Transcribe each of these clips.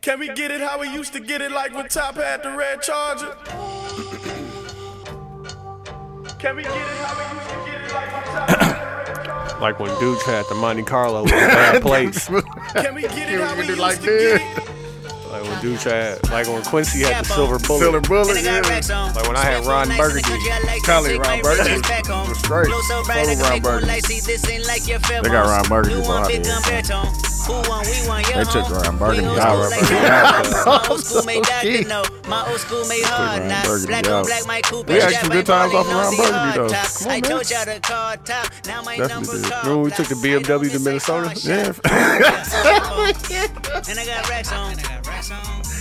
Can we get it how we used to get it, like when Top had the red charger? Can we get it how we used to get it, like when Top Like when dudes had the Monte Carlo in a bad place. Can we get it we how can we do used like to this. get it? Like when dudes had, like when Quincy had the silver bullet. Silver bullet, Then I got yeah. racks on. Like when I Spent had four Ron nights in the Burgundy. country, I like to Cali take Ron my Burgundy riches back home. was straight. Blow so bright, Total I can Ron make moonlight Burgundy. see this ain't like your They got Ron Burgundy You want behind big it. Gumberto. Who want, we want, your They took home. Ron Burgundy We old out. school like Yeah. My old school made So Dr. key. No. My old school made Ron hard knocks. Burgundy Black on out. black, my coupe. We had some good times off of Ron Burgundy, though. Come on, I man. told y'all to call top. Now my Definitely number's did. called Remember we took the top. I know BMW this to ain't Minnesota? hard shot. Yeah. And I got racks on.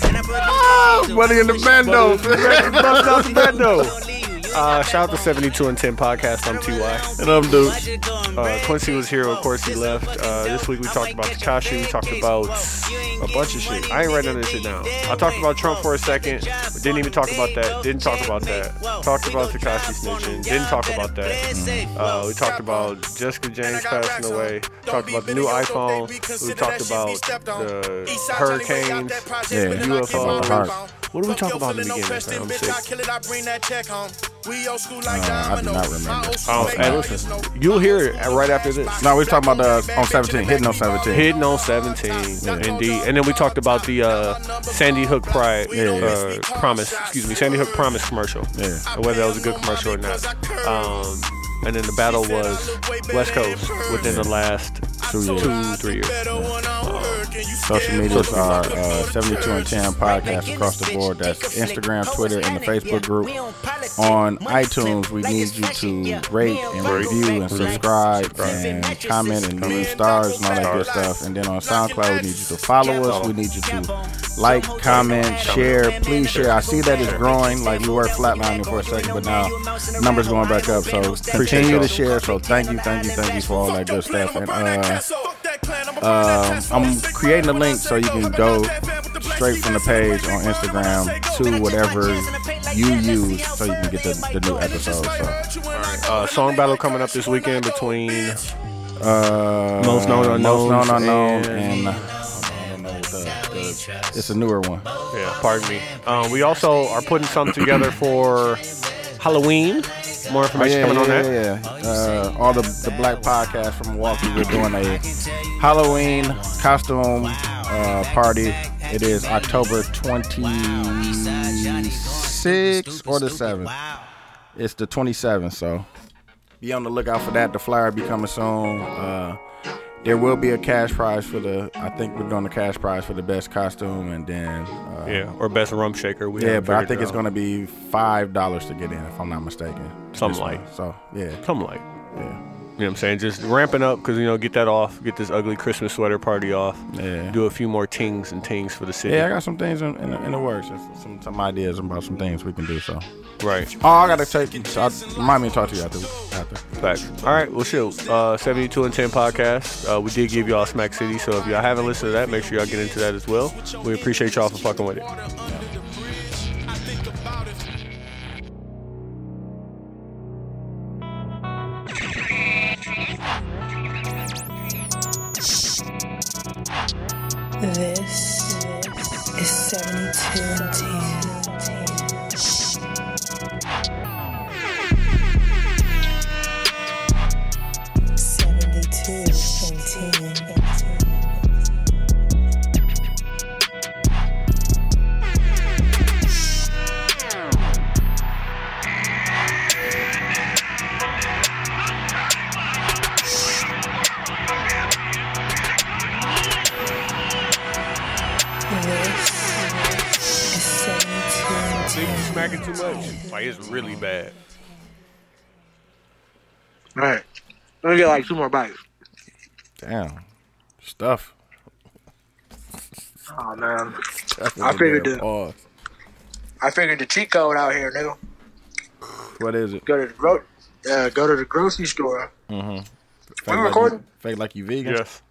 And I brought Ah, those Money in the bando. Bust out the window. Don't leave you. You ain't Uh, got shout out to backbone. 72 and 10 podcast. I'm TY. And I'm dude. Uh, Quincy was here, of course he left. Uh, this week we talked about Takashi. We talked about a bunch of shit. I ain't writing none of this shit down. I talked about Trump for a second, but didn't even talk about that. Didn't talk about that. Talked about Takashi snitching. Didn't talk about that. Uh, we talked about Jessica James passing away. Talked about the new iPhone. We talked about the hurricanes. Yeah. UFO. What What do are we we talk talking about about in the beginning, fam? I'm sick. Um, I do not remember. Oh, hey, listen. You'll hear it uh, right after this. No, we talking about the on 17, hitting on 17. Hidden on 17, indeed. And then we talked about the uh, Sandy Hook Pride Yeah. uh, promise, excuse me, Sandy Hook promise commercial. Yeah. And whether that was a good commercial or not. Um, and then the battle was West Coast within the last Two two, years. three years. Oh. Social medias are uh, 72 and 10 podcast across the board. That's Instagram, Twitter, and the Facebook group. On iTunes, we need you to rate and review and subscribe and comment and leave stars and all that good stuff. And then on SoundCloud, we need you to follow us. We need you to like, comment, share. Please share. I see that it's growing. Like we were flatlining for a second, but now numbers going back up. So continue to share. So thank you, thank you, thank you for all that good stuff. And uh, um, uh, I'm creating a link so you can go straight from the page on Instagram to whatever you use so you can get the, the new episode. So, Uh, song battle coming up this weekend between the uh, Most Known Unknowns most known unknown, and- and, uh, I don't know what the, the, it's a newer one. Yeah, pardon me. Um, we also are putting something together for Halloween. More information Oh, yeah, coming on yeah, that. yeah, yeah. Uh, all the the black podcasts from Milwaukee. We're doing a Halloween costume uh, party. It is October 26th or the 7th. It's the 27th, so be on the lookout for that. The flyer be coming soon. Uh, there will be a cash prize for the. I think we're doing the cash prize for the best costume, and then uh, Yeah, or best rump shaker. We yeah, haven't but I figured think it it's out. going to be five dollars to get in, if I'm not mistaken. Something This one. like- so. Yeah, come like. yeah. You know what I'm saying? Just ramping up because, you know, get that off. Get this ugly Christmas sweater party off. Yeah. Do a few more tings and tings for the city. Yeah, I got some things in, in, in the works. There's Some some ideas about some things we can do. So, Right. oh, I gotta take. I, remind me to talk to you after. after. Back. All right. Well, shoot. Uh, 72 and 10 podcast. Uh, we did give y'all Smack City. So if y'all haven't listened to that, make sure y'all get into that as well. We appreciate y'all for fucking with it. This is 72 and 10. Seventy-two and ten. This is seventy-two and ten. smacking too much. Like, it's really bad. All right. Let me get like two more bites. Damn, stuff. Oh man, I figured it. Pause. I figured the cheat code out here, nigga. What is it? Go to the gro- uh, go to the grocery store. Fake Like recording? you, fake like you vegan. Yes.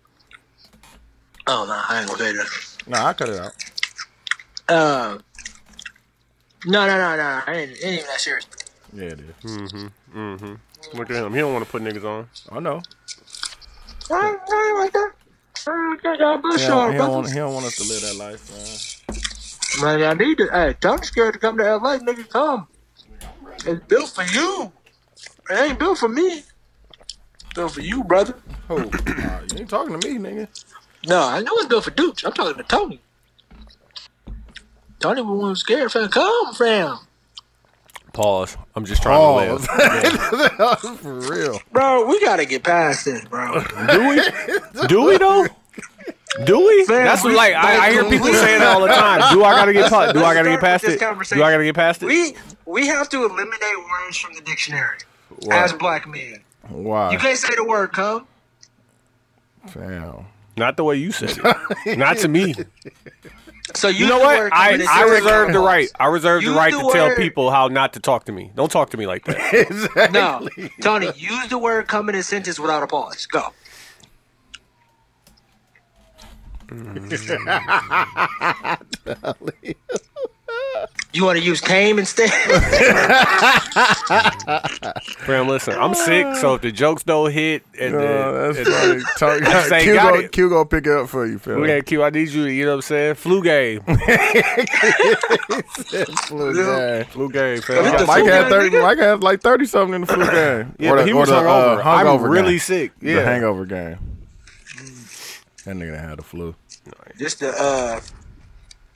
Oh no, I ain't gonna say that. No, I cut it out. Uh, no, no, no, no. I ain't, it ain't even that serious. Yeah, it is. Oh, Look at him. He don't want to put niggas on. I know. I ain't, I ain't like that. I got my He don't, shot, he, don't want, brother. he don't want us to live that life, man. Man, I need it. Hey, don't scared to come to LA, nigga. Come. It's built for you. It ain't built for me. It's built for you, brother. Oh, nah, you ain't talking to me, nigga. No, I know it's built for Dooch. I'm talking to Tony. Tony was one scared fam. Come, fam. Pause. I'm just trying to Pause. live. For real. Bro, we gotta get past this, bro. Do we though? Do we? Man, That's what, we- like I, I hear we- people we- saying it all the time. Do I gotta get past? Do I gotta get Let's start past with this it? conversation. Do I gotta get past it? We we have to eliminate words from the dictionary as black men. You Why? can't say the word come. Damn. Not the way you said it. Not to me. So you, You know the word what? come in I, the I dictionary. reserve the right. I reserve the Use right the to tell word- people how not to talk to me. Don't talk to me like that. Exactly. No, Tony, use the word come in a sentence without a pause. Go. Mm. you want to use came instead? Fam, listen, I'm sick, so if the jokes don't hit, and No, then, Oh, that's funny. Just Talk, ain't Q, got go, it. Q gonna pick it up for you, Phil. we got Q, I need you to, you know what I'm saying? Flu game. Flu game. Flu game, fam. What the Mike flu had game, thirty. nigga? Mike had like thirty something in the flu game. Yeah, Or but the- he or was the, hungover. uh, I'm hungover really game. sick. The Yeah. hangover game. That nigga done had the flu. just the uh,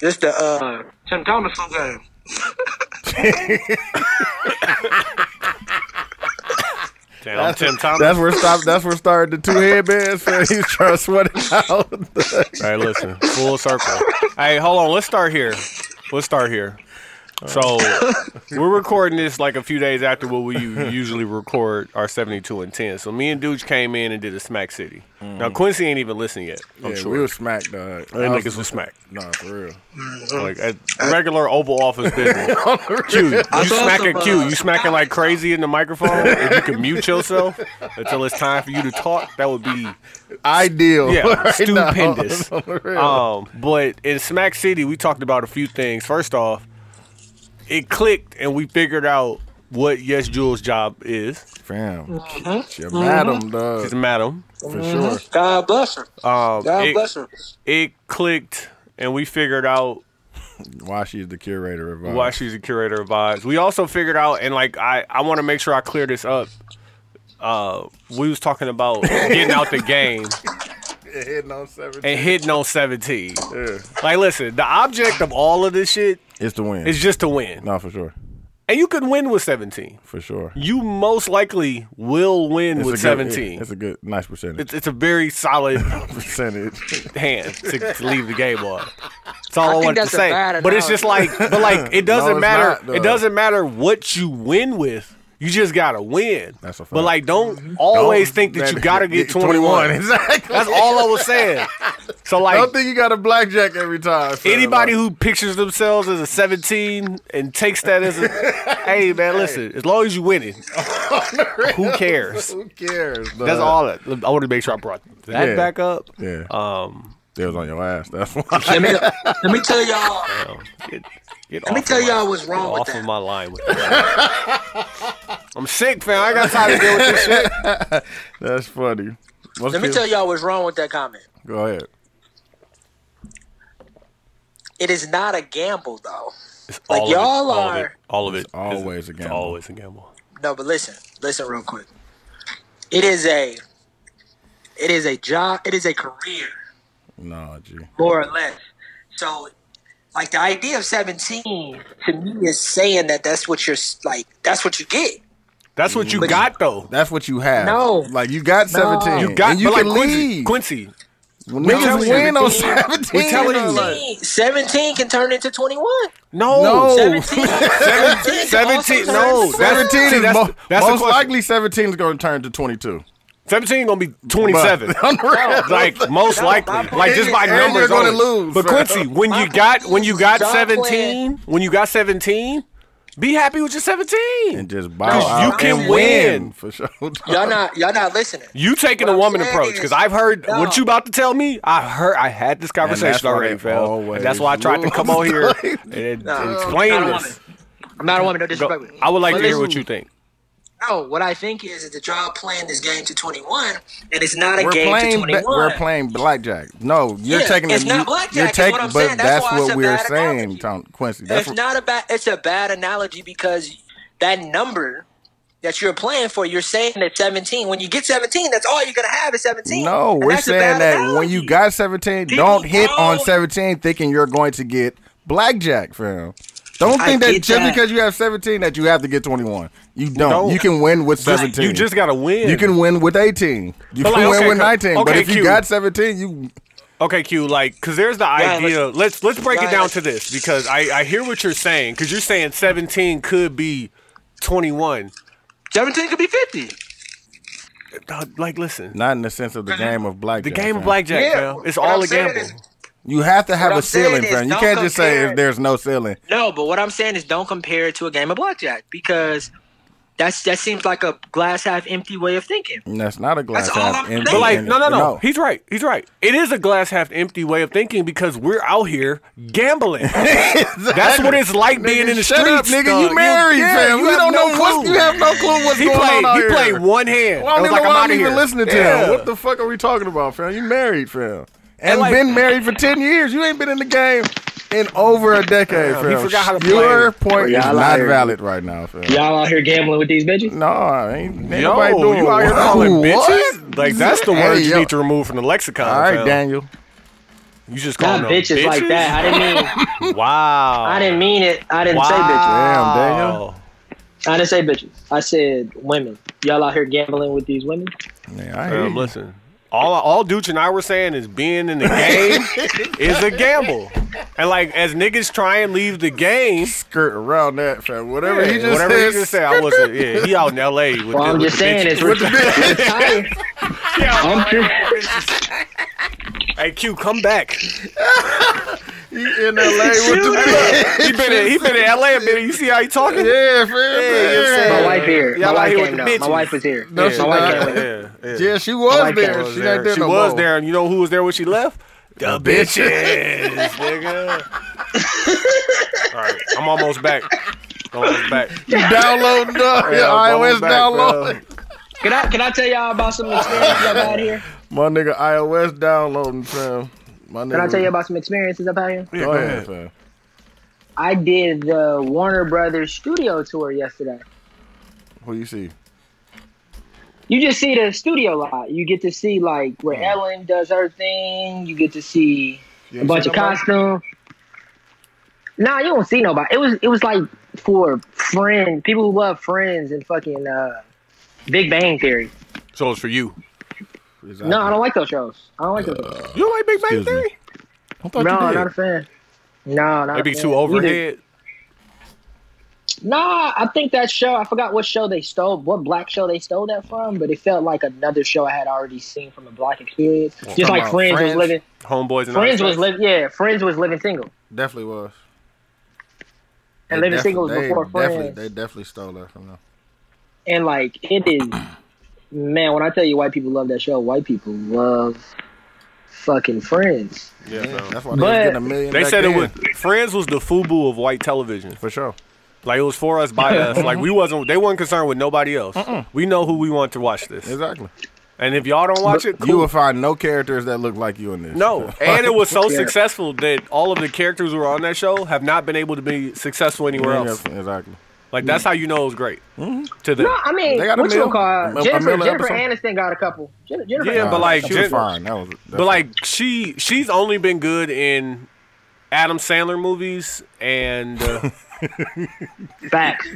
just the uh, Tim Thomas flu game. Damn, I'm Tim Thomas. That's where stop. That's where started the two headbands. Phil. He was trying to sweat it out. All right, listen, full circle. hey, hold on. Let's start here. Let's start here. So we're recording this like a few days after what we u- usually record our 72 and 10. So me and Dooch came in and did a Smack City. Now Quincy ain't even listening yet. I'm yeah, sure. we was smacked, dog. Them I niggas was smacked. Nah, for real. Like Uh, at regular Oval Office business. Q, you I saw smacking some, Q, uh, you smacking like crazy in the microphone. If you can mute yourself until it's time for you to talk, that would be Ideal. Yeah, right now. stupendous. For real. Um, but in Smack City, we talked about a few things. First off, it clicked and we figured out what Yes Jules' job is. Fam, your madam, She's dog. a madam. For sure. God bless her. Um, God it, bless her. it clicked and we figured out Why she's the curator of uh, why all. she's a curator of vibes. We also figured out and like I, I want to make sure I clear this up. Uh, we was talking about getting out the game hitting on seventeen. and hitting on 17. Like, listen, the object of all of this shit It's the win. is just to win. no, for sure. And you can win with 17. For sure. You most likely will win It's a with good- 17. It's a good, nice percentage. it's, it's a very solid percentage. hand to, to leave the game on. That's all I, think wanted to that's a say. bad But it's just like, but like, it doesn't it's matter. not, though. it doesn't matter what you win with. You just gotta win. That's a fact. But like, don't always think that you gotta get 21. Exactly. That's all I was saying. So I like, don't think you got a blackjack every time. fam. Anybody who pictures themselves as a 17 and takes that as a hey man, listen, as long as you win it, who cares? who cares? dog? That's all. That, I wanted to make sure I brought that Yeah. back up. Yeah, Um, it was on your ass. That's why. Let me, let me tell y'all. get, get Let me off tell of my- y'all what's wrong get with off that. of my line. With that. I'm sick, fam. I ain't got time to deal with this shit. That's funny. What's Let me good? tell y'all what's wrong with that comment. Go ahead. It is not a gamble, though. It's Like, all of it, all y'all of it, are- all of it. always a It's gamble. Always a gamble. No, but listen, listen real quick. It is a, it is a job. It is a career, No, G. more or less. So, like the idea of seventeen to me is saying that that's what you're s- like. That's what you get. That's what you got though. That's what you have. No. like you got seventeen. You got and you but can like Quincy, leave. Quincy. Niggas telling you. win on seventeen. We're telling you. dog. 17 can turn into 21. No. 17. 17, 17 can no, that's- also turn into Seventeen See, is that's mo- the- that's the most question. likely seventeen is going to turn to twenty-two. 17 gonna be 27. But- on the real, like most No, likely, my point like just is- by And numbers. you're gonna only. lose, But bro. Quincy, when My you point got when you is, got y'all seventeen, when you got seventeen, be happy with your seventeen. and just bow 'Cause out. you can and win. for sure. dog. Y'all not, y'all not listening. you taking What a I'm woman saying approach is- because I've heard No. what you about to tell me. I heard I had this that's conversation why already, they fam. always And That's why I tried to lose, come on here dog. and, and No, explain not a this. woman. I'm not a woman. No Go- disrespect. I would like But to hear what listen, you think. No, what I think is is that y'all playing this game to 21, and it's not a We're game to playing, ba- 21. we're playing blackjack. No, you're Yeah, taking it's the, not you- blackjack, You're is what taking, I'm but saying. That's that's, why it's what a we're bad saying, analogy. Tom Quincy. That's it's what, not a bad. It's a bad analogy because that number that you're playing for, you're saying that 17. When you get 17, that's all you're gonna have is 17. no. And We're that's a bad saying that when analogy. you got 17, People don't hit on don't- 17 thinking you're going to get blackjack, fam. Don't I think that get just that. because you have 17 that you have to get 21. You don't. Don't. You can win with Just- 17. You just gotta win. You can win with 18. You But can like, win okay, with co- 19. but okay, if you Q. got 17, you Okay, Q. Like, cause there's the Ryan, idea. let's- Let's let's break it Ryan, down let's- to this because I I hear what you're saying. Cause you're saying 17 could be 21. 17 could be 50. Uh, Like, listen, not in the sense of the game of the blackjack. game of fam. blackjack, Yeah, fam. It's what all I'm a saying gamble. is- You have to have What a I'm saying ceiling, is fam. You don't can't just say compare- if there's no ceiling. No, but what I'm saying is don't compare it to a game of blackjack because that's that seems like a glass half empty way of thinking. And that's not a glass That's all half I'm empty. But saying. like, and- no, no, no, He's right. He's right. It is a glass half empty way of thinking because we're out here gambling. That's what it's like being Nigga, in the shut up, streets, nigga. dog. you married, yeah, fam. you You have don't no know what. clue. You have no clue what's He going played. on out He here. played one hand. Well, I it don't was like even know I'm why out I'm of even here. listening to yeah. him. What the fuck are we talking about, fam? You married, fam, and like- been married for ten years. You ain't been in the game in over a decade, Damn, fam. he forgot how to Your point Well, is y'all not out here. valid right now, fam. Y'all out here gambling with these bitches? No, I ain't ain't Yo, nobody doing you out here what? calling bitches? What? Like that's the Hey, word you yo. need to remove from the lexicon. All right, fam. Daniel. You just calling Not them bitches, like that. I didn't mean bitches? Wow. I didn't mean it. I didn't say bitches. Wow. Damn, Daniel. I didn't say bitches. I said women. Y'all out here gambling with these women? Yeah, I hear Um, you. listen, all all Dooch and I were saying is being in the game is a gamble, and like as niggas try and leave the game, skirt around that, fam. Whatever he just whatever said. he just said, I wasn't. Yeah, he out in L.A. with Well, the, I'm with just the saying bitches. it's retired. I'm just, Hey Q, come back. he He in LA with the bitch. been in, he been in L.A. a minute. You see how he talking? Yeah, fam. yeah. yeah. my wife here. Y'all My out wife here with came the though. My bitches. wife was here. No, she my not. wife came with me. yeah, yeah. Yeah, she was like there. that. She ain't there She no was more. there, and you know who was there when she left? The bitches, nigga. All right, I'm almost back. I'm almost back. You download the Yeah, I'm iOS almost back, download. Can I can I tell y'all about some experiences I've had here? My nigga iOS downloading, fam. My nigga. Can I tell you about some experiences I've had here? Go ahead, fam. I did the Warner Brothers studio tour yesterday. Who you see? You just see the studio lot. You get to see like where Ellen does her thing. You get to see You a ain't bunch see of nobody? costume. Nah, you don't see nobody. It was it was like for friend people who love friends and fucking uh, Big Bang Theory. So it's for you. Exactly. No, I don't like those shows. I don't like those. Shows. You don't like Big Bang Excuse me. Theory? I thought No, you did. not a fan. No, not Maybe a fan. too Neither- overhead. Nah, I think that show. I forgot what show they stole, what black show they stole that from, but it felt like another show I had already seen from a black experience. Just Come like on, Friends, Friends? was living. Homeboys and Friends all was that. living. Yeah, Friends was living single, Definitely was. and They living single was definitely- before they Friends. Definitely, they definitely stole that from them. and like it is, man. When I tell you, white people love that show. White people love fucking Friends. Yeah, fam. That's why they was But- getting a million. They back said it then. was Friends was the FUBU of white television. for sure. Like it was for us by us. Like we wasn't they weren't concerned with nobody else. We know who we want to watch this. Exactly. And if y'all don't watch it, cool. You will find no characters that look like you in this. no. And it was so Yeah. successful that all of the characters who were on that show have not been able to be successful anywhere Yeah, else. Exactly. Like that's how you know it was great. Mm-hmm. To them. No, I mean, They got a what you mill- gonna call a- a her? Jennifer? mill Jennifer episode. Aniston got a couple. Jen- Jennifer. Yeah, Aniston. but like Uh, she was Jen- fine. That was But like she she's only been good in Adam Sandler movies and uh, facts.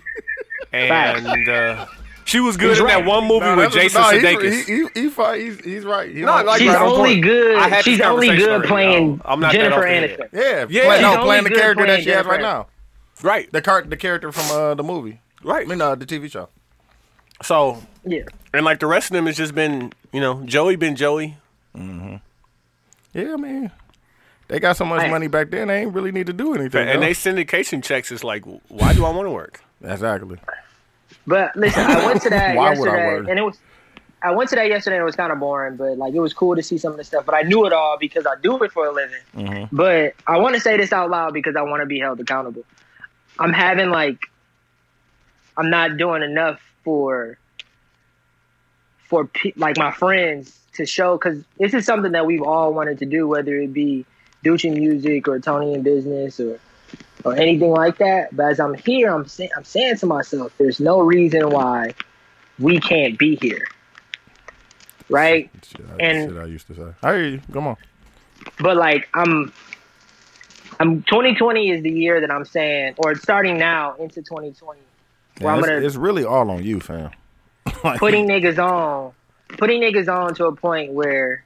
and uh, she was good He's in that right. one movie with Jason Sudeikis. He, he, he, fi- he's, he's right. He No, on- like, he She's right on only point. I good. had She's this only conversation good already. playing I'm not that Jennifer off the head. Aniston. Yeah, Yeah. play- She's no, only playing the good character playing that she has Jennifer right now. Right. The car- the character from uh, the movie. I Right. mean, uh, the TV show. So Yeah. and like the rest of them, it's just been you know Joey been Joey. Yeah, I mean, they got so much Right. money back then. They ain't really need to do anything. And though. they syndication checks is like, why do I want to work? exactly. But listen, I went to that Why would I worry? yesterday, and it was. I went to that yesterday, and it was kind of boring, but like it was cool to see some of the stuff. But I knew it all because I do it for a living. Mm-hmm. But I want to say this out loud because I want to be held accountable. I'm having like, I'm not doing enough for for pe- like my friends to show because this is something that we've all wanted to do, whether it be Ducci Music or Tony in Business or or anything like that. But as I'm here, I'm say- I'm saying to myself, there's no reason why we can't be here, right? Shit, I, And- shit I used to say. I hear you. Come on. but like I'm I'm 2020 is the year that I'm saying or starting now into 2020 Well, Yeah, I'm it's, gonna- it's really all on you, fam. Like, putting niggas on putting niggas on to a point where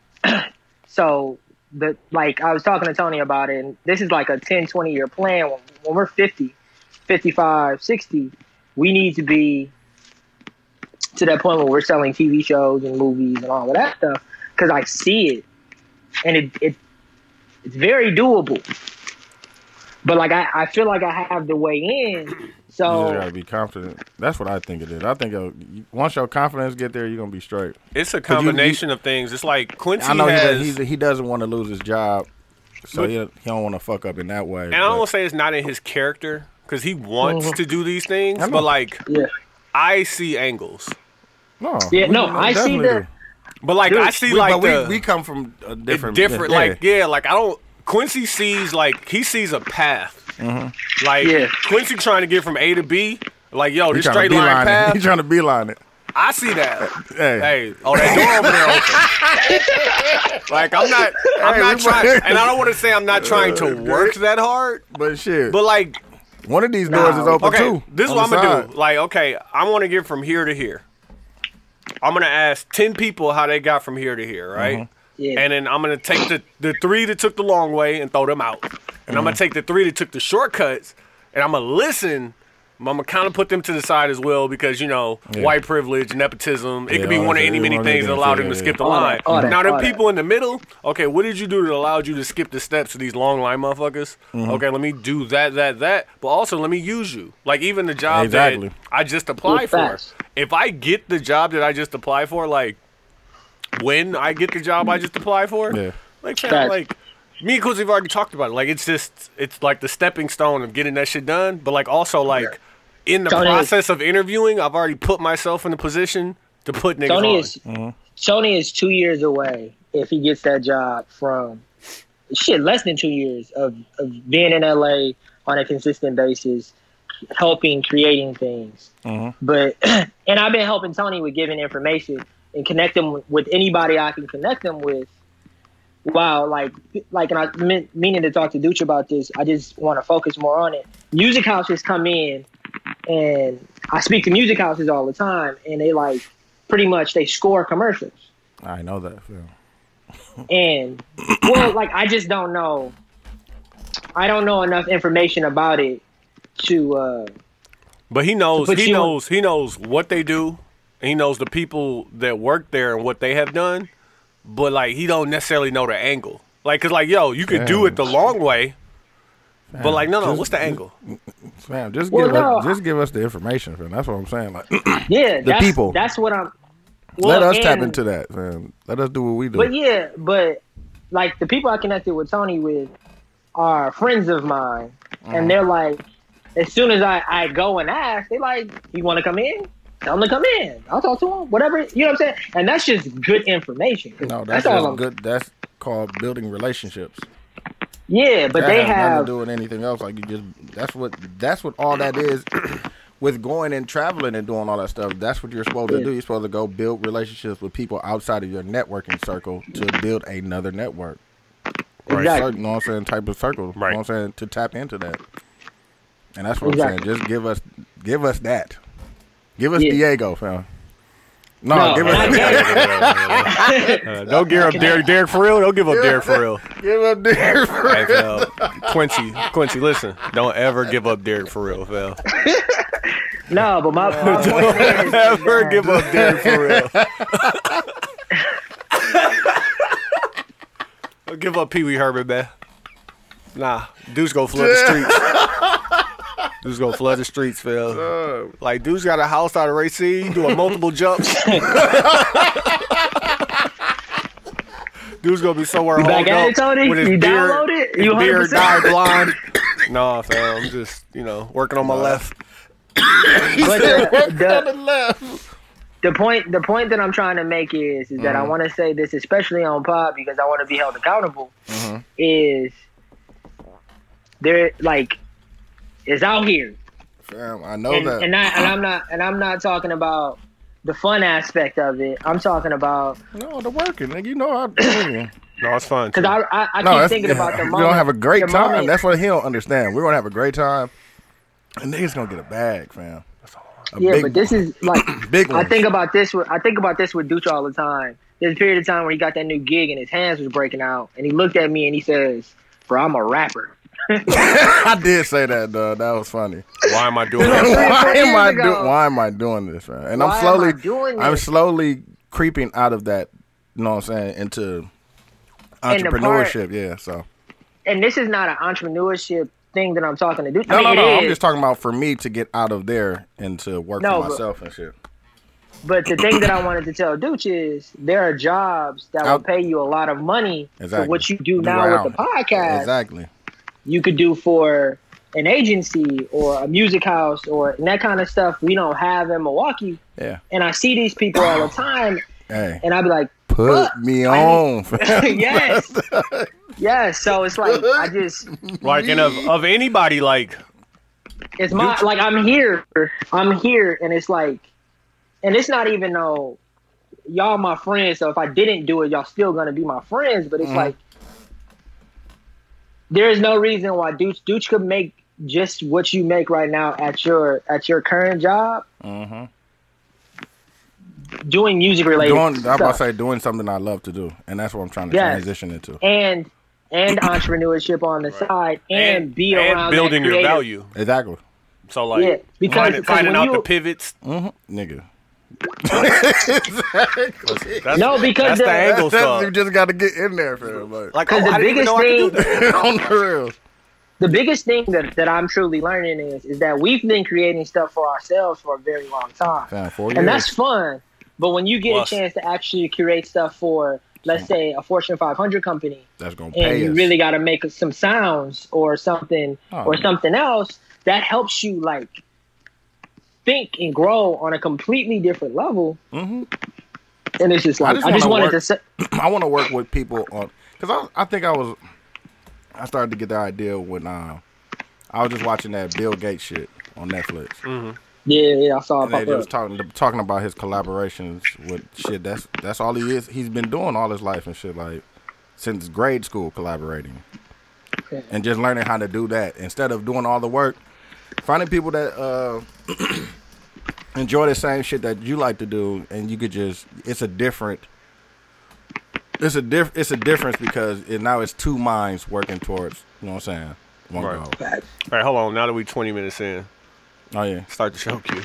so the like I was talking to Tony about it and this is like a 10 20 year plan when, when we're 50 55 60 we need to be to that point where we're selling TV shows and movies and all of that stuff because I see it and it, it it's very doable. But like I, I feel like I have the way in. You Oh. So just gotta be confident. That's what I think it is. I think uh, you- once your confidence get there, you're gonna be straight. It's a you- combination of things. It's like Quincy I know he, has. does, he's, he doesn't want to lose his job, so But- he, he don't want to fuck up in that way. and I don't but- wanna say it's not in his character because he wants to do these things, I know. but like yeah. I see angles. no, Yeah, we no, know- I see definitely the- do. But like I Dude, see We, like but we- the we, come from a different, different, like yeah, like I don't. Quincy sees like he sees a path. Like Yeah. Quincy trying to get from A to B. Like yo, Mm-hmm. He this trying straight to line beeline it. He path. trying to beeline it. I see that. Hey. Hey, oh that door over there open. like I'm not, I'm Hey, not we trying, might- and I don't want to say I'm not trying to work that hard, But shit, but like one of these doors is open okay, too. This is on what I'm the gonna side. do. Like, okay, I want to get from here to here. I'm gonna ask ten people how they got from here to here, right? Mm-hmm. Yeah. And then I'm gonna take the the three that took the long way and throw them out, and I'm Mm-hmm. gonna take the three that took the shortcuts, and I'm gonna listen. I'm gonna kind of put them to the side as well because you know Yeah. white privilege, nepotism. It Yeah, could be all one of that- any yeah, many all that things that things, allowed yeah, him to yeah, skip the yeah. All line. that- all that- now the all that. people in the middle, okay, what did you do that allowed you to skip the steps of these long line motherfuckers? Mm-hmm. Okay, let me do that, that, that, but also let me use you. Like even the job Exactly. that I just applied Yeah, for. facts. If I get the job that I just applied for, like when I get the job I just applied for, Yeah. like fam, Facts. like me and Quincy have already talked about it. Like it's just it's like the stepping stone of getting that shit done, but like also like in the Tony- process of interviewing, I've already put myself in the position to put niggas Tony on. is Tony is two years away if he gets that job from shit less than two years of, of being in LA on a consistent basis, helping creating things. But and I've been helping Tony with giving information and connect them with anybody I can connect them with. Wow, like like and I meant, meaning to talk to Dooch about this. I just want to focus more on it. Music houses come in and I speak to music houses all the time and they like pretty much they score commercials. I know that. Phil. And well, like I just don't know. I don't know enough information about it to uh But he knows But he you- knows he knows what they do. and He knows the people that work there and what they have done. But like he don't necessarily know the angle. Like cause like yo, you could do it the long way. But like no no, Just- what's the angle? Fam, just Well, give us, no, just give us the information, fam. That's what I'm saying. Like, yeah, The that's, people. That's what I'm let well, us tap and- into that, fam. Let us do what we do. But yeah, but like the people I connected with Tony with are friends of mine, Mm. and they're like, as soon as I I go and ask, they like, you want to come in? Tell them to come in. I'll talk to them. Whatever you know what I'm saying. And that's just good information. no, that's, all just I'm. good. That's called building relationships. Yeah, but that they has nothing have. to do with anything else. Like you just that's what that's what all that is. with going and traveling and doing all that stuff, that's what you're supposed to Yeah. do. You're supposed to go build relationships with people outside of your networking circle to build another network. Right. Exactly. Certain, you know what I'm saying? Type of circle. Right. You know what I'm saying? To tap into that. And that's what Exactly. I'm saying. Just give us give us that. Give us Yeah. Diego, fam. No, No, give and I us get Uh, don't give up Derek Derek for real. Don't give up Derek for real. give up Diego. Hey, Phil. Quincy Quincy, listen. Don't ever give up Derek for real, Phil. No, but my, my point is, Ever give up Derek for real. Don't give up Pee Wee Herman, man. Nah, dudes gonna flood the streets. Dudes gonna flood the streets, Phil. Like, dudes got a house out of Racine, doing multiple jumps. Dude's gonna be somewhere You back holed at it, up Tony? with his You beard- download it? his You beard dyed 100%? blonde. nah, fam, I'm just you know working on my left. But the, the, left. the point the point that I'm trying to make is is Mm-hmm. that I want to say this especially on pod because I want to be held accountable Mm-hmm. is there like it's out here Fam, I know and, that. and I and I'm not and I'm not talking about the fun aspect of it. I'm talking about no, the working. Nigga, you know I'm working. No, it's fine. because too. I I, I No, keep that's, thinking about the we're moment. gonna have a great the time. moment- That's what he don't understand. We're gonna have a great time, and niggas gonna get a bag, fam. A yeah, big but this is like big I one. think about this. With, I think about this with Dooch all the time. There's a period of time where he got that new gig and his hands was breaking out, and he looked at me and he says, "Bro, I'm a rapper." I did say that, though. That was funny. Why am I doing that? why am I years ago. do- Why am I doing this, man? And Why I'm am slowly I doing I'm this? slowly creeping out of that. You know what I'm saying? Into And the part- entrepreneurship. yeah. So And this is not an entrepreneurship thing that I'm talking to Dooch. no, I mean, no, no. it I'm is, just talking about for me to get out of there and to work No, for but- myself and shit. But the thing that I wanted to tell Dooch is there are jobs that Out- will pay you a lot of money Exactly. for what you do, Do now out. with the podcast. Exactly. you could do for an agency or a music house or and that kind of stuff we don't have in Milwaukee. Yeah. And I see these people all the time Hey, and I'd be like, put me on. fam. Yes. yes. So it's like I just Like, and of, of anybody, like, it's my like I'm here. I'm here and it's like and it's not even no y'all my friends, so if I didn't do it, y'all still gonna be my friends, but it's like there is no reason why Dooch Dooch could make just what you make right now at your at your current job. Doing music related doing, I'm stuff. about to say doing something I love to do, and that's what I'm trying to Yes. transition into. and and entrepreneurship on the side and, be and around that building your creative- value. Exactly, So, like, Yeah, because- finding, because finding when out you- the pivots. nigga. That's, No, because that's the, the- angle stuff. you just got to get in there, fam. Like, Like, oh, 'Cause the I didn't even biggest know I could do thing- that. on the real. the biggest thing that, that I'm truly learning is is that we've been creating stuff for ourselves for a very long time, Fam, four and years. that's fun. But when you get Plus. a chance to actually create stuff for, let's say, a Fortune 500 company, That's gonna and pay you us. really got to make some sounds or something Oh, or yeah. something else that helps you like think and grow on a completely different level. Mm-hmm. And it's just like I just just, wanna work- wanted to say, I want to work with people on because I I think I was I started to get the idea when uh, I was just watching that Bill Gates shit on Netflix, yeah, yeah, I saw it and they pop just was up. talking talking about his collaborations with shit. That's that's all he is. He's been doing all his life and shit like since grade school collaborating, Okay. and just learning how to do that instead of doing all the work. Finding people that uh, enjoy the same shit that you like to do, and you could just it's a different it's a diff it's a difference because it, now it's two minds working towards you know what I'm saying one Right. goal. All right, hold on. Now that we 20 minutes in, Oh yeah, start the show, Q.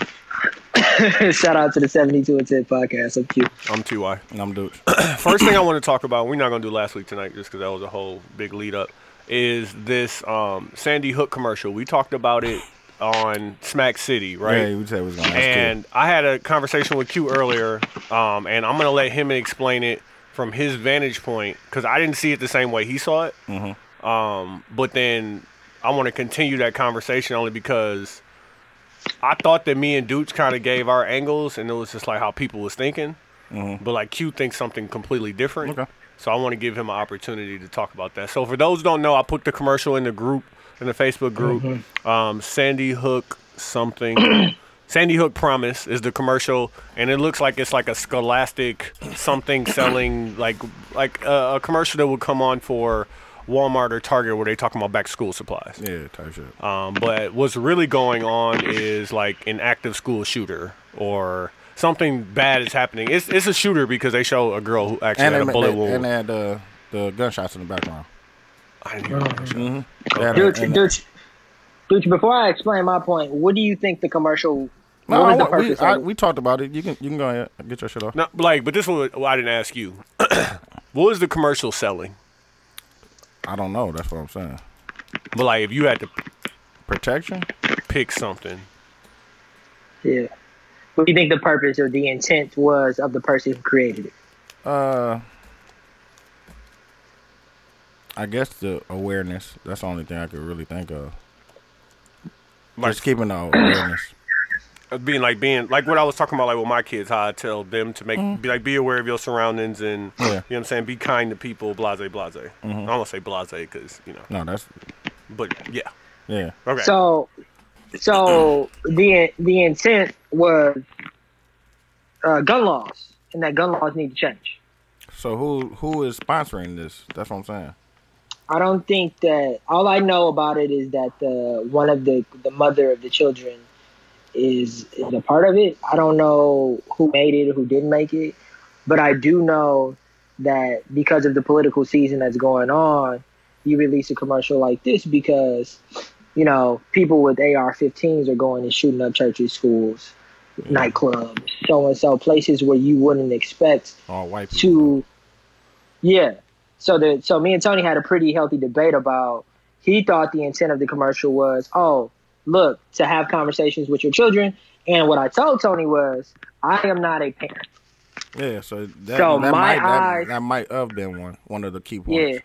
Shout out to the 72 and 10 podcast. I'm cute. I'm TY. and I'm dude. First thing I want to talk about, we're not going to do last week tonight just because that was a whole big lead up, is this um, Sandy Hook commercial. We talked about it on Smack City, right? Yeah, we said we was gonna. That's and I had a conversation with Q earlier, um, and I'm gonna let him explain it from his vantage point because I didn't see it the same way he saw it. Mm-hmm. Um, but then I want to continue that conversation only because I thought that me and Dooch kind of gave our angles, and it was just like how people was thinking. But like Q thinks something completely different. Mm-hmm. Okay. So I want to give him an opportunity to talk about that. So for those who don't know, I put the commercial in the group in the Facebook group. Mm-hmm. Um, Sandy Hook something. Sandy Hook Promise is the commercial, and it looks like it's like a Scholastic something selling like like a, a commercial that would come on for Walmart or Target where they talking about back to school supplies. cool. yeah, type shit. Um, but what's really going on is like an active school shooter or something bad is happening. It's it's a shooter because they show a girl who actually and had they, a bullet they, wound. and they had the the gunshots in the background. Oh. I didn't hear that. They had a- Dude, and- uh, dude, dude, before I explain my point, what do you think the commercial? no, what I was the want- we, purpose? I, of it? we talked about it. You can you can go ahead and get your shit off. No, like, but this was well, I didn't ask you. what was the commercial selling? I don't know. That's what I'm saying. But like, if you had to Protection. pick something, yeah. What do you think the purpose or the intent was of the person who created it? Uh, I guess the awareness. That's the only thing I could really think of. like Just keeping the awareness. of being like being like what I was talking about, like with my kids, how I tell them to make Mm-hmm. be like be aware of your surroundings and you know what I'm saying, be kind to people, blase blase. Mm-hmm. I don't want to say blase because you know, No, that's but yeah, yeah. okay. So, so the the intent was uh, gun laws, and that gun laws need to change. So who who is sponsoring this? That's what I'm saying. I don't think that all I know about it is that the one of the the mother of the children is is a part of it. I don't know who made it or who didn't make it, but I do know that because of the political season that's going on, you release a commercial like this because you know people with AR-15s are going and shooting up churches, schools, nightclubs, so and so places where you wouldn't expect All white people. to yeah so the so me and tony had a pretty healthy debate about he thought the intent of the commercial was oh look to have conversations with your children and what i told tony was i am not a parent Yeah, so that, that So my might eyes- that, that might have been one one of the key points.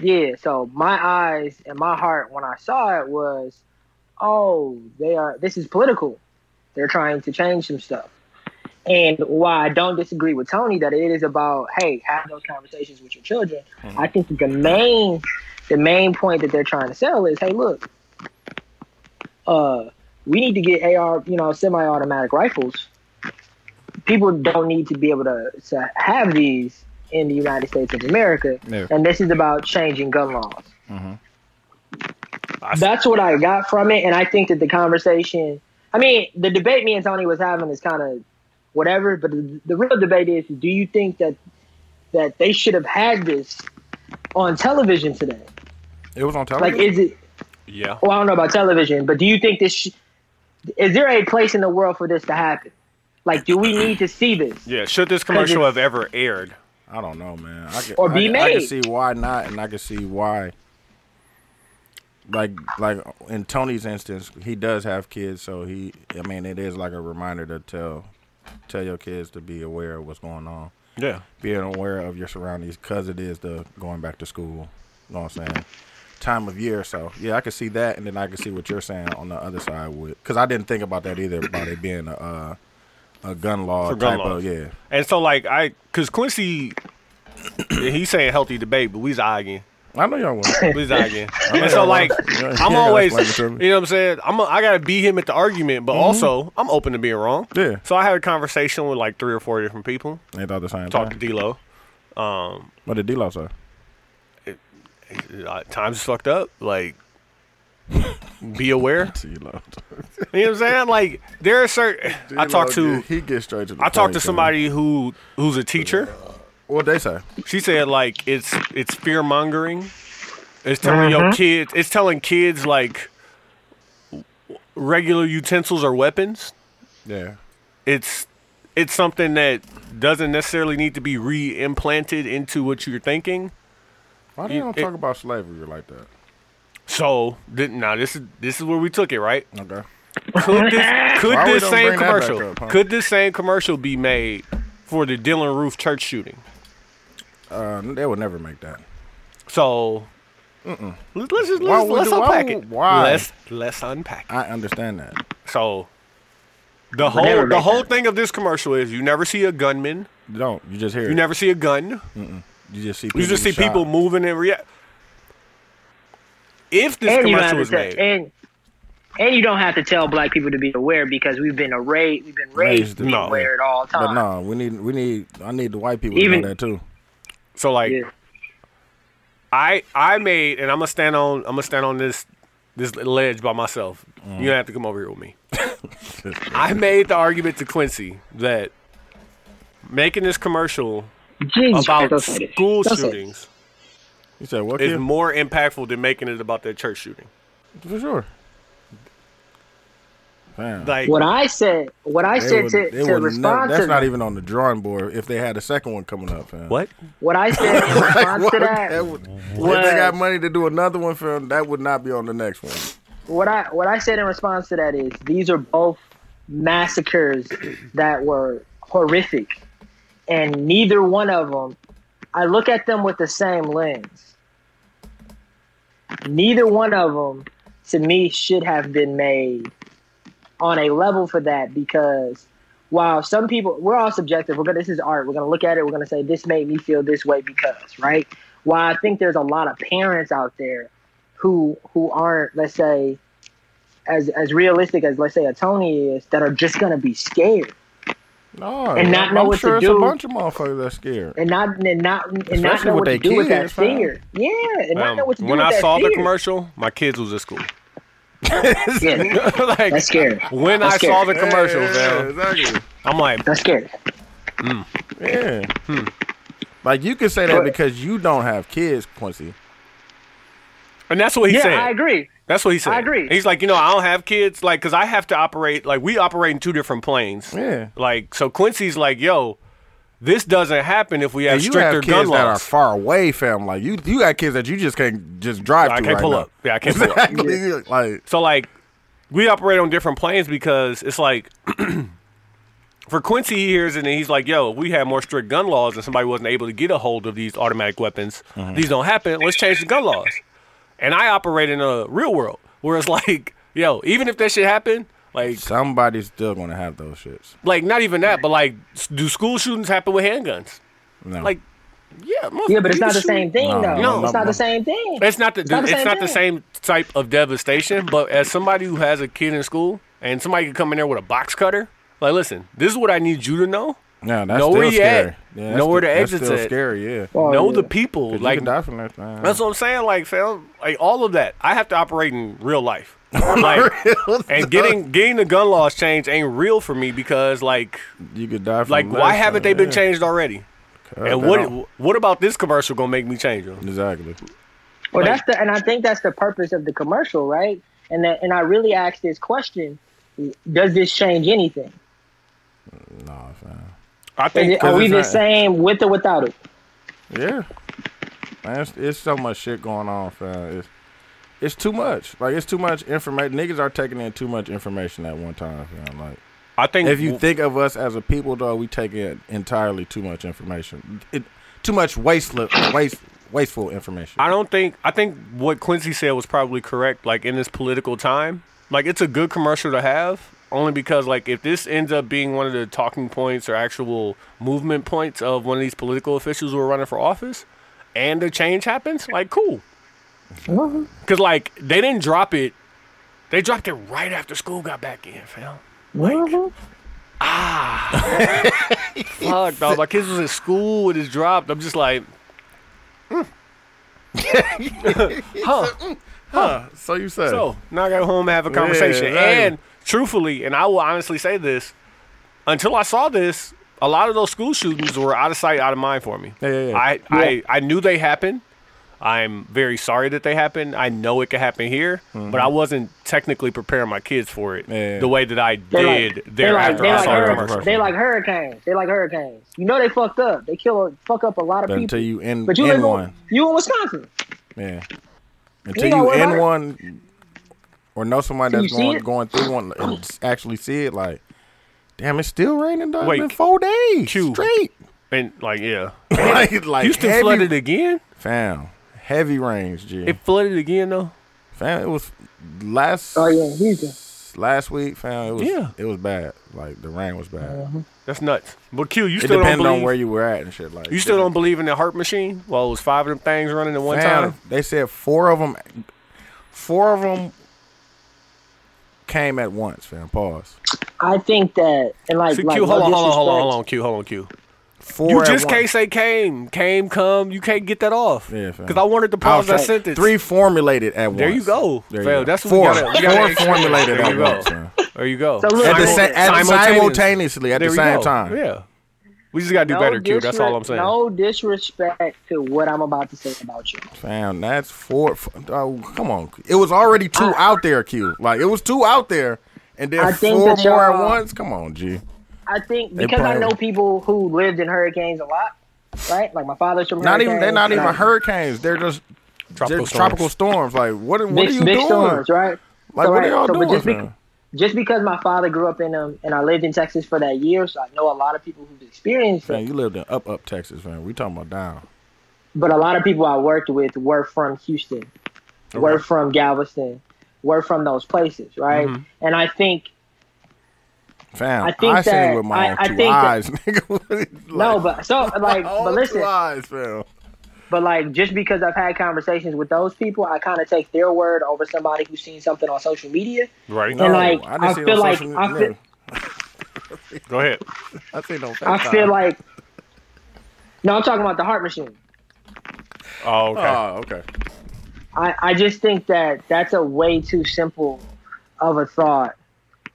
yeah yeah so my eyes and my heart when i saw it was oh they are this is political they're trying to change some stuff and while I don't disagree with Tony that it is about, hey, have those conversations with your children, I think that the main the main point that they're trying to sell is, hey, look, uh, we need to get AR, you know, semi automatic rifles. People don't need to be able to, to have these in the United States of America. Yeah. And this is about changing gun laws. I- That's what I got from it. And I think that the conversation, I mean, the debate me and Tony was having is kind of whatever. But the, the real debate is: Do you think that that they should have had this on television today? It was on Like, television. is it? yeah, Well, I don't know about television, but do you think this? Sh- is there a place in the world for this to happen? Like, do we need to see this? yeah. Should this commercial have ever aired? I don't know, man. I can, Or I be can- I can made. see why not, and I can see why. Like, like in Tony's instance, he does have kids, so he. I mean, it is like a reminder to tell, tell your kids to be aware of what's going on, Yeah, being aware of your surroundings, because it is the going back to school. You know what I'm saying? Time of year, so yeah, I can see that, and then I can see what you're saying on the other side with, because I didn't think about that either about it being a uh, a gun law For gun type laws. of yeah. and so like I, cause Quincy, he's saying healthy debate, but we's arguing. I know y'all want. Please die again. and so like Yeah, I'm yeah, always that's what you know I'm saying. what I'm saying? I'm a, I gotta beat him at the argument, but also I'm open to being wrong. Mm-hmm. Yeah. So I had a conversation with like three or four different people. Ain't all the same. Talked time. to D Lo. What did D-Lo say? uh, Times is fucked up. Like be aware. You know what I'm saying? Like there are certain I talked to He gets straight to the I talked point, to man. somebody who who's a teacher. What they say? She said like it's it's fear mongering. It's telling your kids. It's telling kids like w- regular utensils are weapons. Yeah. It's it's something that doesn't necessarily need to be re-implanted into what you're thinking. Why they You- don't it- talk about slavery like that? So th- now this is this is where we took it right. Okay. Could this, could Why we this same don't bring that back commercial up, huh? could this same commercial be made for the Dylan Roof church shooting? Uh, they would never make that. So let- let's just Why let's, would- let's why unpack would- it. why? Let's let's unpack it. I understand that. So the never whole the make whole thing of this commercial is you never see a gunman, You don't. You just hear you it. never see a gun, You just see. People you just see shot. people moving and react. If this And you, commercial don't have to was tell, made, and, and you don't have to tell black people to be aware because we've been arrayed, we've been raised Raised to to be be No. aware at all But times. no, we need. We need. I need the white people Even- to know that too. so like Yeah. I I made and I'm gonna stand on I'm gonna stand on this this ledge by myself. You don't have to come over here with me. I made the argument to Quincy that making this commercial Jesus Christ, about don't say this. school Don't say this. shootings You said what? is kid? more impactful than making it about that church shooting. For sure. Damn. Like What I said, what I They said would- to, they to would never- respond that's to not even on the drawing board. If they had a second one coming up, fam. what? what I said in response to that. would- if they got money to do another one, fam, that would not be on the next one. what I what I said in response to that is these are both massacres that were horrific, and neither one of them. I look at them with the same lens. Neither one of them, to me, should have been made on a level for that because while some people we're all subjective, we're gonna this is art. We're gonna look at it, we're gonna say this made me feel this way because, right? While I think there's a lot of parents out there who who aren't, let's say, as as realistic as let's say a Tony is, that are just gonna be scared. No, And not know I'm what to sure it's do. a bunch of motherfuckers that's scared. and not and not and not Especially know with what to they do with that kids, man. fear. Yeah, and not know Um, what to do when with I that saw fear. the commercial, my kids was at school. yeah, like that's scary. when That's I saw scary. the commercial, yeah, man, exactly. I'm like, That's scary. Yeah. Hmm. Like you can say that But- because you don't have kids, Quincy. and that's what he Yeah, said. I agree. That's what he said. I agree. He's like, you know, I don't have kids, like, cause I have to operate, like, we operate in two different planes. Yeah. Like, so Quincy's like, yo, this doesn't happen if we have And you stricter have gun kids that are laws. far away, fam. Like you, you got kids that you just can't just drive. I through can't right pull now. up. Yeah, I can't pull up. exactly. Like So like we operate on different planes because it's like for Quincy he hears it and he's like, yo, if we had more strict gun laws and somebody wasn't able to get a hold of these automatic weapons, Mm-hmm. these don't happen, let's change the gun laws. And I operate in a real world where it's like, yo, even if that shit happened, like somebody's still gonna have those shits. like not even that, but like s- do school shootings happen with handguns? No. Like yeah, Yeah, motherfucker, but it's you can not the shoot. same thing No, though. no, it's not no. the same thing. It's not the It's not the it's same not the thing. same type of devastation, but as somebody who has a kid in school and somebody could come in there with a box cutter, like listen, this is what I need you to know. No, that's Know still where you at. scary. Yeah, that's Know where sti- the that's exit's still at. Scary, yeah. Oh, know yeah. the people. Like, you Like can die from that, man. that's what I'm saying, like fam, like all of that. I have to operate in real life. Like and getting getting the gun laws changed ain't real for me because like you could die from. like that, why haven't they son. been Yeah. changed already? Cut And that what out. what about this commercial gonna make me change them? Exactly. Well, Like- that's the, and I think that's the purpose of the commercial, right? And that, and I really asked this question: Does this change anything? Nah, fam. I Is think it- are we it's the not- same with or without it? Yeah. Man, it's, it's so much shit going on, fam. It's, it's too much. Like it's too much information. Niggas are taking in too much information at one time, fam. Like I think if you think of us as a people, though, we take in entirely too much information. It, too much wasteful, waste, wasteful information. I don't think I think what Quincy said was probably correct. Like in this political time, like it's a good commercial to have only because like if this ends up being one of the talking points or actual movement points of one of these political officials who are running for office, and the change happens, like cool. Mm-hmm. Cause like they didn't drop it, they dropped it right after school got back in, fam. Mhm. Fuck, dog. My kids was at school when it dropped. I'm just like, mm. mm, so you said. So now I got home and have a conversation. exactly. And truthfully, and I will honestly say this, until I saw this, a lot of those school shootings were out of sight, out of mind for me. Yeah, yeah, yeah. I, I, I knew they happened. I'm very sorry that they happened. I know it could happen here, but I wasn't technically preparing my kids for it Mm-hmm. Yeah. the way that I They did like, they like, thereafter they I like, saw the hurri- commercial. they like hurricanes. They like hurricanes. You know they fucked up. They kill fuck up a lot of But people. until you end, but you end live one, in, you in Wisconsin. yeah. Until know you, what end about it? one, or know somebody Till that's you see going it? going through one and s- actually see it, like, damn, it's still raining. Dog. Wait, Wait, four days Q. straight. and like yeah, like, like Houston heavy, flooded again. Fam, heavy rains, G. It flooded again though. fam, it was last. Oh yeah, he's a- Last week, fam, it was Yeah. it was bad. Like the rain was bad. That's nuts. But Q, you It still don't depends on believe where you were at and shit. Like you still don't believe in the heart machine? Well, it was five of them things running at one Fam, time. They said four of them, four of them came at once. Fam, pause. I think that and like, See, like Q, hold no on, hold on, hold on, disrespect- hold on, Q, hold on, Q. Four. You at just once. can't say came, came, come. You can't get that off. Yeah, fam. Because I wanted to I pause was that like, sentence. Three formulated at once. There you go. There you fam, go. That's what four. We gotta, we gotta four formulated There you at go. once. fam. There you go. So look, At the, sa- Simul- at Simultaneous. simultaneously at There the you same go. time. Yeah. We just gotta do no better, Q. That's all disre- I'm saying. No disrespect to what I'm about to say about you. Fam, that's four. f- Oh, come on. It was already two out there, Q. Like it was two out there, and then Oh. I think four that y'all- more at once. Come on, G. I think They because I probably- know people who lived in hurricanes a lot, right? Like my father's from Not even hurricanes, they're not even like, hurricanes. They're just Tropical they're storms. tropical storms. Like what? are- What Big, are you big doing? storms, right? Like So, what right, are y'all so, but doing? just be- fam? Just because my father grew up in them and I lived in Texas for that year, so I know a lot of people who've experienced Fam, it. you lived in up up Texas, man. We talking about down. But a lot of people I worked with were from Houston, Mm-hmm. were from Galveston, were from those places, right? And I think Fam, I I, think seen that- it with my I- own I two think that- eyes, nigga. What is- No, like, but so like, my own but listen, two eyes, fam. but like, just because I've had conversations with those people, I kind of take their word over somebody who's seen something on social media. Right. And like, I didn't I see it feel on like social I media. feel, Go ahead. I seen it on I FaceTime. feel like. No, I'm talking about the heart machine. Oh, okay. Oh, okay. I, I just think that that's a way too simple of a thought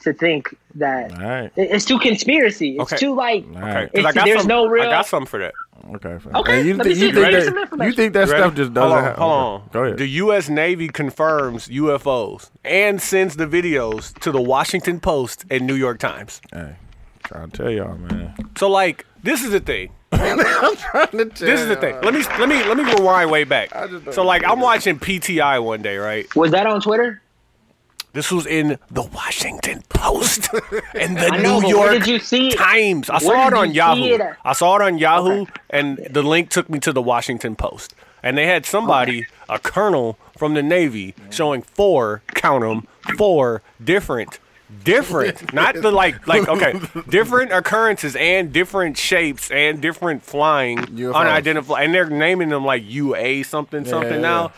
to think that All right. It- it's too conspiracy. It's Okay. too like All okay. right. 'Cause I It's- got there's some, no real- I got something for that. Okay. Fam. Okay, And you, let me think, see you, if there's think some that, information. you think that You ready? stuff just doesn't Hold on, happen? Hold on. Go ahead. The U.S. Navy confirms UFOs and sends the videos to the Washington Post and New York Times. Hey, trying to tell y'all, man. So, like, this is the thing. This is the thing. Let me let me let me rewind way back. just don't So, like, I'm watching PTI one day, right? was that on Twitter? This was in the Washington Post and the I know, New but where York did you see it? Times. I Where saw it did on you see Yahoo. it at? I saw it on Yahoo, and the link took me to the Washington Post. And they had somebody, a colonel from the Navy, showing four, count 'em, four different, different, not the like, like okay, different occurrences and different shapes and different flying, UFOs. unidentified, and they're naming them like UA something something yeah, now.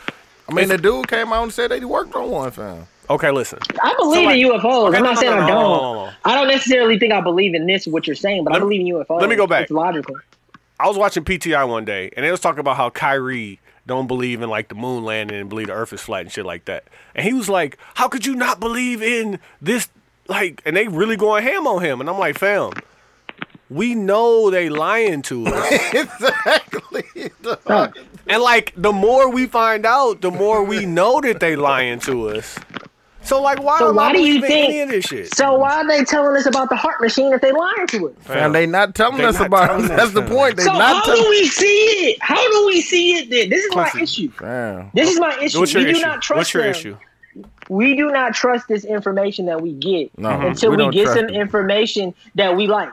I mean, the dude came out and said that he worked on one, fam. Okay, listen. I believe like- in UFOs. Okay, I'm no, not no, saying no, I no, don't. no, no, no. I don't necessarily think I believe in this what you're saying, but I Let me- believe in UFOs. let me go back. It's logical. I was watching PTI one day, and they was talking about how Kyrie don't believe in like the moon landing and believe the Earth is flat and shit like that. And he was like, "How could you not believe in this?" Like, and they really going ham on him, and I'm like, "Fam, we know they lying to us." exactly. and like, the more we find out, the more we know that they lying to us. So like, why? So am I why do you believing any think? of this shit? So why are they telling us about the heart machine if they lying to us? Fam, they not telling They us not about telling it. us, That's the fam. point. They So not how do telling we see it? How do we see it? Then this is my Quincy. issue. Fam. This is my issue. What's your we issue? do not trust What's your them. issue? We do not trust this information that we get No, until we we, don't get trust some them. information that we like.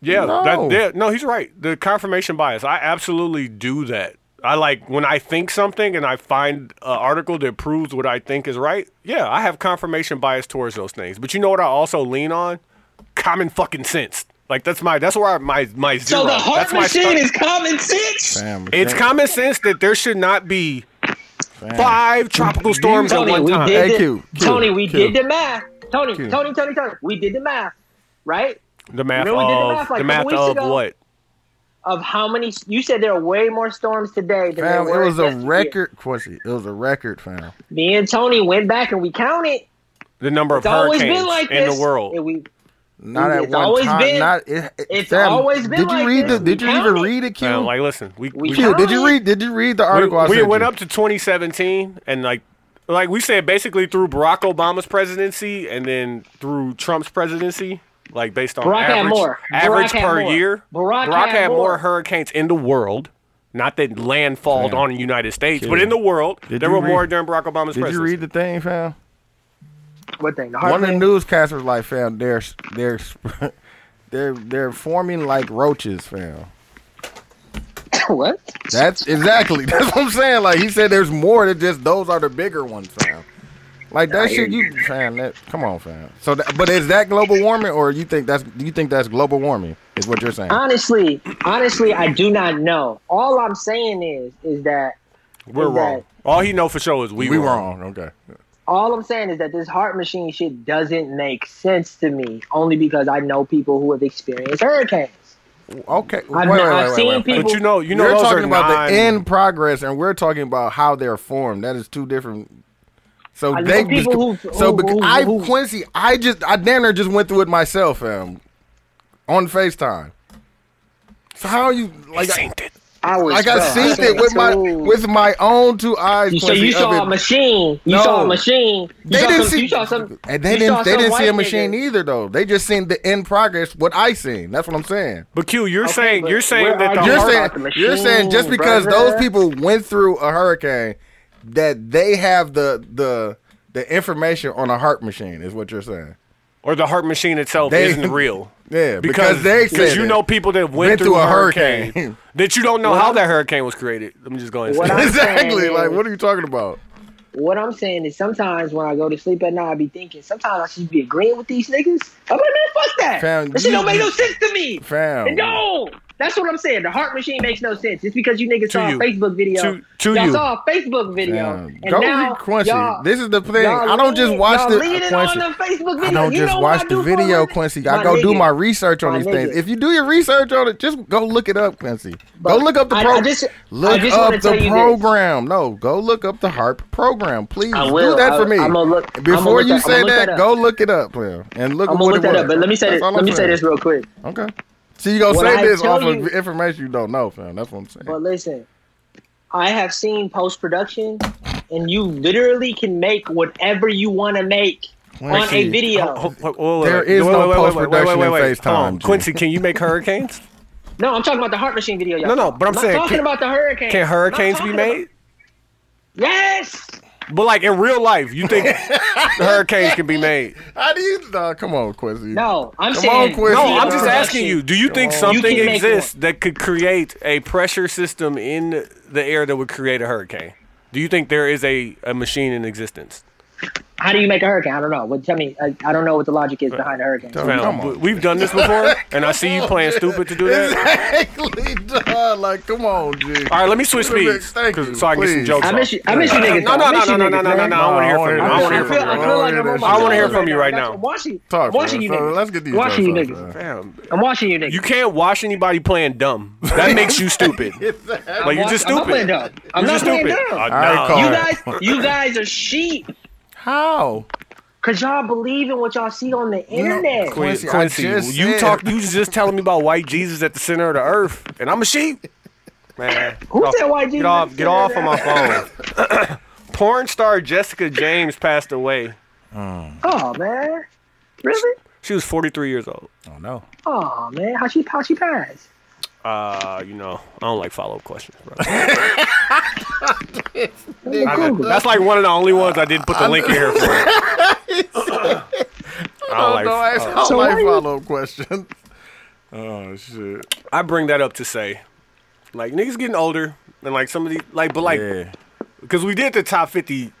Yeah, No. that, yeah, no, he's right. The confirmation bias. I absolutely do that. I like when I think something and I find an article that proves what I think is right. Yeah, I have confirmation bias towards those things. But you know what? I also lean on common fucking sense. Like that's my that's where I, my my zero. So the heart that's my machine start- is common sense. Fam, It's fam, common sense that there should not be fam. five tropical storms at Tony, one we time. did Hey, the, Q, Q, Tony, we Q. did the math. Tony, Tony, Tony, Tony, we did the math, right? the math Remember we did the of math like the a couple math weeks of ago? what? Of how many? You said there are way more storms today than there Fam, it were was a yesteryear. record, Quincy. It was a record, fam. Me and Tony went back and we counted. The number It's of always hurricanes been like in this the world. And we, Not at It's one always time. been- not it, it- it's fam, always been Did you like read this. the? Did We you even counted. read it, Q? Fam, like listen, we, We Q, did you counted. read? Did you read the we, article? I we sent went you? up to 2017 and like like we said basically through Barack Obama's presidency and then through Trump's presidency like based on Barack had average, more. average Barack had per more. year Barack had had more. more. hurricanes in the world not that land falled on the United States but Kidding. in the world Did there you were read- more during Barack Obama's Did you presidency read the thing, fam? what thing? The heart One of the rate? newscasters was like, fam, they're they're they're they're forming like roaches, fam. what? That's exactly. That's what I'm saying. Like he said, there's more than just those are the bigger ones, fam. Like that shit, you fam. That come on, fam. So, that, but is that global warming, or you think that's you think that's global warming? Is what you're saying? Honestly, honestly, I do not know. All I'm saying is, is that we're wrong Right. all he know for sure is we, we wrong. wrong. Okay. all I'm saying is that this heart machine shit doesn't make sense to me, only because I know people who have experienced hurricanes. Okay. I've, I've seen people. but you know Oh, you know are those talking are about non- the in progress, and we're talking about how they're formed. That is two different. So I know they people just- who- so who- because who- I who- Quincy, I just I damn near just went through it myself, fam, on Facetime. So how you like? I, Synced it. I was like I bro, seen it with my with my own two eyes. So Quincy, you of saw it. a machine. You No. saw a machine. You They saw didn't some- see. You saw some. and they you saw didn't. They some didn't see a white machine nigga. either, though. They just seen the in progress. What I seen. That's what I'm saying. but Q you're Okay, saying but you're saying where that are the you? you're heart- hard saying about the you're saying just machine, because brother. those people went through a hurricane that they have the the the information on a heart machine is what you're saying. or the heart machine itself They- isn't real. Yeah, because they because said you it. know people that went, Went through, a hurricane, that you don't know how that hurricane was created. Let me just go ahead and What say that. I'm saying exactly. is- Like what are you talking about? What I'm saying is sometimes when I go to sleep at night, I be thinking sometimes I should be agreeing with these niggas. I'm like, man, fuck that. Fam, that shit you- don't make no sense to me. Fam. No, that's what I'm saying. The heart machine makes no sense. It's because you niggas To saw you. a Facebook video. To- to y'all you. saw a Facebook video. Fam. And Go now, read Quincy. y'all- This is the thing. y'all I don't just lean- watch y'all the leaning Quincy. on the Facebook video. I don't You just know what watch I the do for a video, living? Quincy. I go do nigga. my research on My these nigga. things. If you do your research on it, just go look it up, Quincy. Go But look up the I- pro- I just- I look just wanna up tell you the this. program. No, go look up the harp program, please. I Do will. that I- for me. I'm gonna look- I'm gonna Before look you that- I'm say gonna look that, that up. go look it up, man, and look I'm at gonna what look it that was. up, but let me say That's this. all I'm Let me say saying. this real quick. Okay. So you gonna When say I this tell off you- of information you don't know, fam. That's what I'm saying. But listen, I have seen post production, and you literally can make whatever you want to make on a Quincy, video. Ho- ho- whoa, wait, There wait, is wait, no wait, wait, wait, wait, post-production wait, wait, in wait. Hold FaceTime, on. G. Quincy, can you make hurricanes? No, I'm talking about the heart machine video. Y'all No, no, saw. but I'm not saying, talking can- about the hurricane. Can I'm hurricanes be talking made? about- yes. But like in real life, you think hurricanes can be made? How do you? Nah, come on, Quincy. No, I'm Come saying. on, Quincy. No, Yeah, I'm just bro. asking you. Do you think Come on. something You can make exists that could create a pressure system in the air that would create a hurricane? Do you think there is a, a machine in existence? How do you make a hurricane? I don't know. What, tell me. I, I don't know what the logic is behind a hurricane. Come Fam, on. we- Oh, We've done this before, and I see you playing stupid to do that. Exactly, dog. Like, come on, G. All right, let me switch Thank you. speeds 'cause- so I can get some Please. Oh, jokes. I miss off. you. I miss you niggas. No, no, I no, miss no, you no, niggas, no, no, no, man. no. I want to hear from you. I want to hear I feel, I from you. feel like I'm on my I wanna hear toes from you right I got- now. I'm watching, Talk, watching you man. So niggas. let's get these watching you jokes niggas. off, man. Fam, I'm watching you niggas. You can't watch anybody playing dumb. That makes you stupid. Like you're just I'm not playing stupid. dumb. I'm You're not just playing stupid. dumb. Uh, All right, nah. Carl. You guys, you guys are sheep How? because y'all believe in what y'all see on the internet. Quin- Quincy, I Quincy, just you said- talk. You was just telling me about white Jesus at the center of the earth, and I'm a sheep. Man, Who get off- said white Jesus Get off, at get the off of center my phone. Porn star Jessica James passed away. oh man, really? She was 43 years old. Oh no. Oh man, how she how she passed? Uh, you know, I don't like follow up questions, bro. Let me Google. That's like one of the only ones I didn't put the link in here for. I Oh, don't like- ask So why my you- follow up question. Oh shit. I bring that up to say, like niggas getting older, and like some of these, like, but like, yeah. because we did the top 50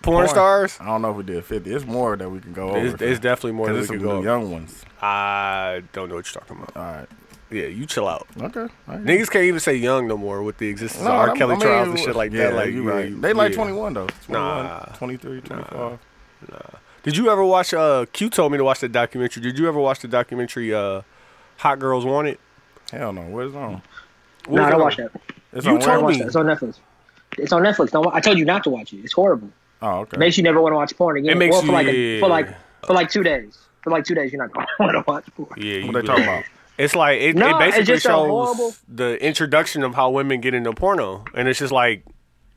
porn, stars. I don't know if we did fifty. It's more that we can go over. It's, it's definitely more than we because could some go. new up. young Uh, ones. I don't know what you're talking about. All right. Yeah, you chill out. Okay. all right. Niggas can't even say young no more with the existence No, of R. I'm- Kelly I mean, trials and shit like yeah, that. Like, you yeah, right. They like yeah. 21 though. 21, Nah. 23, 25. Did you ever watch? Uh, Q told me to watch the documentary. Did you ever watch the documentary? Uh, Hot Girls Want It. Hell no. What is on? What No, was I it don't on? watch that. It's You on I told don't where? watch me. that. It's on Netflix. It's on Netflix. Don't wa- I told you not to watch it. It's horrible. Oh, okay. It makes you never want to watch porn again. It makes well, for you- like yeah. a, for like for like two days. For like two days, you're not going to want to watch porn. Yeah, what you they talking good. about? It's like it, No, it it's basically just a shows horrible- the introduction of how women get into porno, and it's just like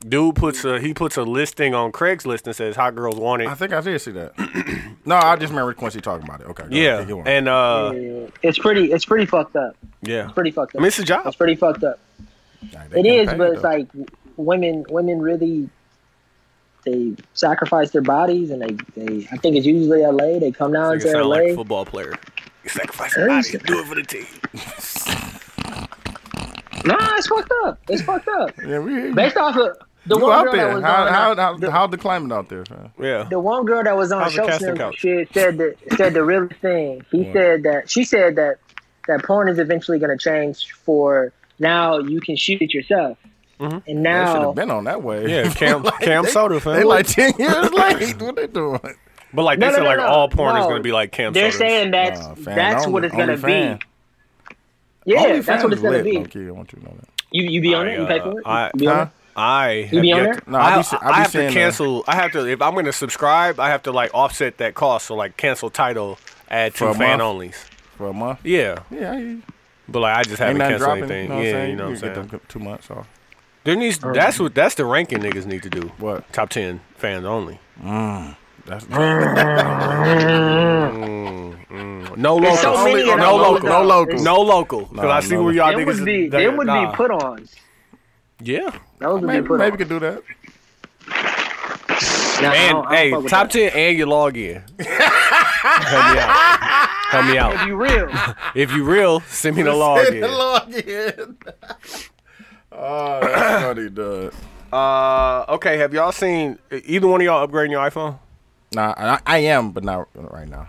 dude puts a he puts a listing on Craigslist and says hot girls want it. I think I did see that. no, I just remember Quincy talking about it. Okay. go ahead, yeah, keep going. and uh, Yeah. It's pretty. It's pretty fucked up. yeah, Pretty fucked I up. mean, it's a job. It's pretty fucked up. Dang, they It getting is, paid, but it's though. like women. Women really they sacrifice their bodies, and they, they I think it's usually L.A. They come down You to sound L.A. like a football player. You sacrifice your body, do it for the team. nah, it's fucked up. It's fucked up. Yeah, we hear you. Based off of the You one out girl that there? was How on how how how'd the climate out there? Man? Yeah, the one girl that was on How's the show casting Slim couch? shit said the said the real thing. He said that she said that that porn is eventually going to change for now. You can shoot it yourself, and Mm-hmm. They should now have been on that way. yeah, Cam Cam Soda, fam. They like ten years late. What they doing? but like No, they no, said, no, like no, all porn is no. gonna be like Cam they're Soda's. saying that's Nah, fan that's only- what it's going to only be. fan. Yeah, Only that's what fan it's going to lit, be. low-key, I want you to know that. You you be on I, it? You pay uh, for it? I- you be on Huh? it? I You be have yet on there? to- No, I I, be se- I be I have to seeing, uh, cancel. I have to if I'm going to subscribe, I have to like offset that cost. So like cancel title, add For two a fan month? onlys. For a month. Yeah, Yeah, I hear you. but like I just haven't ain't nothing canceled dropping. anything. You know what I'm yeah, saying? you know what I'm can saying. Get them two months off. There needs that's what that's the ranking niggas need to do. What? Mm. top ten fans only? Mm, That's mm. No local. so many Only- of no them. local. No local. No local. Because Nah, I see no where y'all It niggas would be is, that- it would nah. be put on. Yeah. Those would Maybe, be put maybe we on. could do that. Nah, I And don't- I don't hey, fuck with top that. ten and you log in. Help me out. Help me out. If you real, If you real, send me the log in. Log in. oh, that's funny, dude. Uh, okay, have y'all seen uh, either one of y'all upgrading your iPhone? Nah, I, I am, but not right now.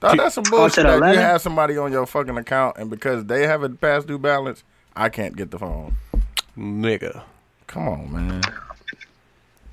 Dawg, that's some Oh, to bullshit. the that you 11? have somebody on your fucking account, and because they have a past due balance, I can't get the phone. Nigga, Come on, man.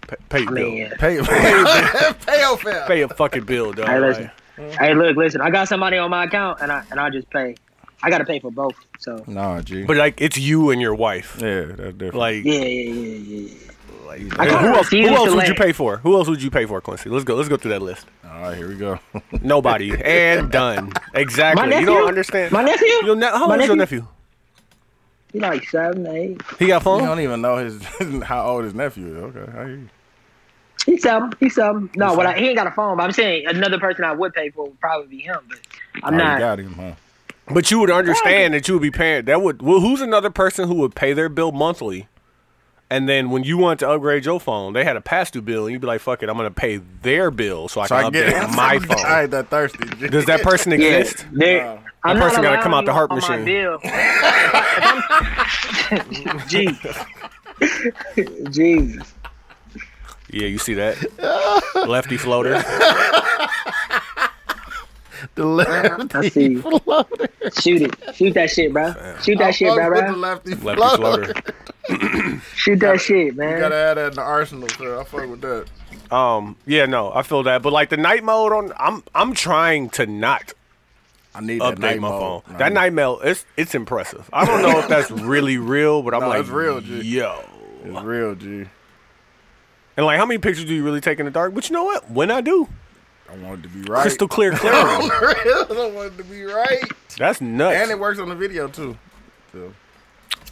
pay, pay your bill. Man. Pay, pay, pay your bill. Pay your fucking bill, dog. Hey, listen. Hey, look, listen. I got somebody on my account, and I and I just pay. I gotta pay for both. So Nah, G. But like, it's you and your wife. yeah, that's different. Like, yeah, yeah, yeah, yeah. like- I kinda who else? refuse Who to else would let- you pay for? Who else would you pay for, Quincy? Let's go. Let's go through that list. All right, here we go. Nobody. and done. Exactly. My You don't nephew? understand. My nephew? Your ne- how My old is your nephew? nephew? He like seven, eight. He got you phone. don't even know his how old his nephew is. Okay, I hear you. He something. He something. No, what I, he ain't got a phone. But I'm saying another person I would pay for would probably be him. But I'm Oh, you not. got him, huh? But you would understand that you would be paying. That would. Well, who's another person who would pay their bill monthly? And then when you want to upgrade your phone, they had a past due bill, and you'd be like, "Fuck it, I'm gonna pay their bill so I So can I get update it. my phone." I ain't that thirsty. G. Does that person Yeah, exist? there- I'm person gotta allowed come out the you harp on my machine. bill. If I'm- Gee. Jesus. Yeah, you see that lefty floater. the lefty? I see. you. Shoot it. Shoot that shit, bro. Shoot that shit, bro. Fuck with the bro. lefty. Lefty floater. Shoot that shit, You man. gotta add that in the arsenal, sir. I fuck with that. Um, yeah, no, I feel that. But like the night mode on, I'm I'm trying to not I need that update night my phone. mode. That night mail, it's it's impressive. I don't know if that's really real, but I'm No, like, it's real, G. yo. is real, G. And like, how many pictures do you really take in the dark? But you know what? When I do, I want it to be right. crystal clear clarity. I want it to be right. that's nuts. And it works on the video too. So,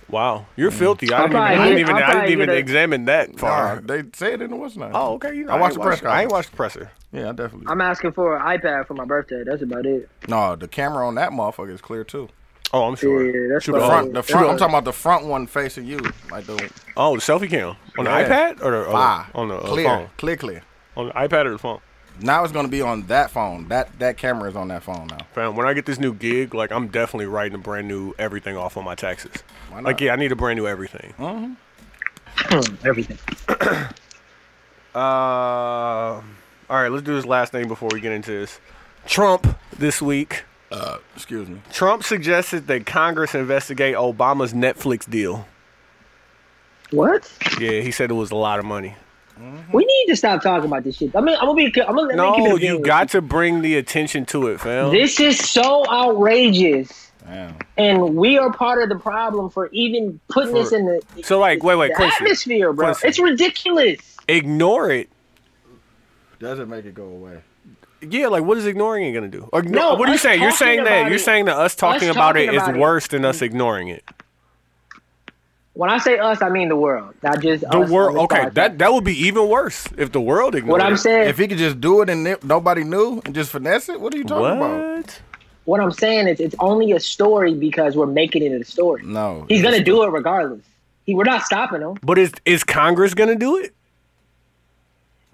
wow, you're filthy. I didn't even, probably I didn't get- even, I'll I didn't probably even get a- examine that Mm. nah, far. they say it in the what's not. Oh, okay. You know, I watched ain't the press watched- I ain't conference. watched the presser. yeah, I definitely. I'm asking for an iPad for my birthday. That's about it. no, the camera on that motherfucker is clear too. Oh, I'm sure. Yeah, that's Shoot The Oh, front, the it's front. on. I'm talking about the front one facing you, like the Oh, the selfie cam on the Yeah. iPad or the, or the- ah, on the uh, clear, phone? clear, clear. On the iPad or the phone? Now it's gonna be on that phone. That that camera is on that phone now. Fam, when I get this new gig, like I'm definitely writing a brand new everything off on my taxes. Why not? Like, yeah, I need a brand new everything. Everything. Uh, all right, let's do this last thing before we get into this. Trump this week. Uh, Excuse me. Trump suggested that Congress investigate Obama's Netflix deal. What? Mm-hmm. Yeah, he said it was a lot of money. We need to stop talking about this shit. I mean, I'm gonna be. I'm gonna. let me No, keep it you real. got to bring the attention to it, fam. This is so outrageous, Damn. and we are part of the problem for even putting this in the. So, like, wait, wait, the Quincy. atmosphere, bro. Quincy. It's ridiculous. Ignore it. Doesn't make it go away. Yeah, like what is ignoring it gonna do? Or, No, what are you us saying? You're saying talking that about you're it- saying that us talking us about talking it is about it. worse than us ignoring it. When I say us, I mean the world, not just The us on world, this okay, podcast. that that would be even worse if the world ignored. What I'm it. saying, If he could just do it and it- nobody knew and just finesse it, what are you talking about? What? what I'm saying is, it's only a story because we're making it a story. No, he's gonna do it regardless. He, we're not stopping him. But is is Congress gonna do it?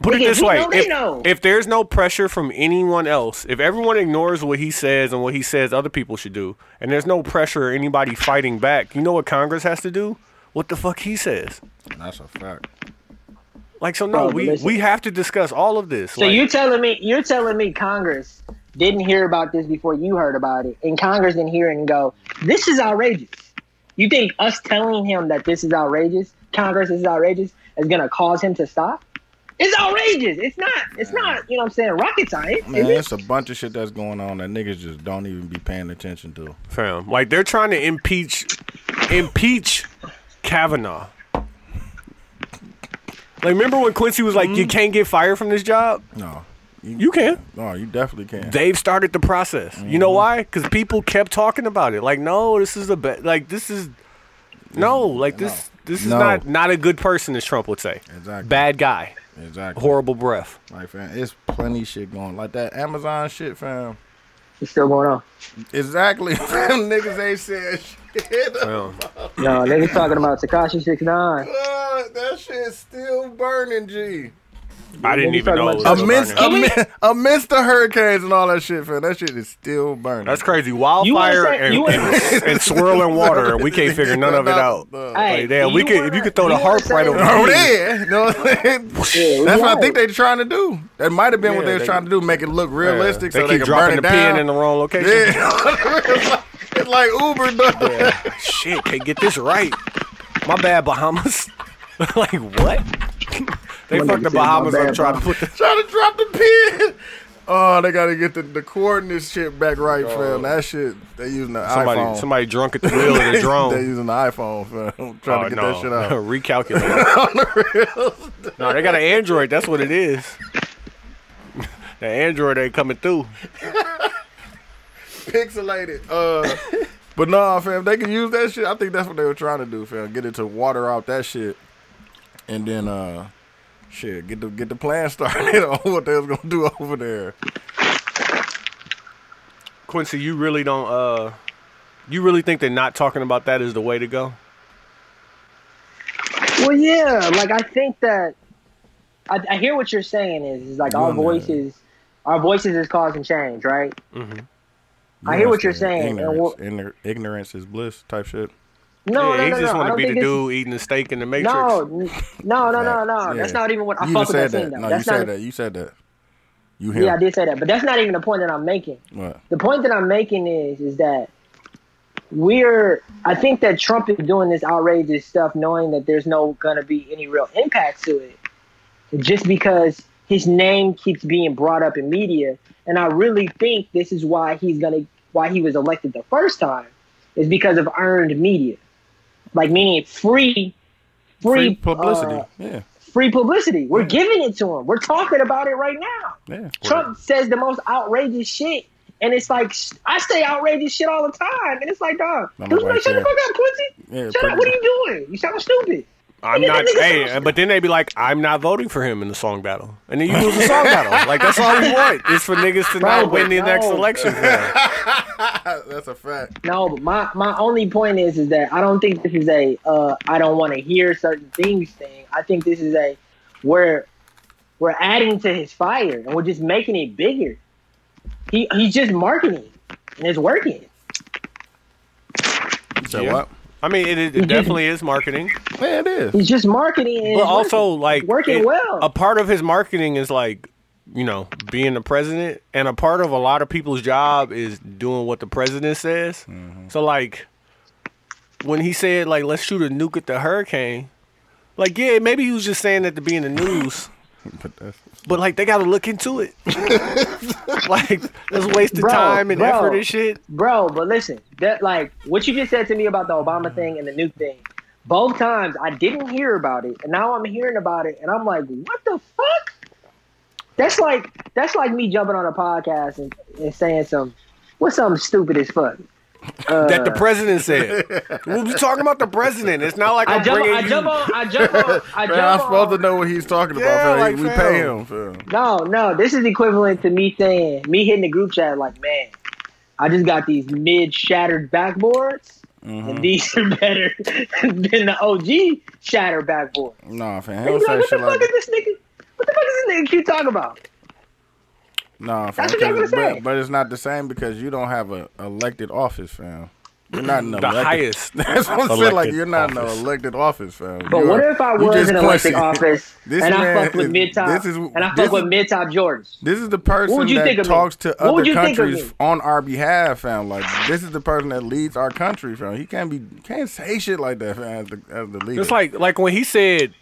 Put it Nigga, this you way: know they if, know. if there's no pressure from anyone else, if everyone ignores what he says and what he says other people should do, and there's no pressure or anybody fighting back, you know what Congress has to do? What the fuck he says? That's a fact. Like so, no, Bro, we listen. we have to discuss all of this. So like, you're telling me you're telling me Congress didn't hear about this before you heard about it, and Congress didn't hear it and go, "This is outrageous." You think us telling him that this is outrageous, Congress is outrageous, is gonna cause him to stop? It's outrageous. It's not. It's not. You know what I'm saying? Rocket science. Man, it's is a bunch of shit that's going on that niggas just don't even be paying attention to. fam. Like they're trying to impeach impeach Kavanaugh. Like remember when Quincy was like, "You can't get fired from this job." No, You can. no, you definitely can't. They've started the process. You know why? Because people kept talking about it. Like, no, this is the best. Like, this is no. Like this. This is No. not not a good person, as Trump would say. Exactly. Bad guy. exactly. Horrible breath. Like fam, it's plenty shit going like that Amazon shit, fam. it? It's still going on. Exactly, fam. Niggas ain't said shit. Fam. No, niggas talking about Takashi Six Nine. Uh, that shit's still burning, G. I didn't even know. it was still Amidst, burning. amidst, amidst the hurricanes and all that shit, fam, that shit is still burning. That's crazy. Wildfire say- and, you wanna and, and swirling water. We can't figure none of it out. Hey, Like, damn, we you could if wanna- you could throw you the wanna harp say- right over Oh, here. there. You know what I'm saying? Yeah, That's what I right. think they're trying to do. That might have been what Yeah, they was they- trying to do, make it look realistic They so they keep can burn dropping it the down. pin in the wrong location. yeah, it's like Uber, though. Shit, can't get this right. My bad, Bahamas. like what? they fucked the Bahamas up trying to put the Trying to drop the pin. Oh, they gotta get the, the coordinates shit back right, fam. That shit they using the Oh. somebody iPhone. somebody drunk at the wheel of the they drone. using the iPhone, fam. Trying Oh, to get no. that shit out. Recalculate. no, they got an Android. That's what it is. the Android ain't coming through. Pixelated. Uh, but nah, fam. They can use that shit. I think that's what they were trying to do, fam. Get it to water out that shit, and then uh, shit, get the get the plan started on what they was gonna do over there. Quincy, you really don't. uh You really think that not talking about that is the way to go? Well, yeah, like I think that I, I hear what you're saying is, is like our Yeah, man. voices, our voices is causing change, right? Mm-hmm. I hear what you're saying. And Ignorance, we'll- igno- ignorance is bliss, type shit. no, yeah, no, he no, just no. want to I don't be the think it's- dude eating the steak in the Matrix. No, n- no, no, no, no. Yeah. That's not even what I you fuck just with that said scene that. though. No, you that's said not. that. You said that. You Yeah, I him. did say that, but that's not even the point that I'm making. What? The point that I'm making is, is that we're. I think that Trump is doing this outrageous stuff, knowing that there's no gonna be any real impact to it, just because his name keeps being brought up in media. And I really think this is why he's gonna, why he was elected the first time, is because of earned media, like meaning free, free, Free publicity. uh, yeah. free publicity. We're giving it to him. We're talking about it right now. Yeah. Trump says the most outrageous shit, and it's like sh- I say outrageous shit all the time, and it's like, dog, I'm dude's right like, shut the there. fuck up, Quincy. Yeah, shut pretty up. What are you doing? You sound stupid. I'm Nigga, not. that nigga Hey, sounds- but then they be like, I'm not voting for him in the song battle, and then you lose the song battle. Like that's all we want is for niggas to not Bro, win the no. next election. man. That's a fact. No, but my my only point is is that I don't think this is a uh, I don't want to hear certain things thing. I think this is a we're we're adding to his fire and we're just making it bigger. He he's just marketing and it's working. You said Yeah. what? I mean, it, it definitely is marketing, Man, it is. He's just marketing and but it's also working. like It's working it- well. A part of his marketing is like, you know, being the president, and a part of a lot of people's job is doing what the president says. Mm-hmm. So like, when he said like, let's shoot a nuke at the hurricane, like yeah, maybe he was just saying that to be in the news. But that's, But like they gotta look into it. like that's wasted Bro, time and bro. effort and shit. Bro, but listen, that like what you just said to me about the Obama thing and the nuke thing, both times I didn't hear about it, and now I'm hearing about it, and I'm like, what the fuck? That's like that's like me jumping on a podcast and, and saying some what's something stupid as fuck. Uh, that the president said. we'll be talking about the president. It's not like I I'm jump, bringing I you. jump on, I jump on, I jump man, I'm on. supposed to know what he's talking about. Yeah, fam. like, we fam. pay him. Fam. No, no, this is equivalent to me saying me hitting the group chat like, man, I just got these mid shattered backboards, Mm-hmm. and these are better than the OG shattered backboard. Nah, fam. He And don't you like, say what the shit like fuck that. is this nigga? What the fuck is this nigga keep talking about? Nah, fam. That's what y'all 'cause- gonna say. But, but it's not the same because you don't have a elected office, fam. You're not in the elected, highest. That's what I'm saying. Like elected you're not in office. an elected office, fam. But what if I was in elected office This and I man fuck with is- mid top this is- and I this fuck with is- mid top Jordans? This is the person would you that think of me? talks to What would other you think of countries me? on our behalf, fam. Like this is the person that leads our country, fam. He can't be can't say shit like that, fam. As the, as the leader, It's like like when he said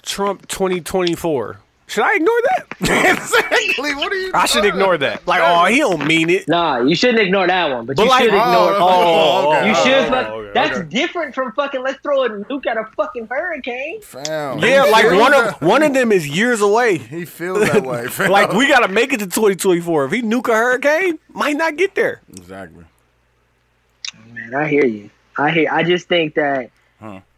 Trump 2024. Should I ignore that? exactly. What are you? I should talking ignore that. Like, oh, he don't mean it. Nah, you shouldn't ignore that one, but, But you like, should ignore. oh, okay. you oh, should. okay, fuck- okay, that's okay. different from fucking. Let's throw a nuke at a fucking hurricane. Fam. yeah. He Like feels one of that- one of them is years away. He feels that way, fam. Like we gotta make it to 2024. If he nuke a hurricane, might not get there. exactly. Man, I hear you. I hear. I just think that.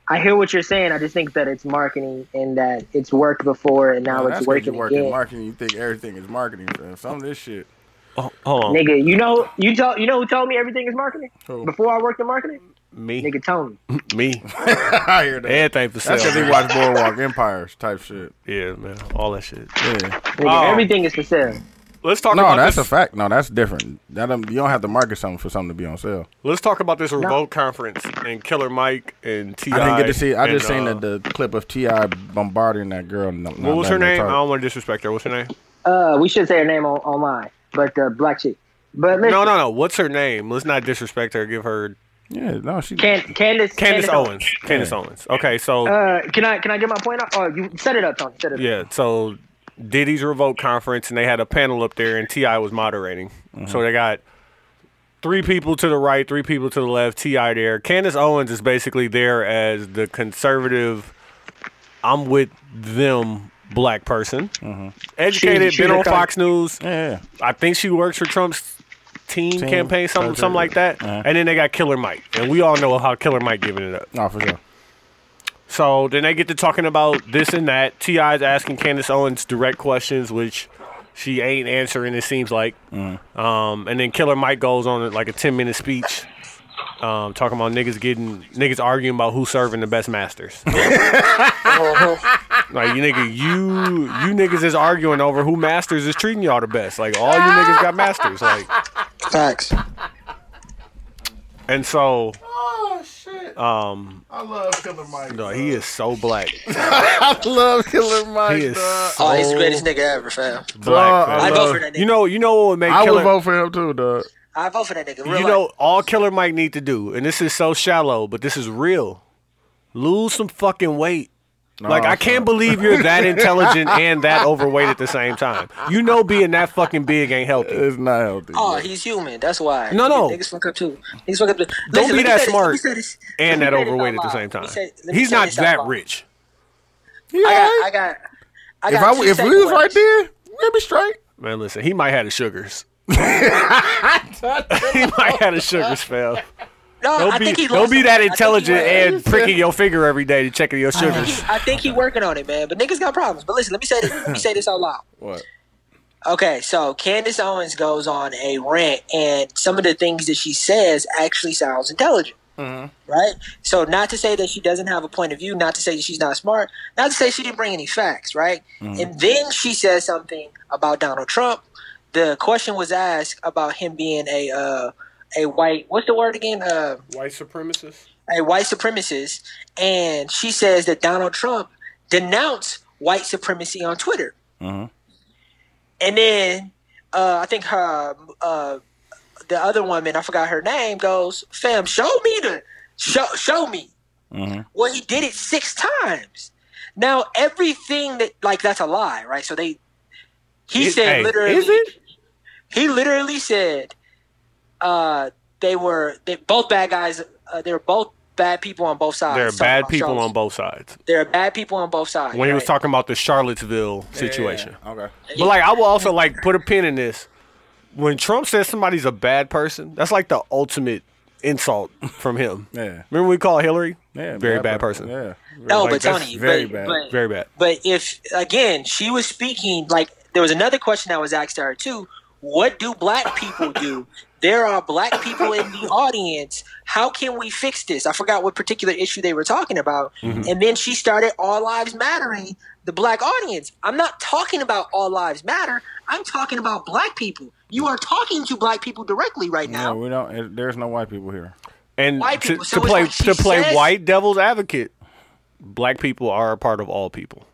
I hear what you're saying. I just think that it's marketing and that it's worked before and now Now it's that's working, working, working again. marketing. You think everything is marketing, fam. Some of this shit. Oh, hold on. Nigga, you know you told you know who told me everything is marketing Who? before I worked in marketing. Me, Nigga Tony. me, I hear that. everything for That's if sale. he watch Boardwalk Empires type shit. Yeah, man, all that shit. Yeah. Nigga, Oh. Everything is for sale. Let's talk No, about that's a this. fact. No, that's different. That don't, you don't have to market something for something to be on sale. Let's talk about this revolt conference and Killer Mike and Ti. I didn't get to see. I and, just seen uh, the, the clip of Ti bombarding that girl. and not- What not was her letting name? I talk. don't want to disrespect her. What's her name? Uh, we should say her name on, online, but uh, black chick. But listen, No, no, no. What's her name? Let's not disrespect her. Give her Yeah, no, she. Can, Candace, Candace Owens. Candace Yeah. Owens. Okay, so Uh, can I can I get my point out? Oh, you set it up, Tony. Set it up. yeah, so Diddy's revolt conference, and they had a panel up there, and Ti was moderating. So they got three people to the right, three people to the left. Ti there. Candace Owens is basically there as the conservative. I'm with them. Black person, educated, She- she been on the con- Fox News. Yeah, I think she works for Trump's team, Team, campaign, something, something. something like that. Uh-huh. And then they got Killer Mike, and we all know how Killer Mike giving it up. no, for sure. So then they get to talking about this and that. Ti is asking Candace Owens direct questions, which she ain't answering. It seems like. Um, and then Killer Mike goes on like a ten minute speech. Um, talking about niggas getting niggas arguing about who's serving the best masters. like you nigga, you you niggas is arguing over who masters is treating y'all the best. Like all you niggas got masters. Like Facts. And so, Oh shit! um, I love Killer Mike. no, he is so black. I love Killer Mike. He is dog. so Oh, he's the greatest nigga ever, fam. black. I man. I'd vote for that nigga. you know, you know what would make I would Killer. vote for him too, dog. I vote for that nigga. Real you know, all Killer Mike need to do, and this is so shallow, but this is real. Lose some fucking weight. like I it's can't believe you're that intelligent and that overweight at the same time. You know, being that fucking big ain't healthy. It's not healthy. Oh, he's human. That's why. No, no. Niggas fuck up too. Niggas fuck up too. Listen, Don't let me be say that this, let smart me say this, let and me that say this overweight at out the loud. same Let me time. say- let me He's say not this out that loud. rich. Yeah. I got. I got. I if got I two w- if we was takeaways. right there, we'd be straight. Man, listen, he might have the sugars. he might have the sugars, fam. No, I Don't be, think he don't lost be some that weight. I think he intelligent lost- and pricking your finger every day to check your I sugars. think, I think he working on it, man. But niggas got problems. But listen, let me say this. Let me say this out loud. What? Okay, so Candace Owens goes on a rant, and some of the things that she says actually sounds intelligent. Right? So, not to say that she doesn't have a point of view, not to say that she's not smart, not to say she didn't bring any facts, right? And then she says something about Donald Trump. The question was asked about him being a uh, a white, what's the word again? Uh, White supremacist. a white supremacist, and she says that Donald Trump denounced white supremacy on Twitter. Mm-hmm. And then uh, I think her uh, the other woman, I forgot her name, goes, "Fam, show me the show show me." Mm-hmm. Well, he did it six times. Now everything that like that's a lie, right? So they he It- said hey, literally is it? he literally said uh, they were they both bad guys. Uh, they were both bad people on both sides. There are talking bad about people shows. on both sides. There are bad people on both sides. When he was right? talking about the Charlottesville situation. Okay. But like I will also like put a pin in this. When Trump says somebody's a bad person, that's like the ultimate insult from him. Yeah. Remember when we call Hillary? Yeah. Very bad per- person. Yeah. no, like, Oh, but that's Tony, very but, bad. but- Very bad. But if again, she was speaking like there was another question that was asked to her too. What do black people do? There are black people in the audience. How can we fix this? I forgot what particular issue they were talking about. Mm-hmm. And then she started All Lives Mattering, the black audience. I'm not talking about All Lives Matter. I'm talking about black people. You are talking to black people directly right No, now. we don't. it- There's no white people here. And White to, people, so to it's play like she to play says- white devil's advocate, black people are a part of all people.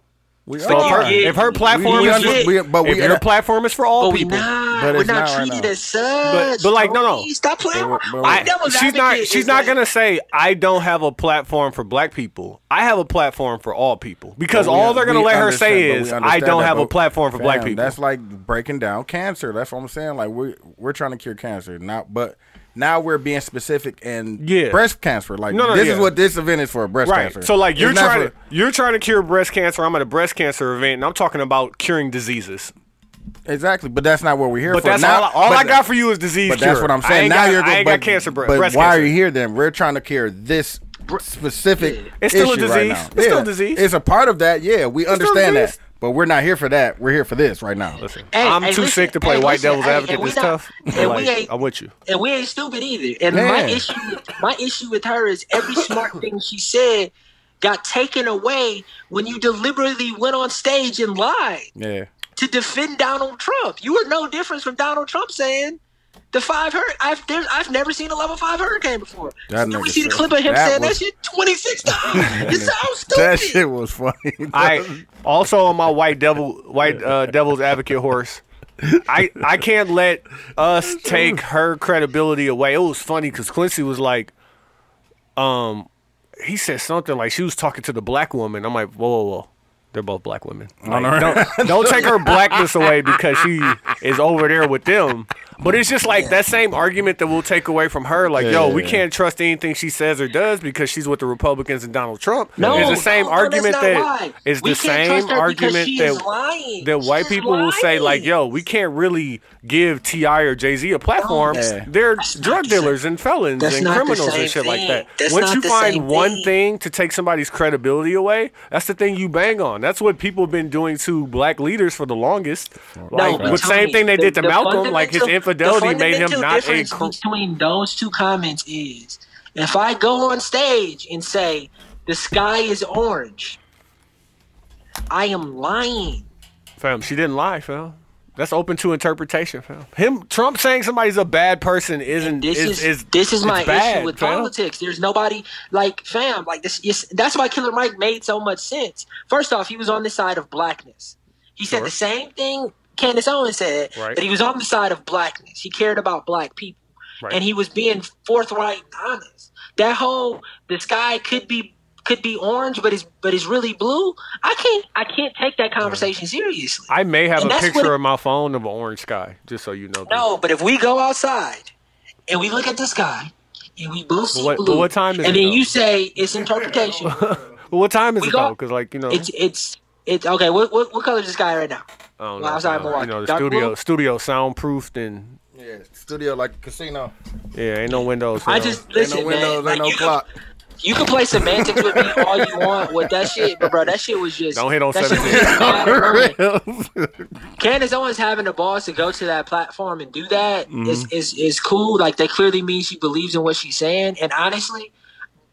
We So if her, yeah. if her platform we, is under- yeah. we- but if we your platform is for all But we're people. not, But we're it's not, not right treated now. as such. But- but like, no, no. Tony. Stop playing. But we're- but White we're- I, devil's she's not. advocate She's is not like- gonna say I don't have a platform for black people. I have a platform for all people because But we- all they're gonna we let her understand- say but we is I understand don't that, have a but- platform for fam, black people. That's like breaking down cancer. That's what I'm saying. Like we're we're trying to cure cancer now, but now we're being specific and Yeah. breast cancer. Like No, no, this yeah. is what this event is for breast right. cancer. So like you're It's not trying to for- you're trying to cure breast cancer. I'm at a breast cancer event and I'm talking about curing diseases. exactly, but that's not what we're here But for. that's now, all. I, all but, I got for you is disease But cure. that's what I'm I saying. ain't now got- you're I ain't but, got cancer. Bre- but breast why cancer. are you here then? We're trying to cure this specific. It's still a issue right disease. now. It's still a Yeah. disease. It's a part of that. Yeah, we still a understand that. disease. But we're not here for that. We're here for this right now. Listen, Hey, I'm hey, too listen, sick to play hey, white listen, devil's hey, advocate and we this not- tough. and but, we like, ain't- I'm with you. and we ain't stupid either. And my Man. issue, my issue with her is every smart thing she said got taken away when you deliberately went on stage and lied Yeah. to defend Donald Trump. You were no difference from Donald Trump saying the five hur. I've there's, I've never seen a level five hurricane before. That you ever nigga see the said- clip of him that saying was- that shit twenty six times? It's so stupid. That shit was funny. I also on my white devil, white uh, devil's advocate horse. I I can't let us take her credibility away. It was funny because Quincy was like, um, he said something like she was talking to the black woman. I'm like, whoa, whoa, whoa. They're both black women. Like, Oh, no. don't, don't take her blackness away because she is over there with them. But it's just like that same argument that we'll take away from her. Like, yo, we Yeah. can't trust anything she says or does because she's with the Republicans and Donald Trump. No, it's the same no, no, that's argument not that why. it's We the can't trust same her because argument she that is lying. that She white is people will say like, lying. "Yo, we can't really give Ti or Jay Z a platform. No, that's- They're not drug the same- dealers and felons that's and not the criminals same and shit like that. thing. That's Once not you the find same one thing. thing to take somebody's credibility away, that's the thing you bang on. That's what people have been doing to black leaders for the longest. Like but the same Tony, thing they did to the Malcolm. Like his fundamental- infidelity the made him fundamental not a. difference Cr- between those two comments is if I go on stage and say the sky is orange, I am lying. Fam, she didn't lie, fam. That's open to interpretation, fam. Him, Trump saying somebody's a bad person isn't. This is, is this is it's my bad, issue with fam. politics. There's nobody like fam like this. Is, that's why Killer Mike made so much sense. First off, he was on the side of blackness. He said Sure. the same thing Candace Owens said Right. that he was on the side of blackness. He cared about black people, Right. and he was being forthright and honest. That whole the sky could be could be orange, but it's but it's really blue. I can't I can't take that conversation seriously. I may have And a that's picture what- of my phone of an orange sky, just so you know. No, but if we go outside and we look at the sky and we both see But what- blue, but what time is and it, then though? you say it's interpretation. But what time is We it got- though? Because like you know, it's it's it's okay. What, what what color is the sky right now? I Oh, don't know, well, outside you know, you Milwaukee. know, the Dark studio blue? studio soundproofed and yeah, studio like casino. yeah, ain't no windows. I fam. just listen, ain't no windows, man. ain't like, no you, clock. Can, you can play semantics with me all you want with that shit, but bro, that shit was just Don't hit on that shit was 17. just bad learning. Real. Candace Owens having the balls to go to that platform and do that is is, is cool. Like that clearly means she believes in what she's saying. And honestly,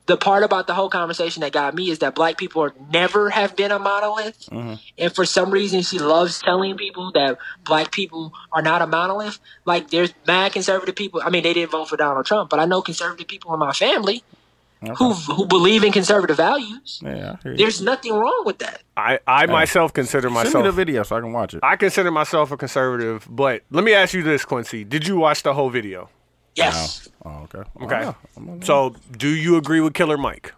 the part about the whole conversation that got me is that black people are, never have been a monolith, and for some reason she loves telling people that black people are not a monolith. Like there's mad conservative people. I mean, they didn't vote for Donald Trump, but I know conservative people in my family who who believe in conservative values. yeah, I hear you. There's nothing wrong with that. I I myself consider Send me the myself. video so I can watch it. I consider myself a conservative, but let me ask you this, Quincy: Did you watch the whole video? Yes. Oh, okay. Okay. Oh, yeah. So, do you agree with Killer Mike?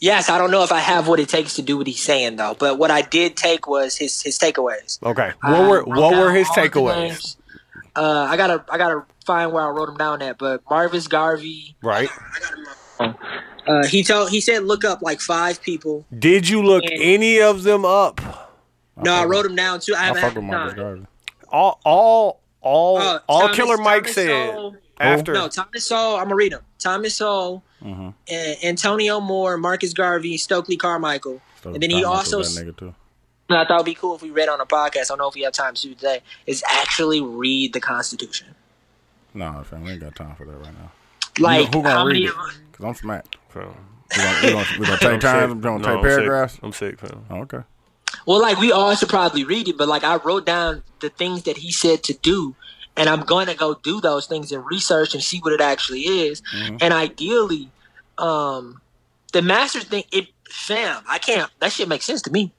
Yes, I don't know if I have what it takes to do what he's saying though, but what I did take was his his takeaways. Okay. What were I wrote what were down his all of the takeaways? names. Uh, I gotta I gotta find where I wrote them down at, but Marvis Garvey, Right. uh, he told he said look up like five people. Did you look Yeah. any of them up? No, I wrote them down too. I I haven't fuck had time. with Marcus Garvey. All all all Uh, all Thomas- Killer Mike Thomas said Sowell- after No, Thomas Sowell. I'm gonna read them. Thomas Sowell, Mm-hmm. and Antonio Moore, Marcus Garvey, Stokely Carmichael, So and then he Dominic was also s- that nigga too. And I thought it'd be cool if we read on a podcast. I don't know if we have time to do today. Is actually read the Constitution. Nah, fam, we ain't got time for that right now. Like who how gonna many read it? of us- Cause I'm smacked. Fam. We gonna, we gonna, we gonna take time. We gonna No, take paragraphs. I'm sick, I'm sick fam. Oh, okay. Well, like we all should probably read it, but like I wrote down the things that he said to do, and I'm going to go do those things and research and see what it actually is. Mm-hmm. And ideally, um, the master thing, it fam, I can't. That shit makes sense to me.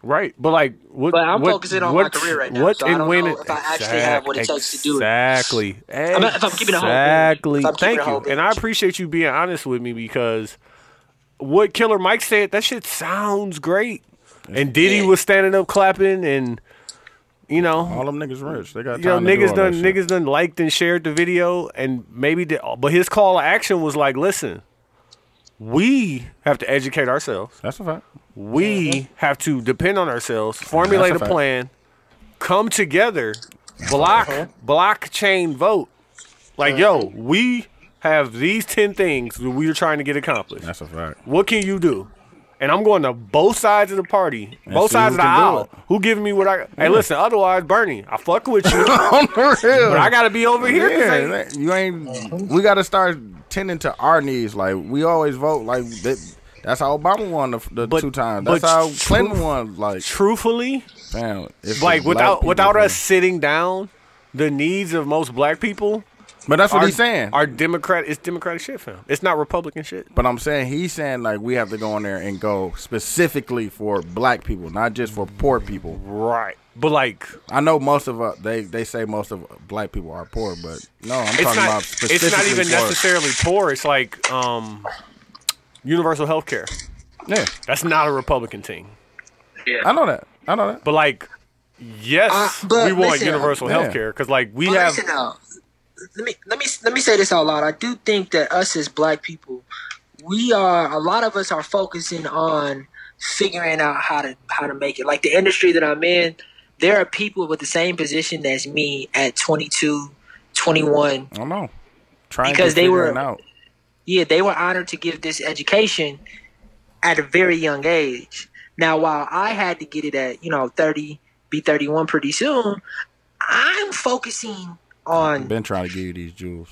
Right, but like, what, But I'm what- focusing on my what's- career right now, What so I and don't when know it- if I actually have what it takes to do it. Exactly. not- if I'm keeping a whole page. Exactly. If I'm keeping Thank a whole you, and I page. appreciate you being honest with me because what Killer Mike said, that shit sounds great, and Diddy Yeah. was standing up clapping, and you know. All them niggas rich. They got time You know, to do niggas all done that shit. niggas done liked and shared the video, and maybe, did, but his call to action was like, "Listen, we have to educate ourselves. That's a fact. we have to depend on ourselves, formulate That's a a fact. plan, come together, block blockchain vote. Like, yo, we have these ten things that we are trying to get accomplished. That's a fact. What can you do? and I'm going to both sides of the party, And both see who sides of the can do aisle. it. Who giving me what I? Hey, listen. Otherwise, Bernie, I fuck with you, On the real. but I gotta be over here. 'cause Yeah, ain't- that- you Mm-hmm. ain't. We gotta start tending to our needs. Like we always vote. Like that, that's how Obama won the, the But- two times. but That's how tru- Clinton won. Like, Truthfully, man, it's like black without people, without man. us sitting down, the needs of most black people. But that's what are- he's saying. Our Democrat, it's Democratic shit, fam. It's not Republican shit. but I'm saying he's saying like we have to go in there and go specifically for black people, not just for poor people. Right. But like, I know most of uh, they they say most of black people are poor, but no, I'm it's talking not. about specifically It's not even for, necessarily poor. It's like um, universal health care. Yeah, That's not a Republican thing. I know that. I know that. But like, yes, Uh, but we want listen- universal Yeah. health care because like we But have. listen now. Let me let me let me say this out loud. I do think that us as black people, we are a lot of us are focusing on figuring out how to how to make it. Like the industry that I'm in, there are people with the same position as me at 22, 21. I don't know. Trying Because to they were- figure it out. Yeah, they were honored to give this education at a very young age. Now, while I had to get it at you know 30, be 31 pretty soon, I'm focusing on been trying to give you these jewels.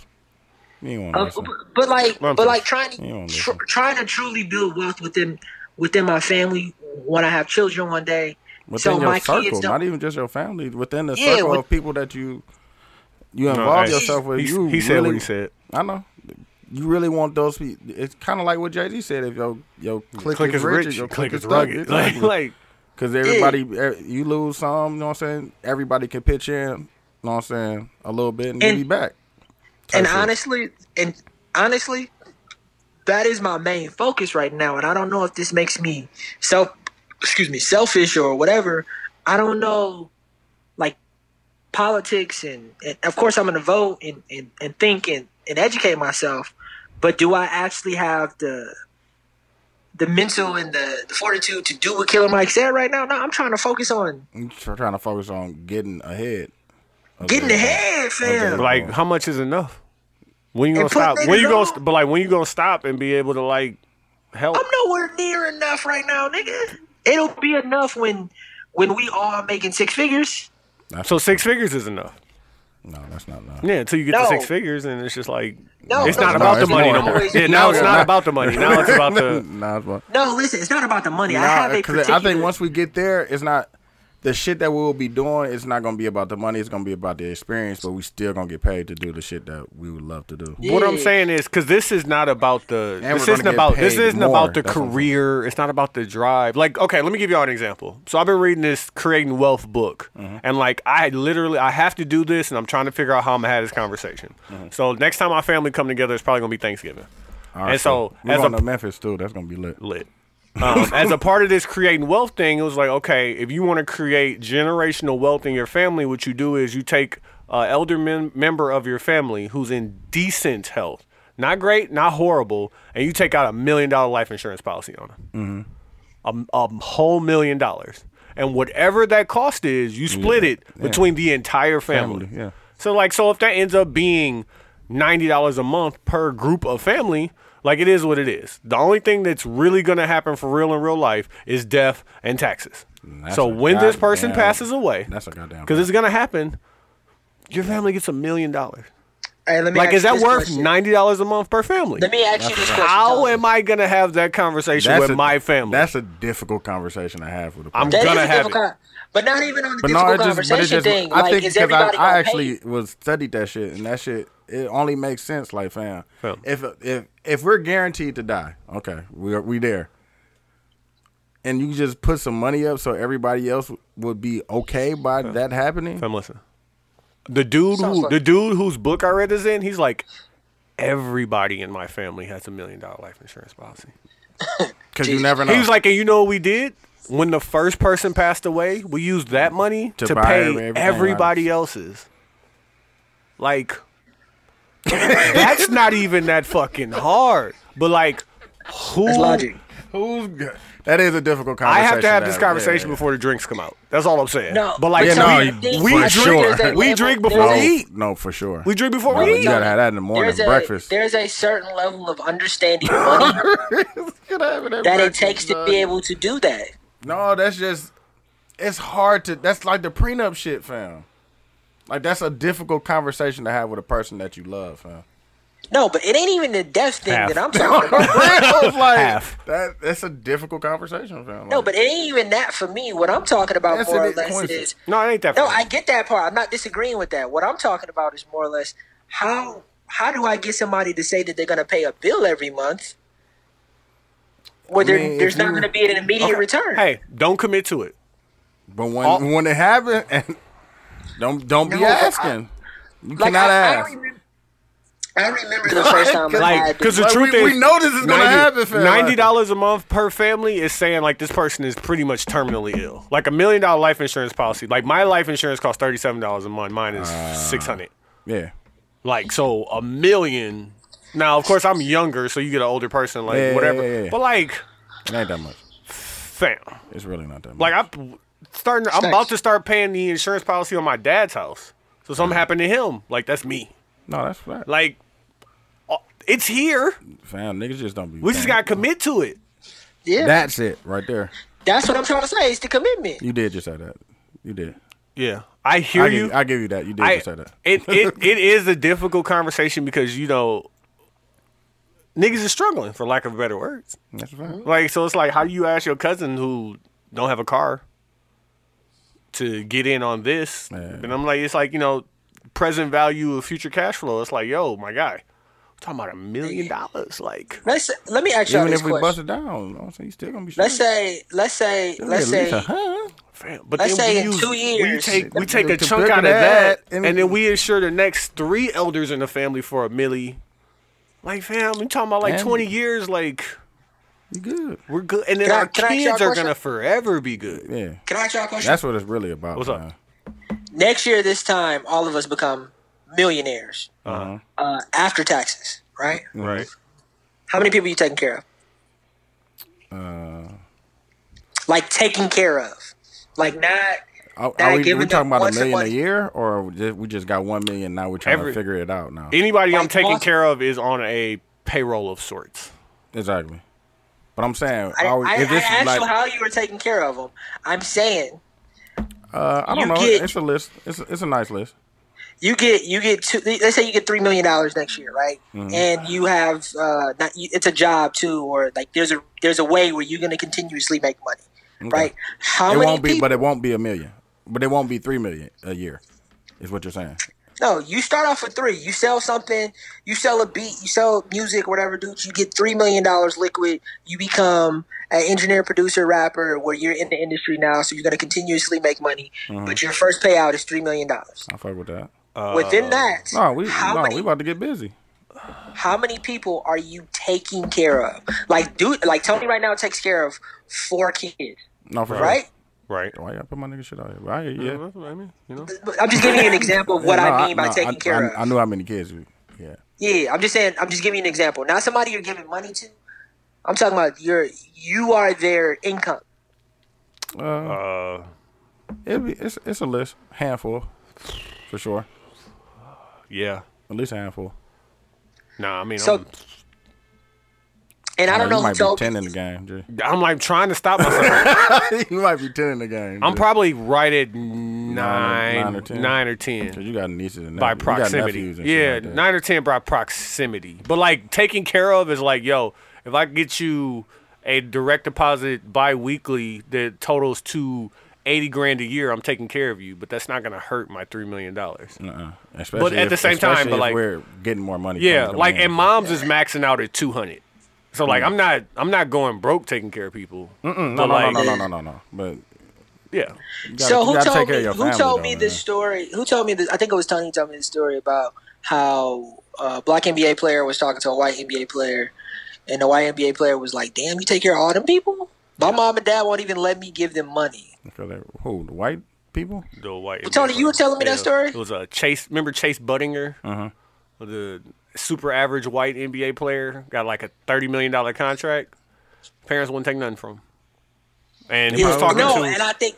You ain't want to Uh, listen. but, but like, One but person. like trying You don't to tr- listen. trying to truly build wealth within within my family when I have children one day. Within so your my kids circle, don't. not even just your family, within the Yeah, circle with- of people that you you No, involve hey, yourself with. He, he you really, said what he said. I know. You really want those. pe- It's kind of like what Jay Z said. If your your click, Click is is rich, rich. your Click is thug, rugged. it's Like, ugly. like Cause everybody, er, you lose some. You know what I'm saying? Everybody can pitch in. You know what I'm saying? A little bit and, And- give you back. And Type shit. honestly, and honestly, that is my main focus right now. And I don't know if this makes me self, excuse me, selfish or whatever. I don't know, like politics, and, and of course I'm going to vote and, and, and think and, and educate myself. But do I actually have the the mental and the, the fortitude to do what Killer Mike said right now? No, I'm trying to focus on I'm tr- trying to focus on getting ahead. of getting everything. ahead, But, fam. like how much is enough? When you gonna And put stop? niggas When you gonna? on. st- But like when you gonna stop and be able to like help? I'm nowhere near enough right now, nigga. It'll be enough when when we all are making six figures. That's- So six figures is enough. no, that's not enough. Yeah, until you get to No. six figures, and it's just like No, it's no, not no, about the it's money more. no more. Always- Yeah, now No, it's no, not no. about the money. Now it's about the Nah, it's about- No, listen, it's not about the money. I have Nah, a 'cause I particular. think once we get there, it's not the shit that we'll be doing. It's not gonna be about the money. It's gonna be about the experience. But we still gonna get paid to do the shit that we would love to do. What I'm Yeah. saying is because this is not about the And we're this gonna isn't get about this paid isn't more. about the That's what I'm saying. career. It's not about the drive. Like okay, let me give y'all an example. So I've been reading this creating wealth book, Mm-hmm. and like I literally I have to do this, and I'm trying to figure out how I'm gonna have this conversation. So next time our family come together, it's probably gonna be Thanksgiving. Mm-hmm. All right, and so, we're as going a- to Memphis too. That's gonna be lit. lit. Um, as a part of this creating wealth thing, it was like, okay, if you want to create generational wealth in your family, what you do is you take an elder mem- member of your family who's in decent health, not great, not horrible, and you take out a million dollar life insurance policy on them, a, a whole million dollars, and whatever that cost is, you split it between the entire family. Family, yeah. So like, so if that ends up being ninety dollars a month per group of family, like it is what it is. The only thing that's really gonna happen for real in real life is death and taxes. That's so a when this person goddamn- passes away, That's a goddamn. because it's gonna happen, your family gets a million dollars. Hey, let me Like, ask is you that this worth question. ninety dollars a month per family? Let me ask you this question. How Tony. am I gonna have that conversation with a- my family? That's a difficult conversation to have with a I'm person. That is gonna a have difficult con- But not even on the but no, difficult it just, but conversation it just, thing. I like, think is because I, everybody I gonna actually pay? was studied that shit, and that shit it only makes sense. Like, fam, Fam. if if if we're guaranteed to die, okay, we are, we there, and you just put some money up so everybody else would be okay by that happening. Fam, listen. The dude Sounds who like- the dude whose book I read this in, he's like, everybody in my family has a million dollar life insurance policy. Because you never know. He was like, and you know what we did? When the first person passed away, we used that money to, To buy pay everything else. everybody else's. Like, that's not even that fucking hard. But like, who That's logic. Who's that is a difficult I conversation. have to have this have, conversation yeah. before the drinks come out. That's all I'm saying. No. but like Yeah, so no, we, you- we for drink, sure. we drink before No, we eat. no, for sure. We drink before No, we You eat. gotta have that in the morning There's a, breakfast. there's a certain level of understanding money that it takes to be able to do that. No, that's just it's hard to that's like the prenup shit, fam. Like that's a difficult conversation to have with a person that you love, fam. No, but it ain't even the death thing Half. that I'm talking about. It's like Half. that that's a difficult conversation, fam. No, Like, but it ain't even that for me. What I'm talking about Yes, more it or is, less Quincy. is No, it ain't that. no. funny. I get that part. I'm not disagreeing with that. What I'm talking about is more or less how how do I get somebody to say that they're going to pay a bill every month, where there- mean, if there's not you- going to be an immediate return. hey, don't commit to it. but when when it happens and don't don't be No, but I- asking. You Like, cannot I, I ask. remember, I remember the first time I Like, had because the Like, truth we- is, we know Oh, this is gonna happen, fam. Ninety dollars a month per family is saying like this person is pretty much terminally ill. Like a million dollar life insurance policy. Like my life insurance costs thirty seven dollars a month. Mine is Ah. six hundred. yeah. Like so, a million. Now, of course, I'm younger, so you get an older person, like Yeah, yeah, whatever. yeah, yeah. But like, It ain't that much. fam, It's really not that much. like I'm starting. I'm about to start paying the insurance policy on my dad's house. So something Uh-huh. happened to him. Like that's me. no, that's right. Like, uh, it's here. Fam, niggas just don't be We just paying. gotta commit to it. yeah, That's it right there. that's what I'm trying to say. It's the commitment. You did just say that. You did. Yeah, I hear I give, you. you, I give you that. You did I- just say that. it, it it is a difficult conversation because you know niggas are struggling for lack of better words. That's right. Like so, it's like how do you ask your cousin who don't have a car to get in on this? And I'm like, it's like you know, present value of future cash flow. It's like, yo, my guy, we're talking about a million dollars. Like, Let's let me ask you Even this if we question. bust it down, you know what I'm saying? You still gonna be let's say, straight. let's say, At let's least uh-huh. say, a hundred. fam, but Let's then say we in use- two we years- take we take a To chunk look out at of that, that and, and- then we insure the next three elders in the family for a milli. Like, fam, we talking about like And- 20 years, like. You good. We're good, and then Can I- our can I ask y'all kids a are question? gonna forever be good. Yeah. can I ask y'all a question? That's what it's really about. What's up? man. Next year, this time, all of us become millionaires Uh-huh. uh, after taxes, right? Right. How many people you taking care of? Uh, like taking care of, like not. Are, That are we, giving we talking up about a once a million a month. year, or we just, we just got one million? Now we're trying Every- to figure it out now. Anybody I'm Like, taking also- care of is on a payroll of sorts. exactly. But I'm saying, I, are we, I, I if this asked is like, you how you were taking care of them. I'm saying uh, I you don't know. get- It's a list. It's a, it's a nice list. you get you get two. Let's say you get three million dollars next year, right? Mm-hmm. And you have uh, not, you, it's a job too, or like there's a there's a way where you're going to continuously make money, right? How it many won't be, people? but it won't be a million. But it won't be three million a year. Is what you're saying? No, you start off with three. You sell something, you sell a beat, you sell music, whatever, dude. You get three million dollars liquid. You become an engineer, producer, rapper, where you're in the industry now, so you're gonna continuously make money. Mm-hmm. But your first payout is three million dollars. I fuck with that. Within that, Uh, No, we how no, many we about to get busy. how many people are you taking care of? Like, dude, like Tony right now takes care of four kids, No, for right? Right. sure. Why y'all put my nigga shit out here? Right? Yeah. That's what I mean. You know. But I'm just giving you an example of what Yeah, no, I mean by no, taking I, care I, of. I knew how many kids. We, yeah. Yeah, I'm just saying. I'm just giving you an example. Not somebody you're giving money to. I'm talking about your. You are their income. Uh, It'd be, it's it's a list, handful, for sure. yeah. At least a handful. Nah, I mean, So, and I don't you know who might be told. ten in the game. Jay. I'm, I'm like trying to stop myself. you might be ten in the game. I'm Jay. probably right at nine, nine or 10. nine or 'Cause ten you got nieces and by nephews. You got proximity. nephews and shit Yeah, like that. nine or ten by proximity. But like taking care of is like, yo, if I get you a direct deposit bi-weekly that totals to eighty grand a year, I'm taking care of you. But that's not gonna hurt my three million dollars. Uh-uh. Especially at if- the same time, especially but if like- we're getting more money. Yeah, coming Hmm. to like me. and mom's is maxing out at two hundred. So like I'm not I'm not going broke taking care of people. Mm-mm, No, no, no, no, no, no, no, no. But Yeah. you gotta- So you who gotta take told care me? of your Who family, told though, me man. this story? Who told me this? I think it was Tony who told me this story about how a black NBA player was talking to a white NBA player, and the white NBA player was like, "Damn, you take care of all them people? My mom and dad won't even let me give them money." Because they- Who? The white people? The white. Tony, NBA you were player. telling me that story? It was a Chase. Remember Chase Buttinger, Uh-huh. the super average white NBA player, got like a thirty million dollar contract. Parents wouldn't take nothing from him. And he Yeah, was talking no, to and I think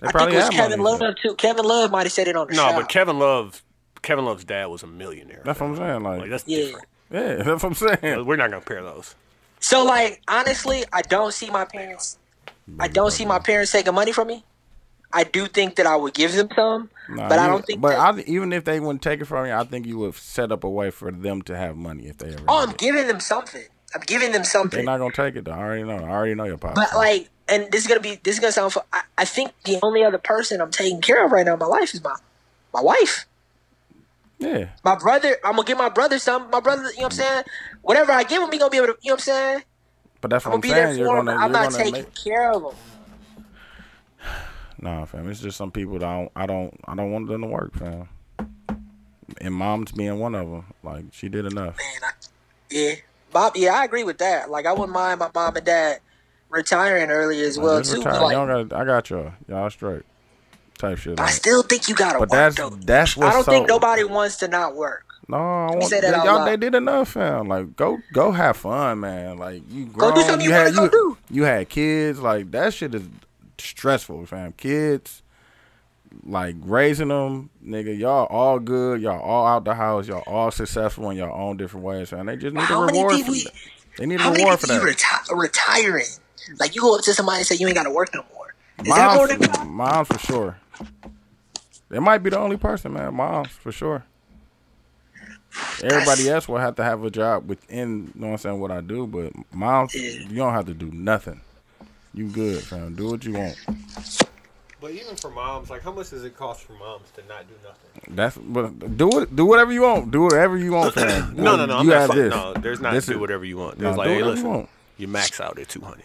I think probably it was have Kevin money. Love too. Kevin Love might have said it on the no, shop. but Kevin Love, Kevin Love's dad was a millionaire. That's what I'm saying. Like Like, that's Yeah. different. yeah, that's what I'm saying. We're not gonna pair those. so like honestly, I don't see my parents. I don't see my parents taking money from me. I do think that I would give them some, Nah, but I you- don't think. But that, I, even if they wouldn't take it from you, I think you would set up a way for them to have money if they ever. oh, did. I'm giving them something. I'm giving them They're something. not gonna take it. though. I already know. I already know your pop. But like, and this is gonna be this is gonna sound. fu- I, I think the only other person I'm taking care of right now in my life is my my wife. yeah, My brother, I'm gonna give my brother some. My brother, you know what I'm saying? Whatever I give him, he gonna be able to, you know what I'm saying? but that's I'm what gonna I'm be there saying. You're for him. gonna, I'm you're not gonna taking make. care of him. Nah, fam. It's just some people that I don't, I don't, I don't want them to work, fam. And mom's being one of them. Like she did enough. Man, I, yeah, Bob. Yeah, I agree with that. Like, I wouldn't mind my mom and dad retiring early as well Just too. retire. but, Like, Y'all got, I got y'all. Y'all straight. Type shit. I Like. still think you gotta But work. that's though. that's what. I don't so, think nobody wants to not work. No, I want, say that they, out y'all, loud. they did enough, fam. Like go go have fun, man. Like you Go grown, do something you you had wanna go do. you, you had kids. Like that shit is stressful, fam. Kids, like raising them, nigga. Y'all all good. Y'all all out the house. Y'all all successful in your own different ways, fam. They just need How a many reward people for you- that. They need a How many reward for people that. you reti- retiring? Like, you go up to somebody and say you ain't gotta work no more. Is that Moms, going to moms for sure. It might be the only person, man. Moms for sure. Everybody else will have to have a job within, you know what I'm saying, what I do, but moms, you don't have to do nothing. You good, fam. Do what you want. But even for moms, like how much does it cost for moms to not do nothing? That's but do it. Do whatever you want. Do whatever you want, fam. No, no, no. You I'm have not, this. No, there's not This do is- whatever you want. Nah, There's like, do hey, whatever you listen, you, want. max out at 200.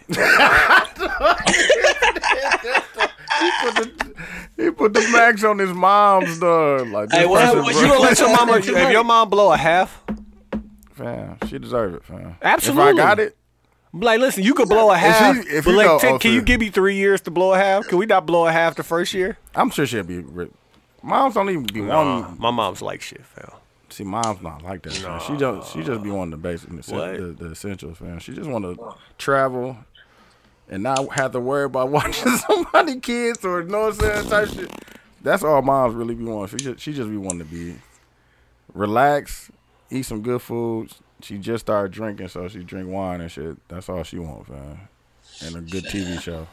He put the max on his mom's dog. Like this Hey, what person happened when broke- you gonna let your mama- if your mom blow a half, fam. She deserve it, fam. If Absolutely. I got it, I'm like, listen, you could blow a half, he- if but he like, go take- off can it- you oh, give me three years to blow a half? Can we not blow a half the first year? I'm sure she'll be. Rich. Moms don't even be Nah, wanting. my mom's like shit, fam. See, mom's not like that. man. She just she just be wanting the basic, What? the, the essentials, man. She just want to travel and not have to worry about watching somebody kids or you know what I'm saying type shit. That's all moms really be wanting. She just she just be wanting to be relaxed, eat some good food. She just started drinking, so she drink wine and shit. That's all she wants, fam. And a good TV show.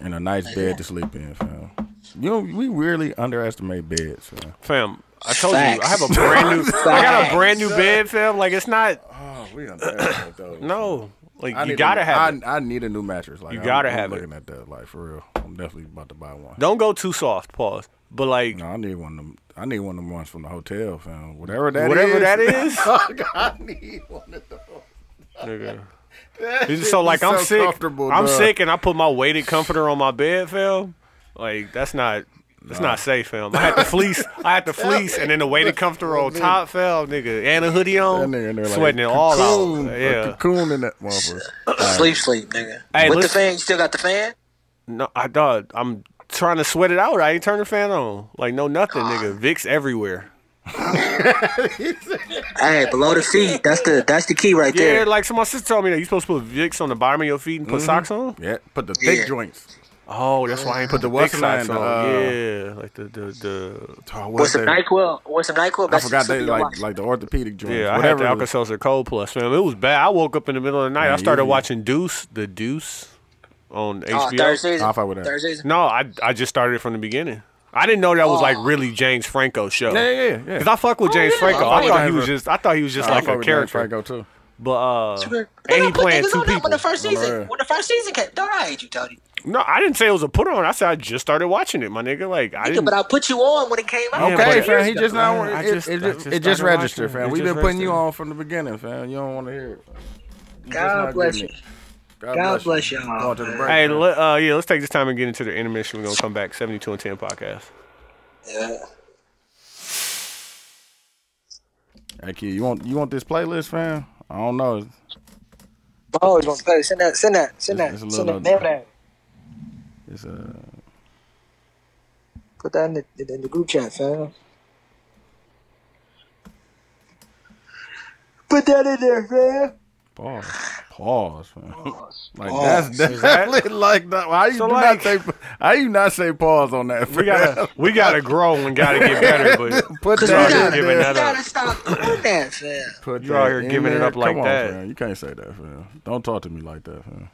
And a nice bed to sleep in, fam. You know, we really underestimate beds, fam. Fam, I told you, I Facts. have a brand new, I got a brand new bed, fam. Like, it's not, Oh, we underestimate those. no. Like, I you need gotta a, have it. I, I need a new mattress. Like You I'm- gotta I'm have it. looking at that, like for real. I'm definitely about to buy one. Don't go too soft, pause. But like, No, I need one of them. I need one of them ones from the hotel, fam. Whatever that whatever is. that is. I need one of those. It's just so like That I'm shit is so sick. comfortable, I'm dog. sick, and I put my weighted comforter on my bed, fam. Like that's not that's not safe, fam. I had the fleece. I had the fleece, and then the weighted comforter on top, fam, nigga, and a hoodie That on, nigga in there like sweating a it all cocoon, out. a Yeah, cocoon in that motherfucker. Sleep, sleep, nigga. Hey, With listen- the fan, you still got the fan? no, I dog. I'm trying to sweat it out. I ain't turn the fan on. Like no nothing, nigga. Ah. Vicks everywhere. Hey, below the feet. That's the that's the key right Yeah, there. like so my sister told me that you supposed to put Vicks on the bottom of your feet and put Mm-hmm. socks on. Yeah, put the thick Yeah. joints. Oh, that's why I ain't put the what's Vicks the socks name, on. uh, Oh, yeah, like the the the Oh, With what's some that? NyQuil, with some NyQuil. I that's forgot something they to like watch. like the orthopedic joints. Yeah, whatever. I had the Alka Seltzer Cold Plus, fam. It was bad. I woke up in the middle of the night. I Man, started you- watching Deuce, the Deuce, on Oh, HBO. third season. I'll fight with that. Third season. No, I I just started it from the beginning. I didn't know that was like really James Franco's show. Oh. Yeah, yeah, yeah, Oh, yeah. Cause I fuck with James Franco. I fuck I, with thought he James was Fran- just I thought he was just I like fuck a with character. Franco too. But uh, Sure. and Nigga, he put playing niggas two on that people. When the first On the season, red. when the first season came, don't I hate you, Tony? No, I didn't say it was a put on. I said I just started watching it, my nigga. Like I Nigga, didn't. but I put you on when it came out. Yeah, Okay, but- fam. He just not. I it, just- it, I just, just it just started registered, watching it. fam. It We've just been putting you registered. on from the beginning, fam. You don't want to hear it. fam. You just God not bless getting you. it. God, God bless you. y'all, Going to the break, Hey, fam. le- uh, yeah, let's take this time and get into the intermission. We're gonna come back. Seventy-two and ten podcast. Yeah. Hey kid, you want you want this playlist, fam? I don't know. It's- Oh, it's gonna play. Send that. Send that. Send that. It's- it's a send little- that. Mail that. It's uh, a Put that in the, in the group chat, fam. Put that in there, fam. pause. Pause. man. like Pause. that's definitely like that. Why you So, do like- not say? How you not say pause on that? We gotta we gotta grow and gotta get better, but put Cause that. out you here gotta, giving you that up. gotta stop doing that, fam. Put You out that here in giving it there. up like Come on, that. fam. You can't say that, fam. Don't talk to me like that, fam.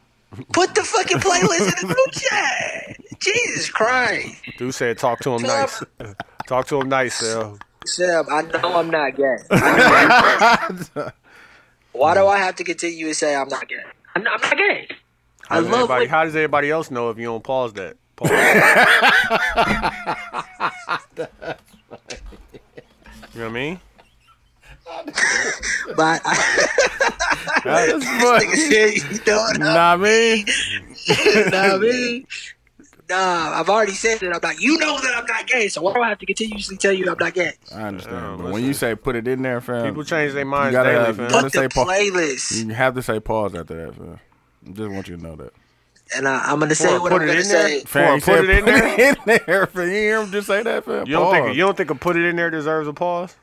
Put the fucking playlist in the group chat. Jesus Christ. dude said talk to him nice. Talk to him nice, Sal. Seb, I know I'm not gay. Why do I have to continue to say I'm not gay? I'm not, I'm not gay. I How does, love everybody, when, how does everybody else know if you don't pause that? Pause. you know what I mean? but I, That's funny. you know what I Nah, I mean, nah, man. Nah, I've already said that. I'm like, you know that I'm not gay, so why do I have to continuously tell you that I'm not gay? I understand. Yeah, but when listen. you say put it in there, fam, People change their you minds gotta, daily, have, you fam. gotta Put the say pause. playlist. You have to say pause after that, fam. Just want you to know that. And I, I'm going to say Or what put I'm it going to in there? say. Fam, Or you put said it in there? in there, fam. You hear him just say that, fam. You don't think Pause. you don't think a put it in there deserves a pause?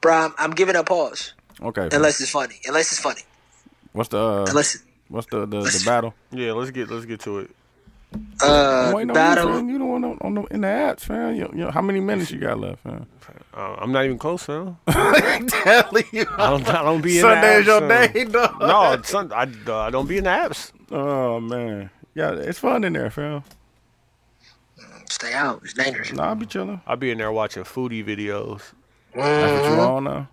Bro, I'm, I'm giving a pause. Okay. fam. Unless it's funny. Unless it's funny. What's the uh, Unless it's. what's the the, the battle? Yeah, let's get let's get to it. Uh, Wait, no, You, battle. fam. you the one on, on the, in the apps, fam. You, you, how many minutes you got left, fam? Uh, I'm not even close, man. Telling you, I don't I don't be in Sunday's the your apps, day, dog. fam. No, it's Sun- I, uh, I don't be in the apps. Oh man, yeah, it's fun in there, fam. Stay out. It's dangerous. Nah, I'll be chilling. I be in there watching foodie videos. That's what you Uh-huh. on now.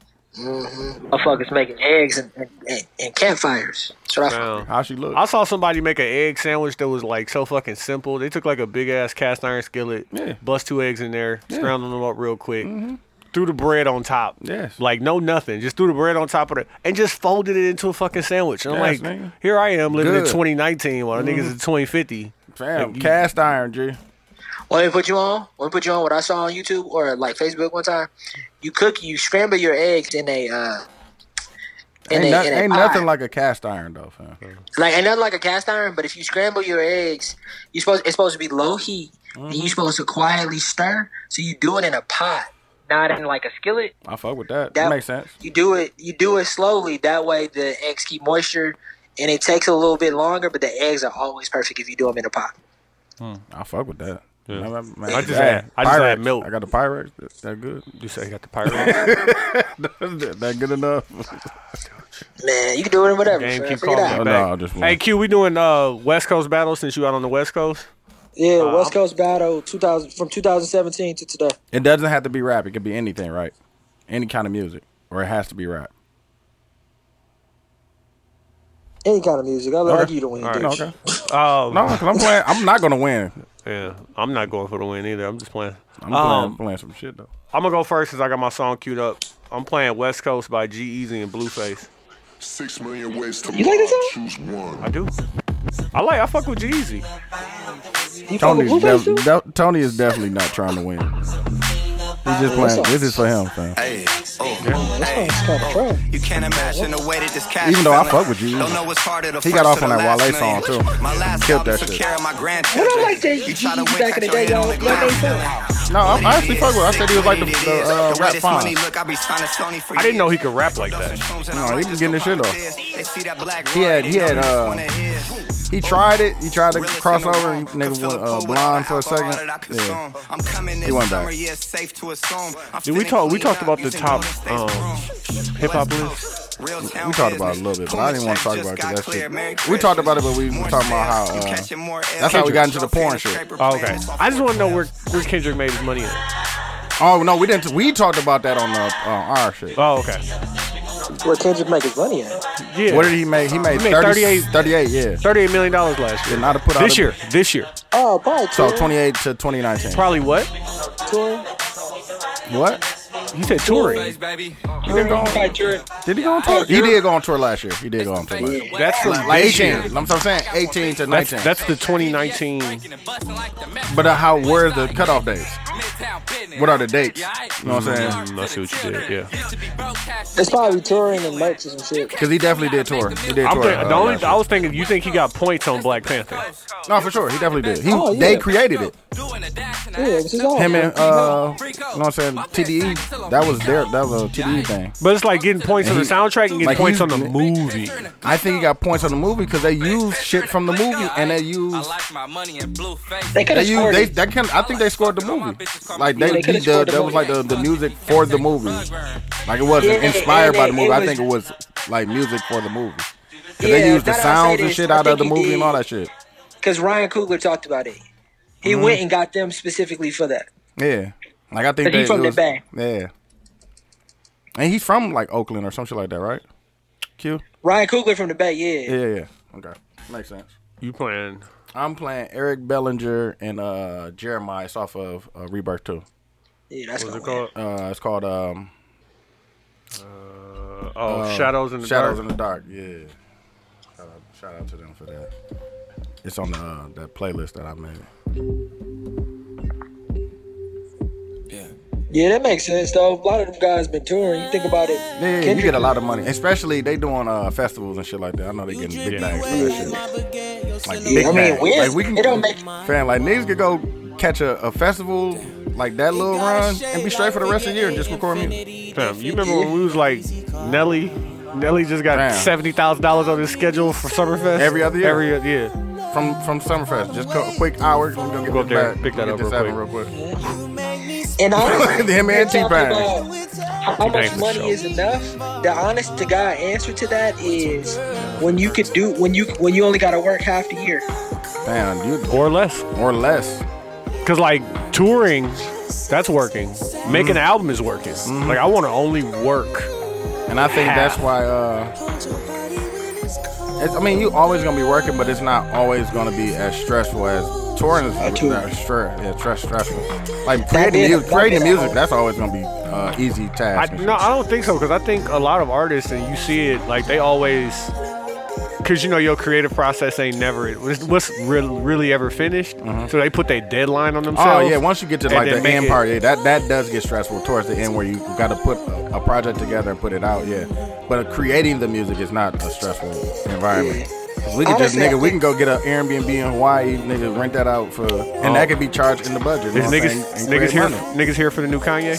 Motherfuckers making eggs and, and, and, and campfires. That's what I found. Fam. How she look? I saw somebody make an egg sandwich that was like so fucking simple. They took like a big ass cast iron skillet, Yeah. bust two eggs in there, Yeah. Mm-hmm. scrambled them up real quick, threw the bread on top. Yes. Like no nothing. Just threw the bread on top of it and just folded it into a fucking sandwich. And I'm like, Yes, nigga. Mm-hmm. here I am living in Good. 2019 while the niggas in 2050. fam, Like, you- cast iron, G. When they put you on, when they put you on what I saw on YouTube or like Facebook one time, you cook, you scramble your eggs in a, uh, in Ain't, a, no- in a ain't pie. nothing like a cast iron though, fam. like ain't nothing like a cast iron. But if you scramble your eggs, you supposed it's supposed to be low heat, and Mm-hmm. you're supposed to quietly stir. So you do it in a pot, not in like a skillet. I fuck with that. That- That makes sense. You do it, you do it slowly. That way the eggs keep moisture, and it takes a little bit longer. But the eggs are always perfect if you do them in a pot. I fuck with that. Man, man, man, I just hey, had- I just had Pyrex. milk. I got the Pyrex. That, that good? You say you got the pirate. that, that good enough? Man, you can do it in whatever. Game fam. keep Figure it calling out. me Oh, back. no, I just hey wanted- Q, we doing uh West Coast battle since you out on the West Coast. Yeah, Uh, West Coast Battle 2000 from 2017 to today. It doesn't have to be rap. It could be anything, right? Any kind of music, or it has to be rap. Any kind of music, I like Okay. you to win. No, okay. Oh No, 'cause I'm playing. I'm not gonna win. yeah, I'm not going for the win either. I'm just playing. I'm Um, playing, playing some shit though. I'm gonna go first because I got my song queued up. I'm playing West Coast by G Easy and Blueface. Six million ways to You like this mob, choose one. I do. I like. I fuck with G Easy. You fuck with Tony's Blueface def- too? de- Tony is definitely not trying to win. He's just playing. This is for him, fam. Ay, oh, ay, oh. You can't imagine the way that this cash Even though I feeling. fuck with you, Don't know what's harder, the he got off first or on the last that Wale million. song, too. My last Killed that album took shit. care of my grandchildren. What I like that You try to G win, back cut in the your day, head on y'all. the Like ground. they said. No, I'm I actually fuck with. I said he was like the, What it the is, uh, the way rap this fine. money look, I be signing Sony for I didn't know years. he could rap like that. No, he been getting his shit off. They see that black He had- rod, they he had, know uh, which one it is. He tried it. He tried to Realest cross in the over. room. He nigga Could went fill a uh, pool with blind for a alcohol second. that I Yeah. consume. I'm coming He went this summer, back. yeah, it's safe to assume. I'm Did we finna talk- we clean talked up, about you the can top, go to States um, Room. hip-hop West list? Coast, real town We talked about it a business. little bit, but I didn't want to Puma talk check about just it 'cause got that shit. clear. Merry We talked about it, but we Christmas. were More talking about sales, how you uh, catching more that's how we L's. got into the Trophy in porn shit. scraper Oh, plan. okay. It's off I just the want to know where where Kendrick made his money at. Oh no, we didn't. We talked about that on the uh, our shit. Oh, okay. Where Kendrick make his money at? Yeah. What did he make? He made, He made 38, 38. 38, yeah. Thirty-eight million dollars last year. Then I'd have put out this a- year. This year. Oh, probably So touring. 28 to 2019. Probably what? touring. What? He said touring. He did, go on, Probably touring. did he go on tour? He did go on tour last year. He did go on tour last year. That's the Like 18. I'm, I'm saying 18 to 19. That's, that's the 2019. but uh, how? Where's the cutoff dates? What are the dates? You know what I'm saying? Mm, I see what you did. Yeah. It's probably touring and merch and some shit. Because he definitely did tour. He did I'm tour. think, uh, the only last I year. was thinking you think he got points on Black Panther. no, for sure. He definitely did. He Oh, yeah. they created it. Him and uh, you know what I'm saying? TDE. That was their that was a TDE thing. But it's like getting points on the And he- soundtrack and getting like, points he- on the movie. I think he got points on the movie because they used shit from the movie and they used. They could They, have used, scored. they, it. they can, I think they scored the movie. Like Yeah, they, they could've the, scored the that was movie. like the, the music for the movie. Like it Yeah, wasn't and- inspired by the and movie. it I was- think it was like music for the movie. 'Cause Yeah, they used the that I'll say sounds and this, shit I out think of the he movie did. and all that shit. because Ryan Coogler talked about it. He Mhm. went and got them specifically for that. Yeah, like I think But he they, from it the was- Bay. Yeah, and he's from like Oakland or some shit like that, right? Q. Ryan Coogler from the Bay, yeah. Yeah, yeah. yeah. Okay, makes sense. You playing? I'm playing Eric Bellinger and uh Jeremiah. It's off of uh, Rebirth Two. Yeah, that's What's it gonna called? Uh, it's called um. Oh, uh, Shadows in the Shadows Dark. in the Dark. Yeah. Shout out, shout out to them for that. It's on the uh, that playlist that I made. Yeah, that makes sense though. A lot of them guys been touring. You think about it. Yeah, you get a lot of money, especially they doing uh festivals and shit like that. I know they getting big bags for that shit. Like big I mean, bags. we Like, we can it don't make Fam, like niggas could go catch a, a festival like that little run and be straight for the rest of the year and just record music. Fam, you remember when we was like Nelly? Nelly just got Fam. seventy thousand dollars on his schedule for Summerfest Every other year? Every year, yeah. From from Summerfest, just co- quick hour. We're gonna get Go up this there, bag, pick that get up this real album quick. and honestly, The him we're and talking T-Pain. about How T-Pain much for sure. money is enough? The honest to God answer to that is when you could do when you when you only got to work half the year. Fam, you or less. or less. Cause like touring, that's working. Making Mm-hmm. an album is working. Like I want to only work. And I think that's Half. why. uh it's, I mean, you always gonna be working, but it's not always gonna be as stressful as touring is tour. uh, stress, yeah, stress, stressful. Like That creating is- music, that creating is- music, that's always gonna be uh, easy I, task. and no, shit. I don't think so. Cause I think a lot of artists, and you see it, like they always, cause you know your creative process ain't never what's- what's really, really ever finished. So they put their deadline on Mm-hmm. Oh themselves. yeah, once you get to and like then the make end it- part, yeah, that that does get stressful towards the end where you got to put a, a project together and put it out. Yeah, but creating the music is not a stressful environment. 'Cause We can just Honestly, I nigga, we can think- go get an Airbnb in Hawaii, nigga, rent that out for, and that could be charged in the budget. you Is know what I'm Oh. niggas, saying, and niggas create here, money. niggas here for the new Kanye.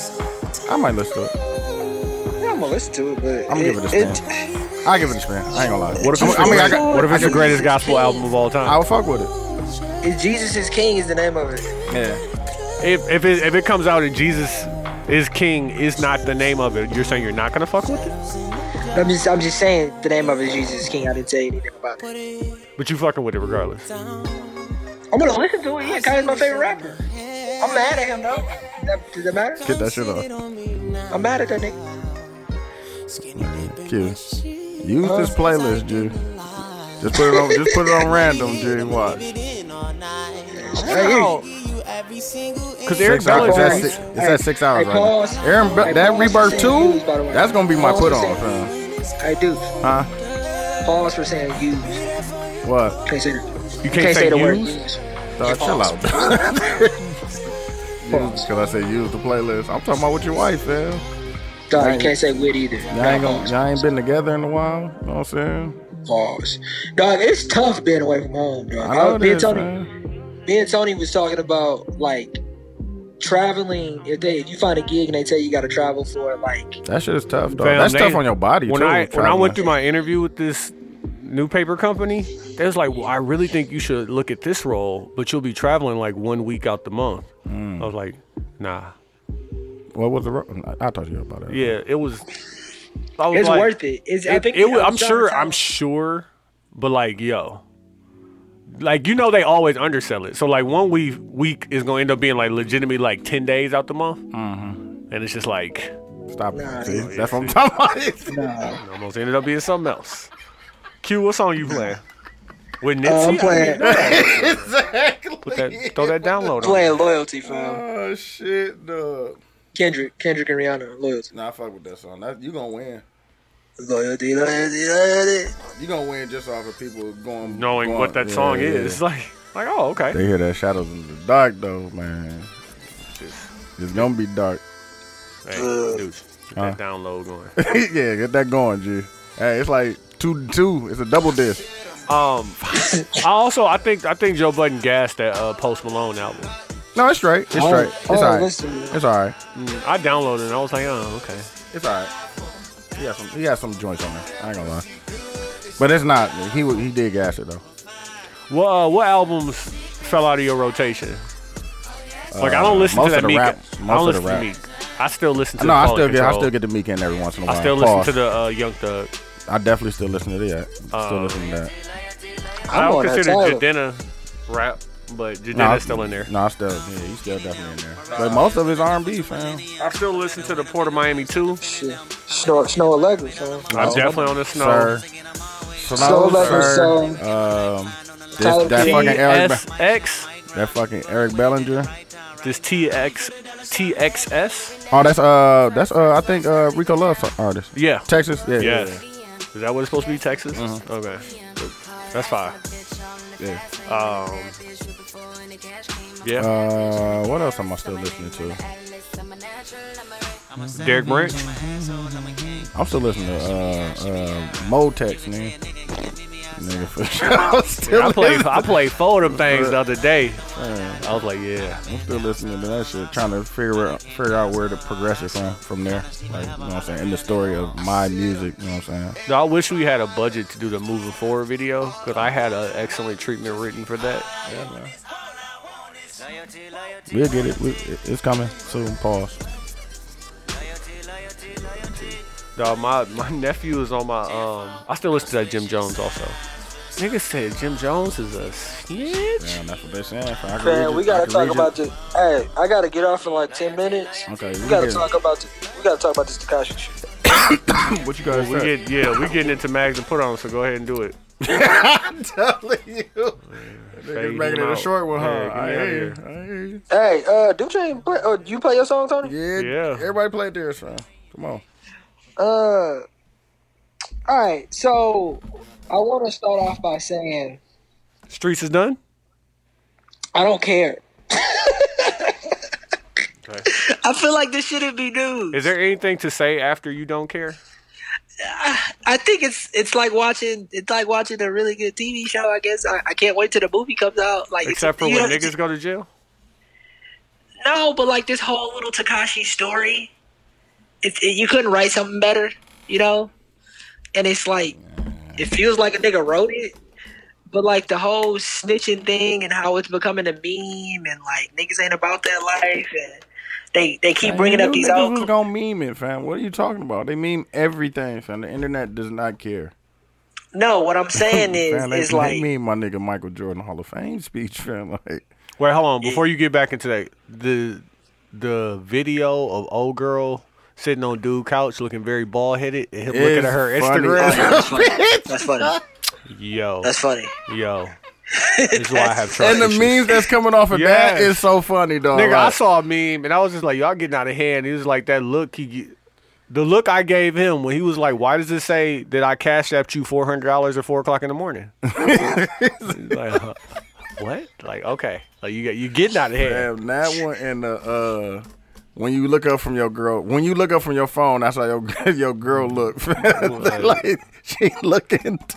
I might listen to it. Yeah, I'm gonna listen to it, but I'm gonna give it a spin. I'll give it a spin. I ain't gonna lie. What if I'm, it's, I the, mean, I great- got, what if it's I the greatest gospel album of all time? I'll fuck with it. Is Jesus is King is the name of it. Yeah. If if it, if it comes out and Jesus is King is not the name of it, you're saying you're not gonna fuck with it, I'm just I'm just saying the name of it is Jesus is King. I didn't say anything about it. but you fucking with it regardless. I'm gonna listen to it. Yeah, Kanye's my favorite rapper. I'm mad at him though. Does that, does that matter? Get that shit off. I'm mad at that nigga. Q. Use this playlist, G. Just put it on. Just put it on random, G. Watch. Hey, Because Eric Six hours. Bellinger, That's si- It's at six hours Hey, right now. pause. Aaron, Be- Hey, that pause. rebirth Same two. views, by the way. That's gonna be my Pause. put on, fam. I do. Huh? Pause for saying used. What? Can't say, you you can't say the word used? used. Dog, chill out. Because I said use the playlist. I'm talking about with your wife, fam. Dog, you can't say with either. Y'all ain't, Now gonna, y'all ain't been together in a while. You know what I'm saying? Pause. Dog, it's tough being away from home, dog. I know me, and this, Tony, man. me and Tony was talking about like traveling. If they, if you find a gig and they tell you you got to travel for like, That shit is tough, dog. Fam, That's they- tough on your body When too. I when I traveling. went through my interview with this new paper company, they was like, "Well, I really think you should look at this role, but you'll be traveling like one week out the month." I was like, "Nah, what was the? ro- I I talked to you about it. yeah, it was." I was it's like- worth it. It's, I It- think it I was- I'm was trying sure. to tell I'm him. sure. But like, yo, like you know, they always undersell it. So like, one week week is gonna end up being like legitimately like ten days out the month, and it's just like Stop. Nah, it. See, yeah, that's what I'm talking about. it almost ended up being something else. Q, what song you playing? With Nipsey, Uh, I'm playing, Put that, throw that download on. playing loyalty, fam. oh shit, dog. Kendrick, Kendrick and Rihanna, loyalty, Nah, I fuck with that song. That, you gonna win. loyalty, loyalty, loyalty. You gonna win just off of people going Knowing going- what that yeah, song yeah. is, like, like, oh, okay. They hear that shadows in the dark though, man. It's gonna be dark. Hey, Uh, dude, get that download going. yeah, get that going, G. Hey, it's like two two. It's a double disc. Um, I also I think I think Joe Budden gassed that uh, Post Malone album. No, it's right. It's Oh, right. It's oh, all right. listen. It's all right. Mm, I downloaded it. and I was like, oh, okay. It's all right. He got some. He got some joints on there. I ain't gonna lie. But it's not. He wa- he did gas it though. What uh, what albums fell out of your rotation? Like I Uh, don't listen most to that of the Meek. rap- I most of don't the listen to rap. Meek. I still listen to. no, I Quality still get I Control. still get the Meek in every once in a while. I still Pause. listen to the uh, Young Thug. I definitely still listen to that. Still Um, listen to that. I I'm don't on that consider toilet. Jadena rap, but Jadena's I- still in there. No, I still yeah, he's still definitely in there. But most of his R and B, fam. I still listen to the Port of Miami too. Snow, Snow Allegra, son. I'm definitely on the snow. Sir. Snow, Snow Allegra, sir. song. Um, this- Tyler, that fucking Eric. Be- TSX. That fucking Eric Bellinger. This TX TXS. Oh, that's uh, that's uh, I think uh, Rico Love's artist. Yeah. Mm-hmm. Texas. Yeah, yeah. yeah. Is that what it's supposed to be? Texas. Okay. That's fire. Yeah. Um. Yeah. Uh, what else am I still listening to? Derek Brent. I'm still listening to uh, uh, Motex, man. Nigga, for sure. I'm still Yeah, I played listening. I played four of them things the other day. Man, I was like, yeah. I'm still listening to that shit, trying to figure out, figure out where to progress it from from there. Like, you know what I'm saying? In the story of my music, you know what I'm saying? No, I wish we had a budget to do the moving forward video because I had an excellent treatment written for that. We'll get it. We, it- it's coming soon. Pause. Dog, my, my nephew is on my um. I still listen to that Jim Jones also. Niggas said Jim Jones is a snitch. Damn, that's what they saying. I can read Man, you- we I gotta can talk read you- about this. Hey, I gotta get off in like ten minutes. Okay, we we gotta good. talk about this. We gotta talk about this Takashi shit. What you Well, guys we say? get yeah, we getting into mags and put on, so go ahead and do it. I'm telling you. Fade Niggas making him it a out. short one, huh? Yeah, get me I outta hear you. here. I hear you. Hey, uh, do you even play? Or you play your song, Tony? Yeah, Yeah. Everybody play theirs, fam. Come on. Uh, all right. So I want to start off by saying Streets is done. I don't care. Okay. I feel like this shouldn't be news. Is there anything to say after you don't care? I think it's it's like watching it's like watching a really good TV show. I guess I, I can't wait till the movie comes out. Like it's- Except for you when know, niggas go to jail. No, but like this whole little Takashi story, it, it, you couldn't write something better, you know? And it's like, it feels like a nigga wrote it, but like the whole snitching thing and how it's becoming a meme and like niggas ain't about that life and they they keep bringing up these niggas old. was gonna meme it, fam. What are you talking about? They meme everything, fam. The internet does not care. No, what I'm saying is fam, they, is they like meme my nigga Michael Jordan Hall of Fame speech, fam. Like, Wait, hold on. Before you get back into that, the the video of old girl sitting on dude couch looking very bald headed and him looking at her It's funny. Instagram. that's funny. yo, That's funny. yo. This is why I have trust and the issues. memes that's coming off of Yes. that is so funny, dog. Nigga, I Like, saw a meme and I was just like, y'all getting out of hand. He was like, that look he, ge- the look I gave him when he was like, why does it say that I cash apped you four hundred dollars at four o'clock in the morning? He's like, huh, what? Like, okay, like you got you getting out of hand. Damn, that one and the uh when you look up from your girl, when you look up from your phone, that's how your your girl look. fam. like she looking.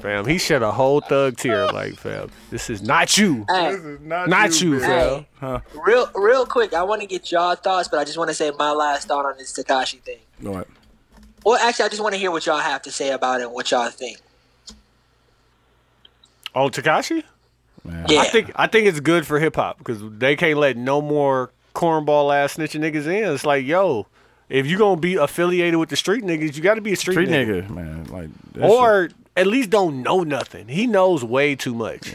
Fam, he shed a whole thug tear. Like, fam, this is not you. Hey, This is not, Not you, bitch. fam. real real quick, I want to get y'all thoughts, but I just want to say my last thought on this Takashi thing. Go ahead. Well, actually, I just want to hear what y'all have to say about it and what y'all think. Oh, Takashi? Yeah. I think I think it's good for hip hop because they can't let no more cornball ass snitching niggas in. It's like, yo, if you gonna be affiliated with the street niggas, you got to be a street, Street nigga. nigga, man. Like that or at least don't know nothing. He knows way too much.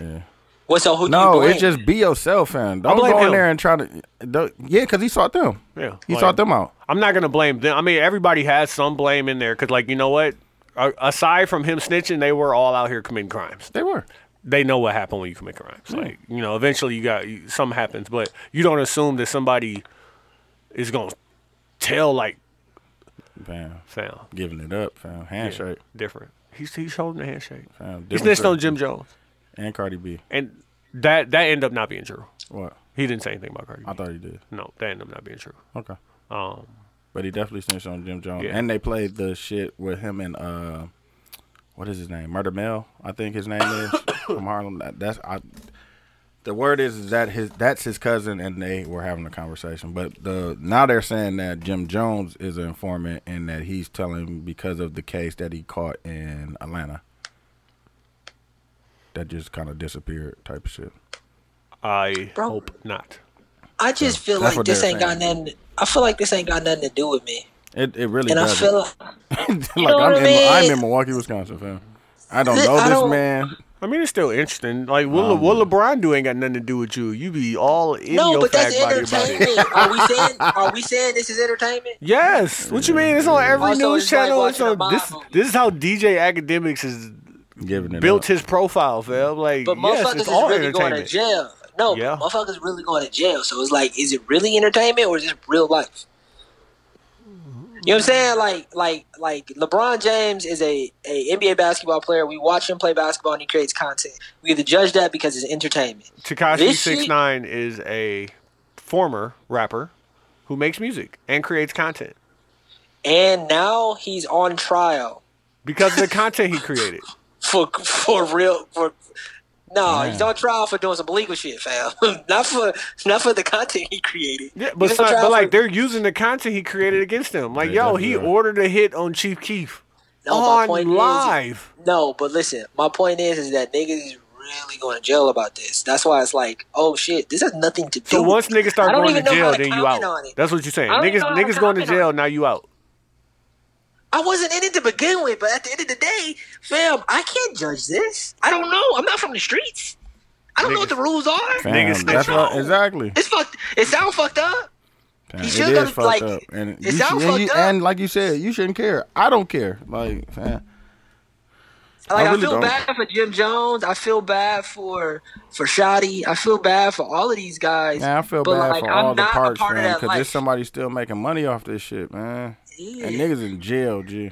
What's so who do you No, blame? it's just be yourself, fam. Don't blame go in him. there and try to. don't- yeah, because he sought them. Yeah, he like- sought them out. I'm not gonna blame them. I mean, everybody has some blame in there because, like, you know what? A- Aside from him snitching, they were all out here committing crimes. They were. They know what happened when you commit crimes. Like, you know, eventually you got you, something happens, but you don't assume that somebody is gonna tell like Fam, fam giving it up, fam. Handshake, different. He's he's holding a handshake. He fam. Different snitched on shit. Jim Jones, and Cardi B. and that that ended up not being true. What? He didn't say anything about Cardi. B. I thought he did. no, that ended up not being true. Okay. Um, But he definitely snitched on Jim Jones. Yeah. And they played the shit with him and uh what is his name? Murder Mel, I think his name is from Harlem. That- That's I the word is that his that's his cousin, and they were having a conversation. But the now they're saying that Jim Jones is an informant, and that he's telling because of the case that he caught in Atlanta. That just kind of disappeared, type of shit. I hope not. I just feel That's like what this they're ain't got nothing. I feel like this ain't got nothing to do with me. It it really and I does. feel like, like know what I'm I in, mean? I'm in Milwaukee, Wisconsin, fam. I don't Th- know I this don't- man. I mean, it's still interesting. Like, what, Le- what LeBron do ain't got nothing to do with you. You be all in no, your but that's fag body about it. entertainment. are we saying? Are we saying this is entertainment? Yes. What you mean? It's on every Also, news it's like channel. It's watching a on mob this. This is how DJ Academics is giving it built his profile, fam. Like, But yes, motherfuckers it's is all really going to entertainment. jail. No, Yeah. motherfuckers really going to jail. So it's like, is it really entertainment or is it real life? You know what I'm saying? Like, like, like LeBron James is a, a NBA basketball player. We watch him play basketball and he creates content. We either judge that because it's entertainment. Takashi This shit- Six Nine is a former rapper who makes music and creates content And now he's on trial because of the content he created. for for real. For no, Man. he's on trial for doing some illegal shit, fam. not for not for the content he created. Yeah, but, He's it's on not- trial but for- like they're using the content he created against him. Like, Yeah, yo, he definitely. ordered a hit on Chief Keef No, my on point live. Is, no, but listen, my point is is that niggas is really going to jail about this. That's why it's like, oh shit, this has nothing to do. so once niggas I start don't going to even know jail, how to then you out. comment on it. That's what you're saying. I don't even Niggas, know how to niggas going to comment on jail, now you out. I wasn't in it to begin with, but at the end of the day, fam, I can't judge this. I don't know. I'm not from the streets. I don't know what the rules are. Fam, I don't that's what, know. exactly. It's fucked. It sounds fucked up. Fam, You it still is gotta, fucked like, up, and it you, sounds and, you- fucked up. and like you said, you shouldn't care. I don't care. Like, fam, Like I, really feel don't. bad for Jim Jones. I feel bad for for Shoddy. I feel bad for all of these guys. Man, I feel but, bad like, for I'm all the not a parts, part of man, that because there's life. somebody still making money off this shit, man. And niggas in jail, G.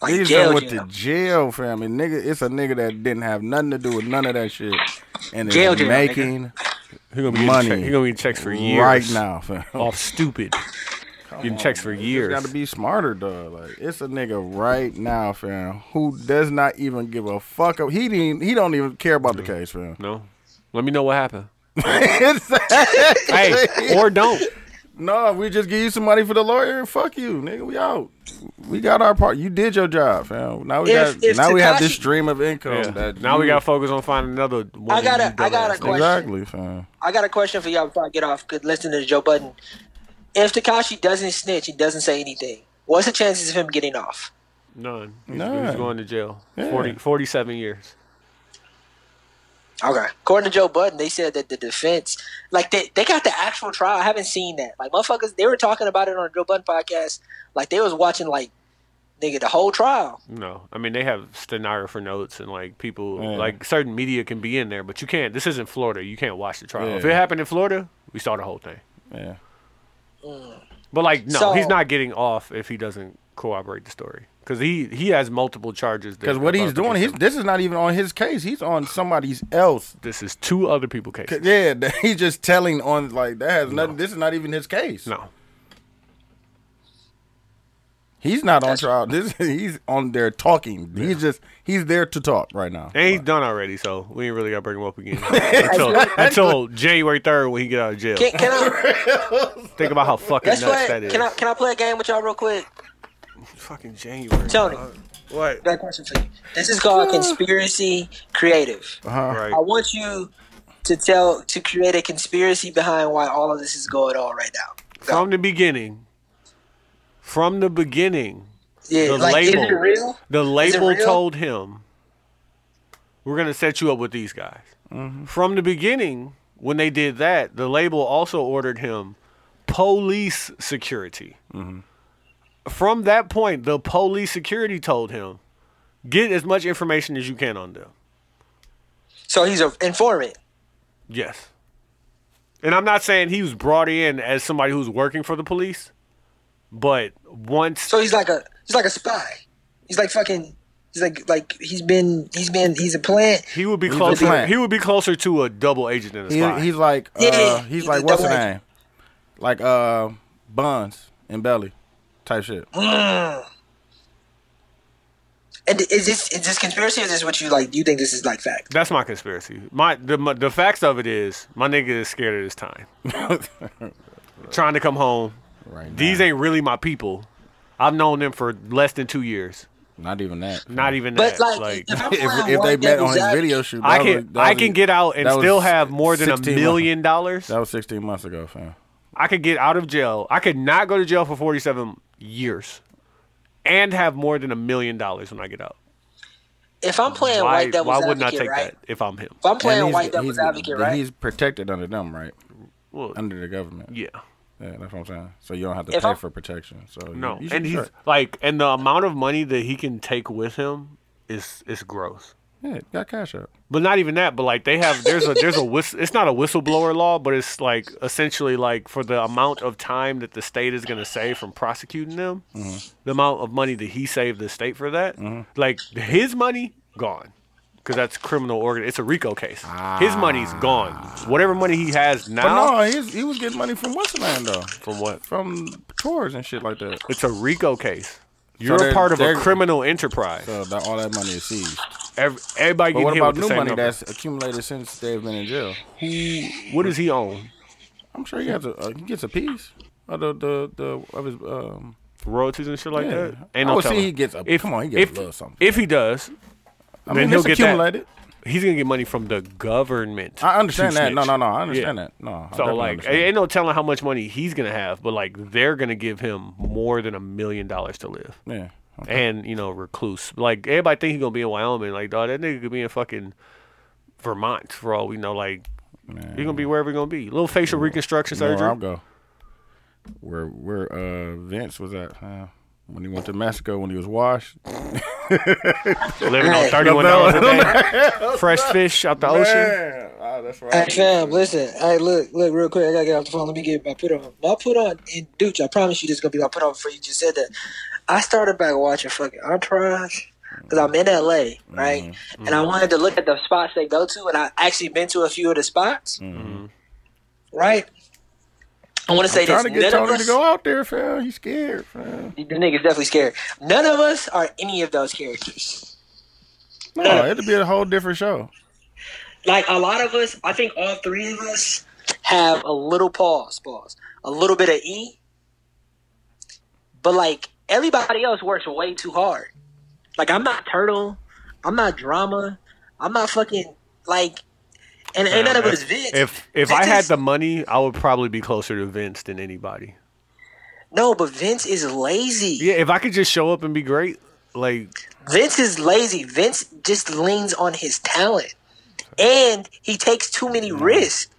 Like niggas jail, done went jail. to jail, fam. And nigga, it's a nigga that didn't have nothing to do with none of that shit, and is Jail, jail, nigga. making He gonna be money. money. Check, he gonna be getting checks for years right now, fam. Off stupid. getting checks for years. Got to be smarter, dog. Like it's a nigga right now, fam, who does not even give a fuck. Up. He didn't. He don't even care about the case, fam. No. Let me know what happened. hey, or don't. No, we just give you some money for the lawyer and fuck you, nigga. We out. We got our part. You did your job, fam. Now we If- got. if now we have this Tekashi- stream of income. Yeah. That Now we you- gotta focus on finding another. Woman, I got a- you I got a dumbass nigga. question. Exactly, fam. I got a question for y'all before I get off. Good listening to Joe Budden. If Takashi doesn't snitch, he doesn't say anything. What's the chances of him getting off? None. He's, he's None. going to jail. Yeah. Forty, forty-seven 47 years. Okay. According to Joe Budden, they said that the defense, like they, they got the actual trial. I haven't seen that. Like motherfuckers, they were talking about it on the Joe Budden podcast. Like they was watching like nigga the whole trial. No, I mean they have stenographer notes and like people Yeah. like certain media can be in there, but you can't. This isn't Florida. You can't watch the trial. If Yeah. it happened in Florida, we saw the whole thing. Yeah. But like, no, So- he's not getting off if he doesn't corroborate the story because he he has multiple charges. that Because what are he's up doing, against he's this is not even on his case. He's on somebody's else. This is two other people cases. Yeah, that- he's just telling on like that has nothing. This is not even his case. No, he's not on trial. This he's on there talking. He's just he's there to talk right now. And he's done already, so we ain't really got to bring him up again until, until January third when he get out of jail. Can, can I? Think about how fucking let's nuts play. that is. Can I can I play a game with y'all real quick? Fucking January. Tony, what? Got a question for you. This is called conspiracy creative. Uh-huh. Right. I want you to tell to create a conspiracy behind why all of this is going on right now. From the beginning. From the beginning. Yeah, the like, is it label. real? The Is it label real? told him, "We're gonna set you up with these guys." Mm-hmm. From the beginning, when they did that, the label also ordered him police security. Mm-hmm. From that point, the police security told him, "Get as much information as you can on them." So he's an informant. Yes. And I'm not saying he was brought in as somebody who's working for the police, but once so he's like a he's like a spy. He's like fucking. He's like like he's been he's been he's a plant. He would be He's a closer. plant. He would be closer to a double agent than a He- spy. he's like uh, Yeah, he's he's like a what's his double name? agent. Like uh Buns and Belly type shit. Mm. And is this is this conspiracy or is this what you like? Do you think this is like fact? That's my conspiracy. My the my, the facts of it is my nigga is scared of this time. Trying to come home. Right. These ain't really my people. I've known them for less than two years. Not even that. Not even But, that. like, like if I'm If- playing if they White bet on Devil's his Advocate- video shoot, I that can was- that I was- can get out and that was still have more than a 16 months. million dollars. That was 16 months ago, fam. I could get out of jail. I could not go to jail for 47 years and have more than a million dollars when I get out. If I'm playing why white devil's why wouldn't I advocate, take right? that if I'm him? If I'm playing And he's- white devil's he's- advocate, right? He's protected under them, right? Well, under the government. Yeah. Yeah, that's what I'm saying. So you don't have to If pay I'm- for protection. So you- No, you should and he's sure. like, and the amount of money that he can take with him is is gross. yeah, got cash up. But not even that. But like they have there's a there's a whistle. It's not a whistleblower law, but it's like essentially like for the amount of time that the state is going to save from prosecuting them, Mhm. the amount of money that he saved the state for that, Mm-hmm. like his money gone, because that's criminal organ. It's a RICO case. His money's gone. Whatever money he has now. Ah. But no, he, was- he was getting money from what's the name though? From what? From tours and shit like that. It's a RICO case. So You're they're- a part of a they're- criminal enterprise. So that, all that money is seized. Every, everybody But getting what hit with about the new same money number. that's accumulated since they've been in jail? Who? What does he own? I'm sure he has a uh, he gets a piece of the the, the of his um royalties and shit like Yeah. that. I no would say telling. he gets a- If- come on, he if, gets a little something. If he does, I then mean, he'll it's get accumulated. that. He's gonna get money from the government. I understand to that. No, snitch. no, no, I understand that. No, I so definitely like, understand ain't no telling how much money he's gonna have, but like they're gonna give him more than a million dollars to live. Yeah. And you know, recluse. Like everybody think he's gonna be in Wyoming. Like, dog, that nigga could be in fucking Vermont for all we know. Like, he gonna be wherever he gonna be. Little facial reconstruction You know surgery. Where I'll go. Where where uh Vince was at huh? when he went to Mexico when he was washed. Living on thirty-one dollars a day, fresh fish out the ocean. Oh, that's Hey fam, listen. Hey, look, look, real quick. I gotta get off the phone. Let me get my put on. My put on, and dude, I promise you, this is gonna be my put on before you just said that. I started back watching fucking Entourage because I'm in LA, right? Mm-hmm. And I wanted to look at the spots they go to, and I actually been to a few of the spots, right? I want to say Mm-hmm. trying this: to get none of Tony to us, go out there, fam. He's scared, fam. the nigga's definitely scared. None of us are any of those characters. No, it'd be a whole different show. Like a lot of us, I think all three of us have a little pause, pause, a little bit of E. But like everybody else works way too hard. Like I'm not turtle, I'm not drama, I'm not fucking like, and, and none of us Vince. If if Vince I had is- the money, I would probably be closer to Vince than anybody. no, but Vince is lazy. Yeah, if I could just show up and be great, like Vince is lazy. Vince just leans on his talent, and he takes too many risks.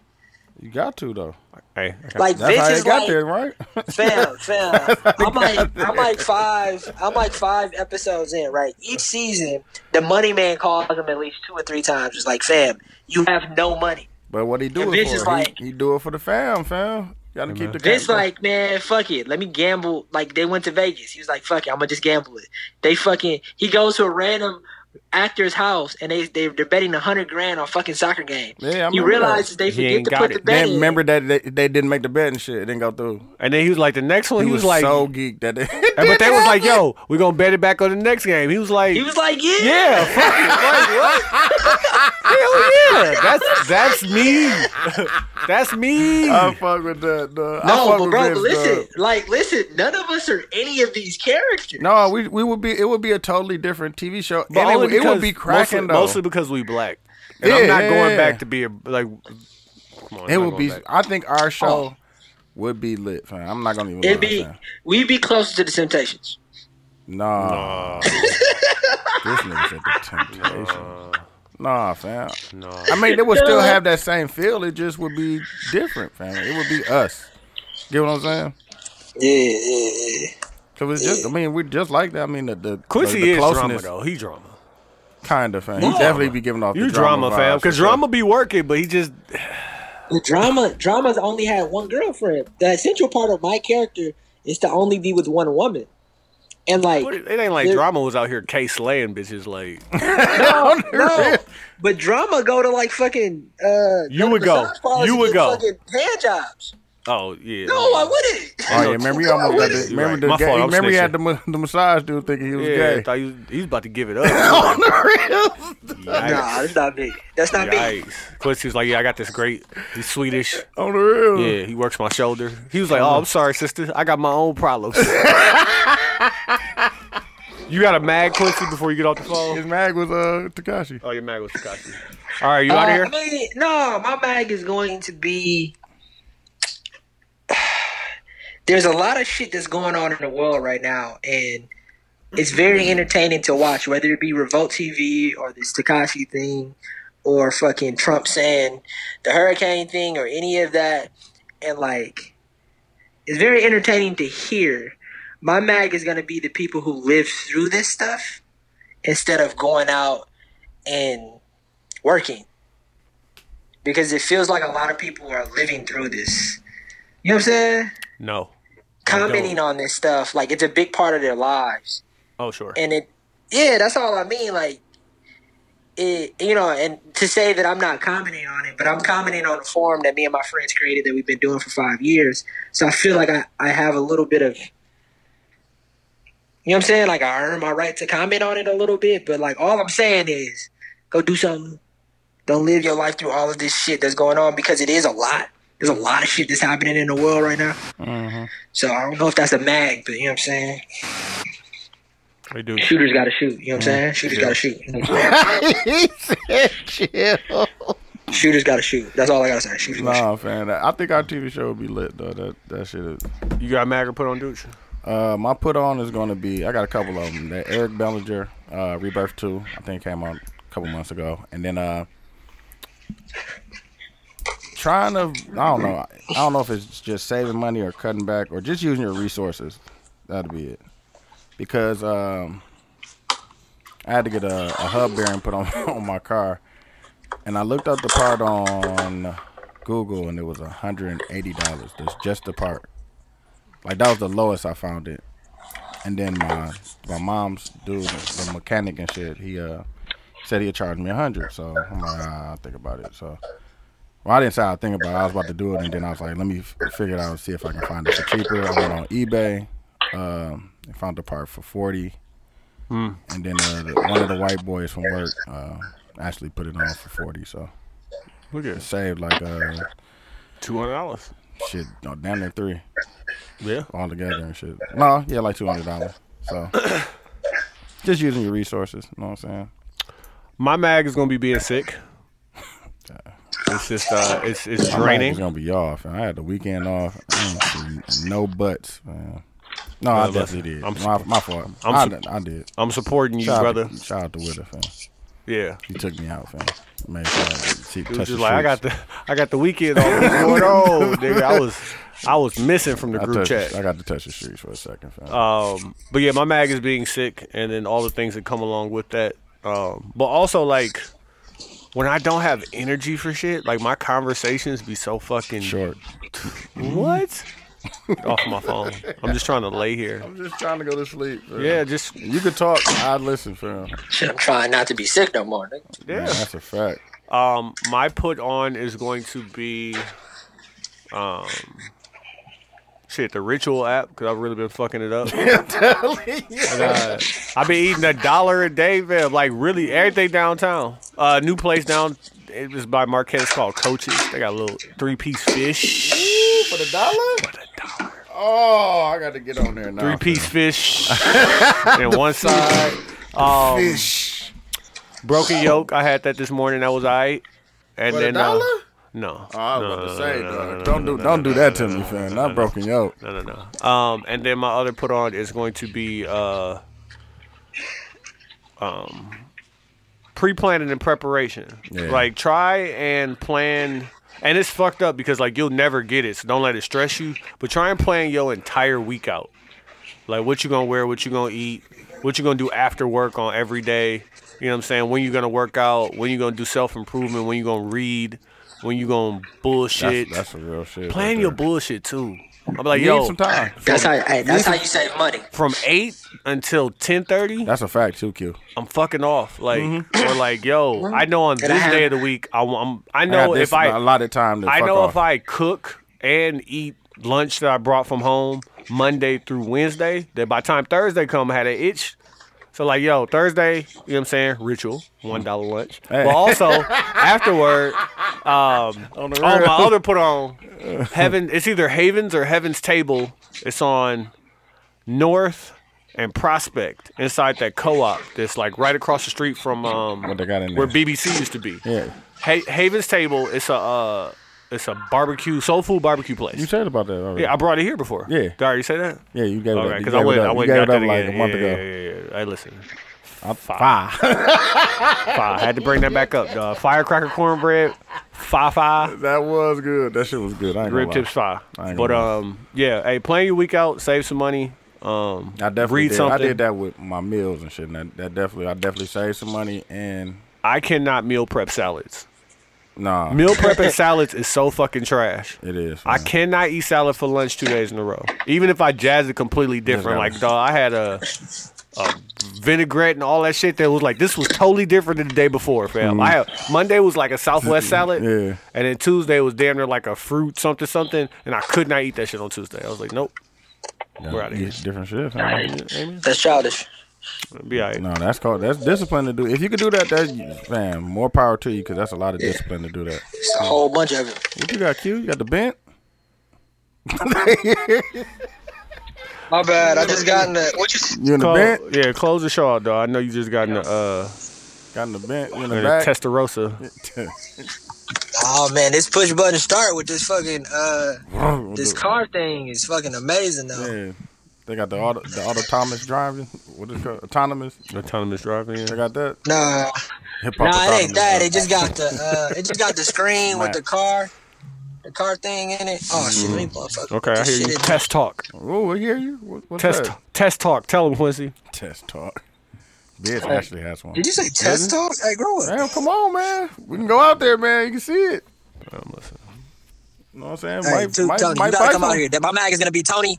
You got to though. Hey, Like, Mm-hmm. that's Vince how is they got like- there, right? Fam, fam. I'm like I'm like five I'm like five episodes in, right? Each season, the money man calls him at least two or three times. It's like, fam, you have no money. But what he do And it Vince for? is like- he, he do it for the fam, fam. Got to keep the Vince fam- like, man, fuck it. Let me gamble. Like they went to Vegas. He was like, fuck it, I'm gonna just gamble it. They fucking he goes to a random actor's house and they, they they're betting a hundred grand on fucking soccer game. Yeah, I he remember realizes that. they forget to put the bet Then in. remember that they, they didn't make the bet and shit. It didn't go through. and then he was like the next one, he, he, was, like, so geeked that they, and, but they was like, yo, we're gonna bet it back on the next game. He was like, He was like, yeah, yeah, fuck it, like, what? Hell yeah, that's that's me, that's me. I fuck with that. Duh. I No, fuck Oh, but with bro, Vince, listen, duh. like listen, none of us are any of these characters. No, we we would be it would be a totally different TV show, But and it, only would- it would because- be cracking mostly, though. mostly because we black. And I'm Yeah, not yeah, going yeah. back to be a like. Come on, I'm not Oh, it would going be. back. I think our show would be lit. fam. I'm not gonna even. It'd lie, be fam. we'd be closer to the Temptations. no. this nigga said the temptation. Nah, fam. No. I mean, they would still have that same feel. It just would be different, fam. It would be us. Get what I'm saying? Yeah, yeah, yeah. Cause it's just. I mean, we're just like that. I mean, the the Quincy the, the is drama closeness, though. He drama. kind of fam. He You definitely drama. be giving off You the drama, drama, fam. vibes, Because for sure. drama be working, but he just The drama drama's only had one girlfriend. The essential part of my character is to only be with one woman. And like What, it ain't like there- drama was out here case slaying bitches. Like no, no. But drama go to like fucking uh You would go. massage parlors You and would get go. fucking hand jobs. Oh yeah. No, I wouldn't. Oh yeah, remember you almost got the, You're remember right. the My gay, fault, I'm remember you had snitching. the, ma- the massage dude thinking he was yeah, gay. I thought he was, he was about to give it up. On Nah, that's not me. That's not me. Yikes. Quincy was like, "Yeah, I got this great. He's Swedish. On the real. Yeah, he works my shoulder." He was like, "Oh, I'm sorry, sister. I got my own problems." you got a mag, Quincy, before you get off the phone. His mag was uh Takashi. Oh, your mag was Takashi. All right, you out Uh, of here? I mean, no, my bag is going to be. There's a lot of shit that's going on in the world right now, and it's very entertaining to watch, whether it be Revolt TV or this Takashi thing, or fucking Trump saying the hurricane thing, or any of that. And like, it's very entertaining to hear. My mag is going to be the people who live through this stuff instead of going out and working because it feels like a lot of people are living through this. You know what I'm saying? No. Commenting on this stuff, like it's a big part of their lives, Oh, sure. and it, yeah, that's all I mean. Like, it, you know, and to say that I'm not commenting on it, but I'm commenting on a forum that me and my friends created that we've been doing for five years. So I feel like I, I have a little bit of, you know, what I'm saying, like I earn my right to comment on it a little bit, but like all I'm saying is, go do something. Don't live your life through all of this shit that's going on because it is a lot. There's a lot of shit that's happening in the world right now. So I don't know if that's a mag, but you know what I'm saying? Hey, dude. Shooters gotta shoot. You know what I'm saying? Shooters gotta shoot. You know what I'm he said chill. saying? Shooters gotta shoot. That's all I gotta say. Shooters gotta Nah, fan. I think our TV show would be lit though. That that shit is. You got a mag or put on douche? Uh, my put on is gonna be. I got a couple of them. That Eric Bellinger, uh, Rebirth Two. I think came out a couple months ago, and then uh, trying to. I don't know. I don't know if it's just saving money or cutting back or just using your resources. That'd be it. Because um, I had to get a, a hub bearing put on on my car, and I looked up the part on Google, and it was hundred and eighty dollars. That's just the part. Like that was the lowest I found it. And then my my mom's dude, the mechanic and shit, he uh said he'd charge me a hundred. So I'm like, ah, I'll think about it. So well, I didn't say I'll think about it. I was about to do it, and then I was like, let me f- figure it out and see if I can find it for cheaper. I went on eBay. Um, I found the part for forty. Hmm. And then uh, the, one of the white boys from work uh, actually put it on for forty. So Look it saved like uh Two hundred dollars. shit, no, down there three. Yeah. All together and shit. No, yeah, like two hundred dollars. So just using your resources, you know what I'm saying? My mag is gonna be being sick. It's just uh, it's it's My life is draining. gonna be off. and I had the weekend off. I didn't see no butts, man. No, I Man, listen, definitely did. I'm my, my fault. I'm i su- I did. I'm supporting you, shout out to- brother. shout out to Witter, fam. Yeah. He took me out, fam. Made sure I see, It was just like I got the I got the weekend off. What's going on, nigga? I was I was missing from the I, group touched- chat. I got to touch the streets for a second, fam. Um, but yeah, my mag is being sick, and then all the things that come along with that. Um, but also like when I don't have energy for shit, like my conversations be so fucking Short. What? Get off my phone. I'm just trying to lay here. I'm just trying to go to sleep. fam. Yeah, just You could talk. I listen, fam. Man, shoot. I'm trying not to be sick no more. Nigga. yeah. that's a fact. Um, my put on is going to be, um, shit, the Ritual app because I've really been fucking it up. And, uh, I've been eating a dollar a day, man. Like really, everything downtown. Uh, new place down. It was by Marquez it's called Coaches. They got a little three piece fish. For the dollar? A dollar. Oh, I got to get on there now. Three piece fish and one side. Um, Oh, fish. Broken yolk. I had that this morning. That was alright. And For the then uh, dollar? no. Oh, I was about No, to no, say, no, dog. no, don't no, do no, don't do no, that no, to no, me, no, fam. no, Not broken yo. No, no, no. Um, and then my other put on is going to be uh, um, pre-planning and preparation. Yeah. Like try and plan, and it's fucked up because like you'll never get it, so don't let it stress you. But try and plan your entire week out. Like what you gonna wear, what you gonna eat, what you gonna do after work on every day. You know what I'm saying? When you gonna work out? When you gonna do self improvement? When you gonna read? When you gonna bullshit? That's, that's some real shit. Plan right your there. bullshit too. I'm like, Need yo, some time. That's how. Hey, that's how you save money. from eight until ten thirty, That's a fact too, Q. I'm fucking off. Like, or like, yo, I know on this I have- day of the week, I, am I I know got this if I, allotted time to I fuck know off. if I cook and eat lunch that I brought from home Monday through Wednesday, that by the time Thursday come, I had an itch. So like, yo, Thursday, you know what I'm saying? Ritual, one dollar lunch. Hey. But also afterward, um, On on the my road. other put on Heaven. It's either Havens or Heaven's Table. It's on North and Prospect inside that co-op. That's like right across the street from um, What they got in where there? BBC used to be. Yeah. Ha- Haven's Table. It's a uh, it's a barbecue soul food barbecue place. You said about that already. Yeah, I brought it here before. Yeah. Did I already say that? Yeah, you gave it up. You because gave I it went, up. I You went gave and it got up that like a again. month yeah, ago. Yeah, yeah, yeah. Hey, listen. I'm five. Fire. I had to bring that back up. dawg. firecracker cornbread, five five, that was good. That shit was good. I ain't rib gonna lie. tips five. I ain't But gonna lie. um, yeah. Hey, plan your week out, save some money. Um, I definitely read did. something. I did that with my meals and shit. And that, that definitely, I definitely saved some money and I cannot meal prep salads. nah, Meal prepping salads is so fucking trash. it is. I man. cannot eat salad for lunch two days in a row. Even if I jazz it completely different. right. Like, dog, I had a, a vinaigrette and all that shit that was like, this was totally different than the day before, fam. I had, Monday was like a Southwest salad. Yeah. And then Tuesday was damn near like a fruit something something. And I could not eat that shit on Tuesday. I was like, nope. We're out of here. Yeah, different shit. man. That's childish. Be all right. No, that's called that's discipline to do. If you could do that, that's man, more power to you because that's a lot of discipline to do that. It's a whole bunch of it. What you got, Q? You got the bent? My bad. I just got in the. What you? You in the Clo- bent? yeah, close the show out, though. I know you just got in the, uh, Got in the bent? You in the the back? Testarossa. Oh man, this push button start with this fucking uh Vroom, this do- car thing is fucking amazing though. Yeah. They got the auto, the autonomous driving. What is it called? Autonomous? Autonomous driving. They got that. Nah, Hip hop. nah, it ain't autonomous that. It driving. just got the uh, it just got the screen with Nah. the car, the car thing in it. Oh shit, let me motherfucker. Okay, I hear you. Test talk. Oh, I hear you. What, what's Test, that? test talk. Tell him, Quincy. Test talk. Bitch actually has one. Did you say test talk? Hey, grow up. Damn, come on, man. We can go out there, man. You can see it. Um, listen. You know what I'm saying? Hey, Mike- dude, Mike- Tony, you Mike gotta come Tyson. out here. That- My mag is gonna be Tony.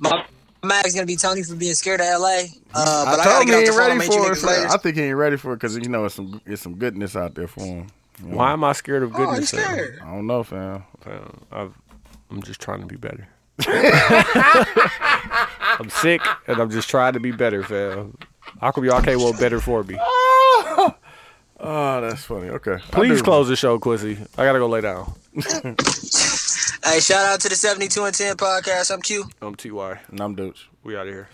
My mag is gonna be Tony for being scared of LA. Uh, but I, I gotta told him get he off the phone and ain't ready meet you for it. niggas later. I think he ain't ready for it because you know it's some it's some goodness out there for him. You know, Why am I scared of Oh, you goodness? fam? scared? I don't know, fam. Um, I've, I'm just trying to be better. I'm sick and I'm just trying to be better, fam. How come y'all can't want better for me? Oh, that's funny. Okay, I Please do- close the show, Quincy. I gotta go lay down. Hey, shout out to the 72 and 10 podcast. I'm Q. I'm Ty. And I'm dudes. We out of here.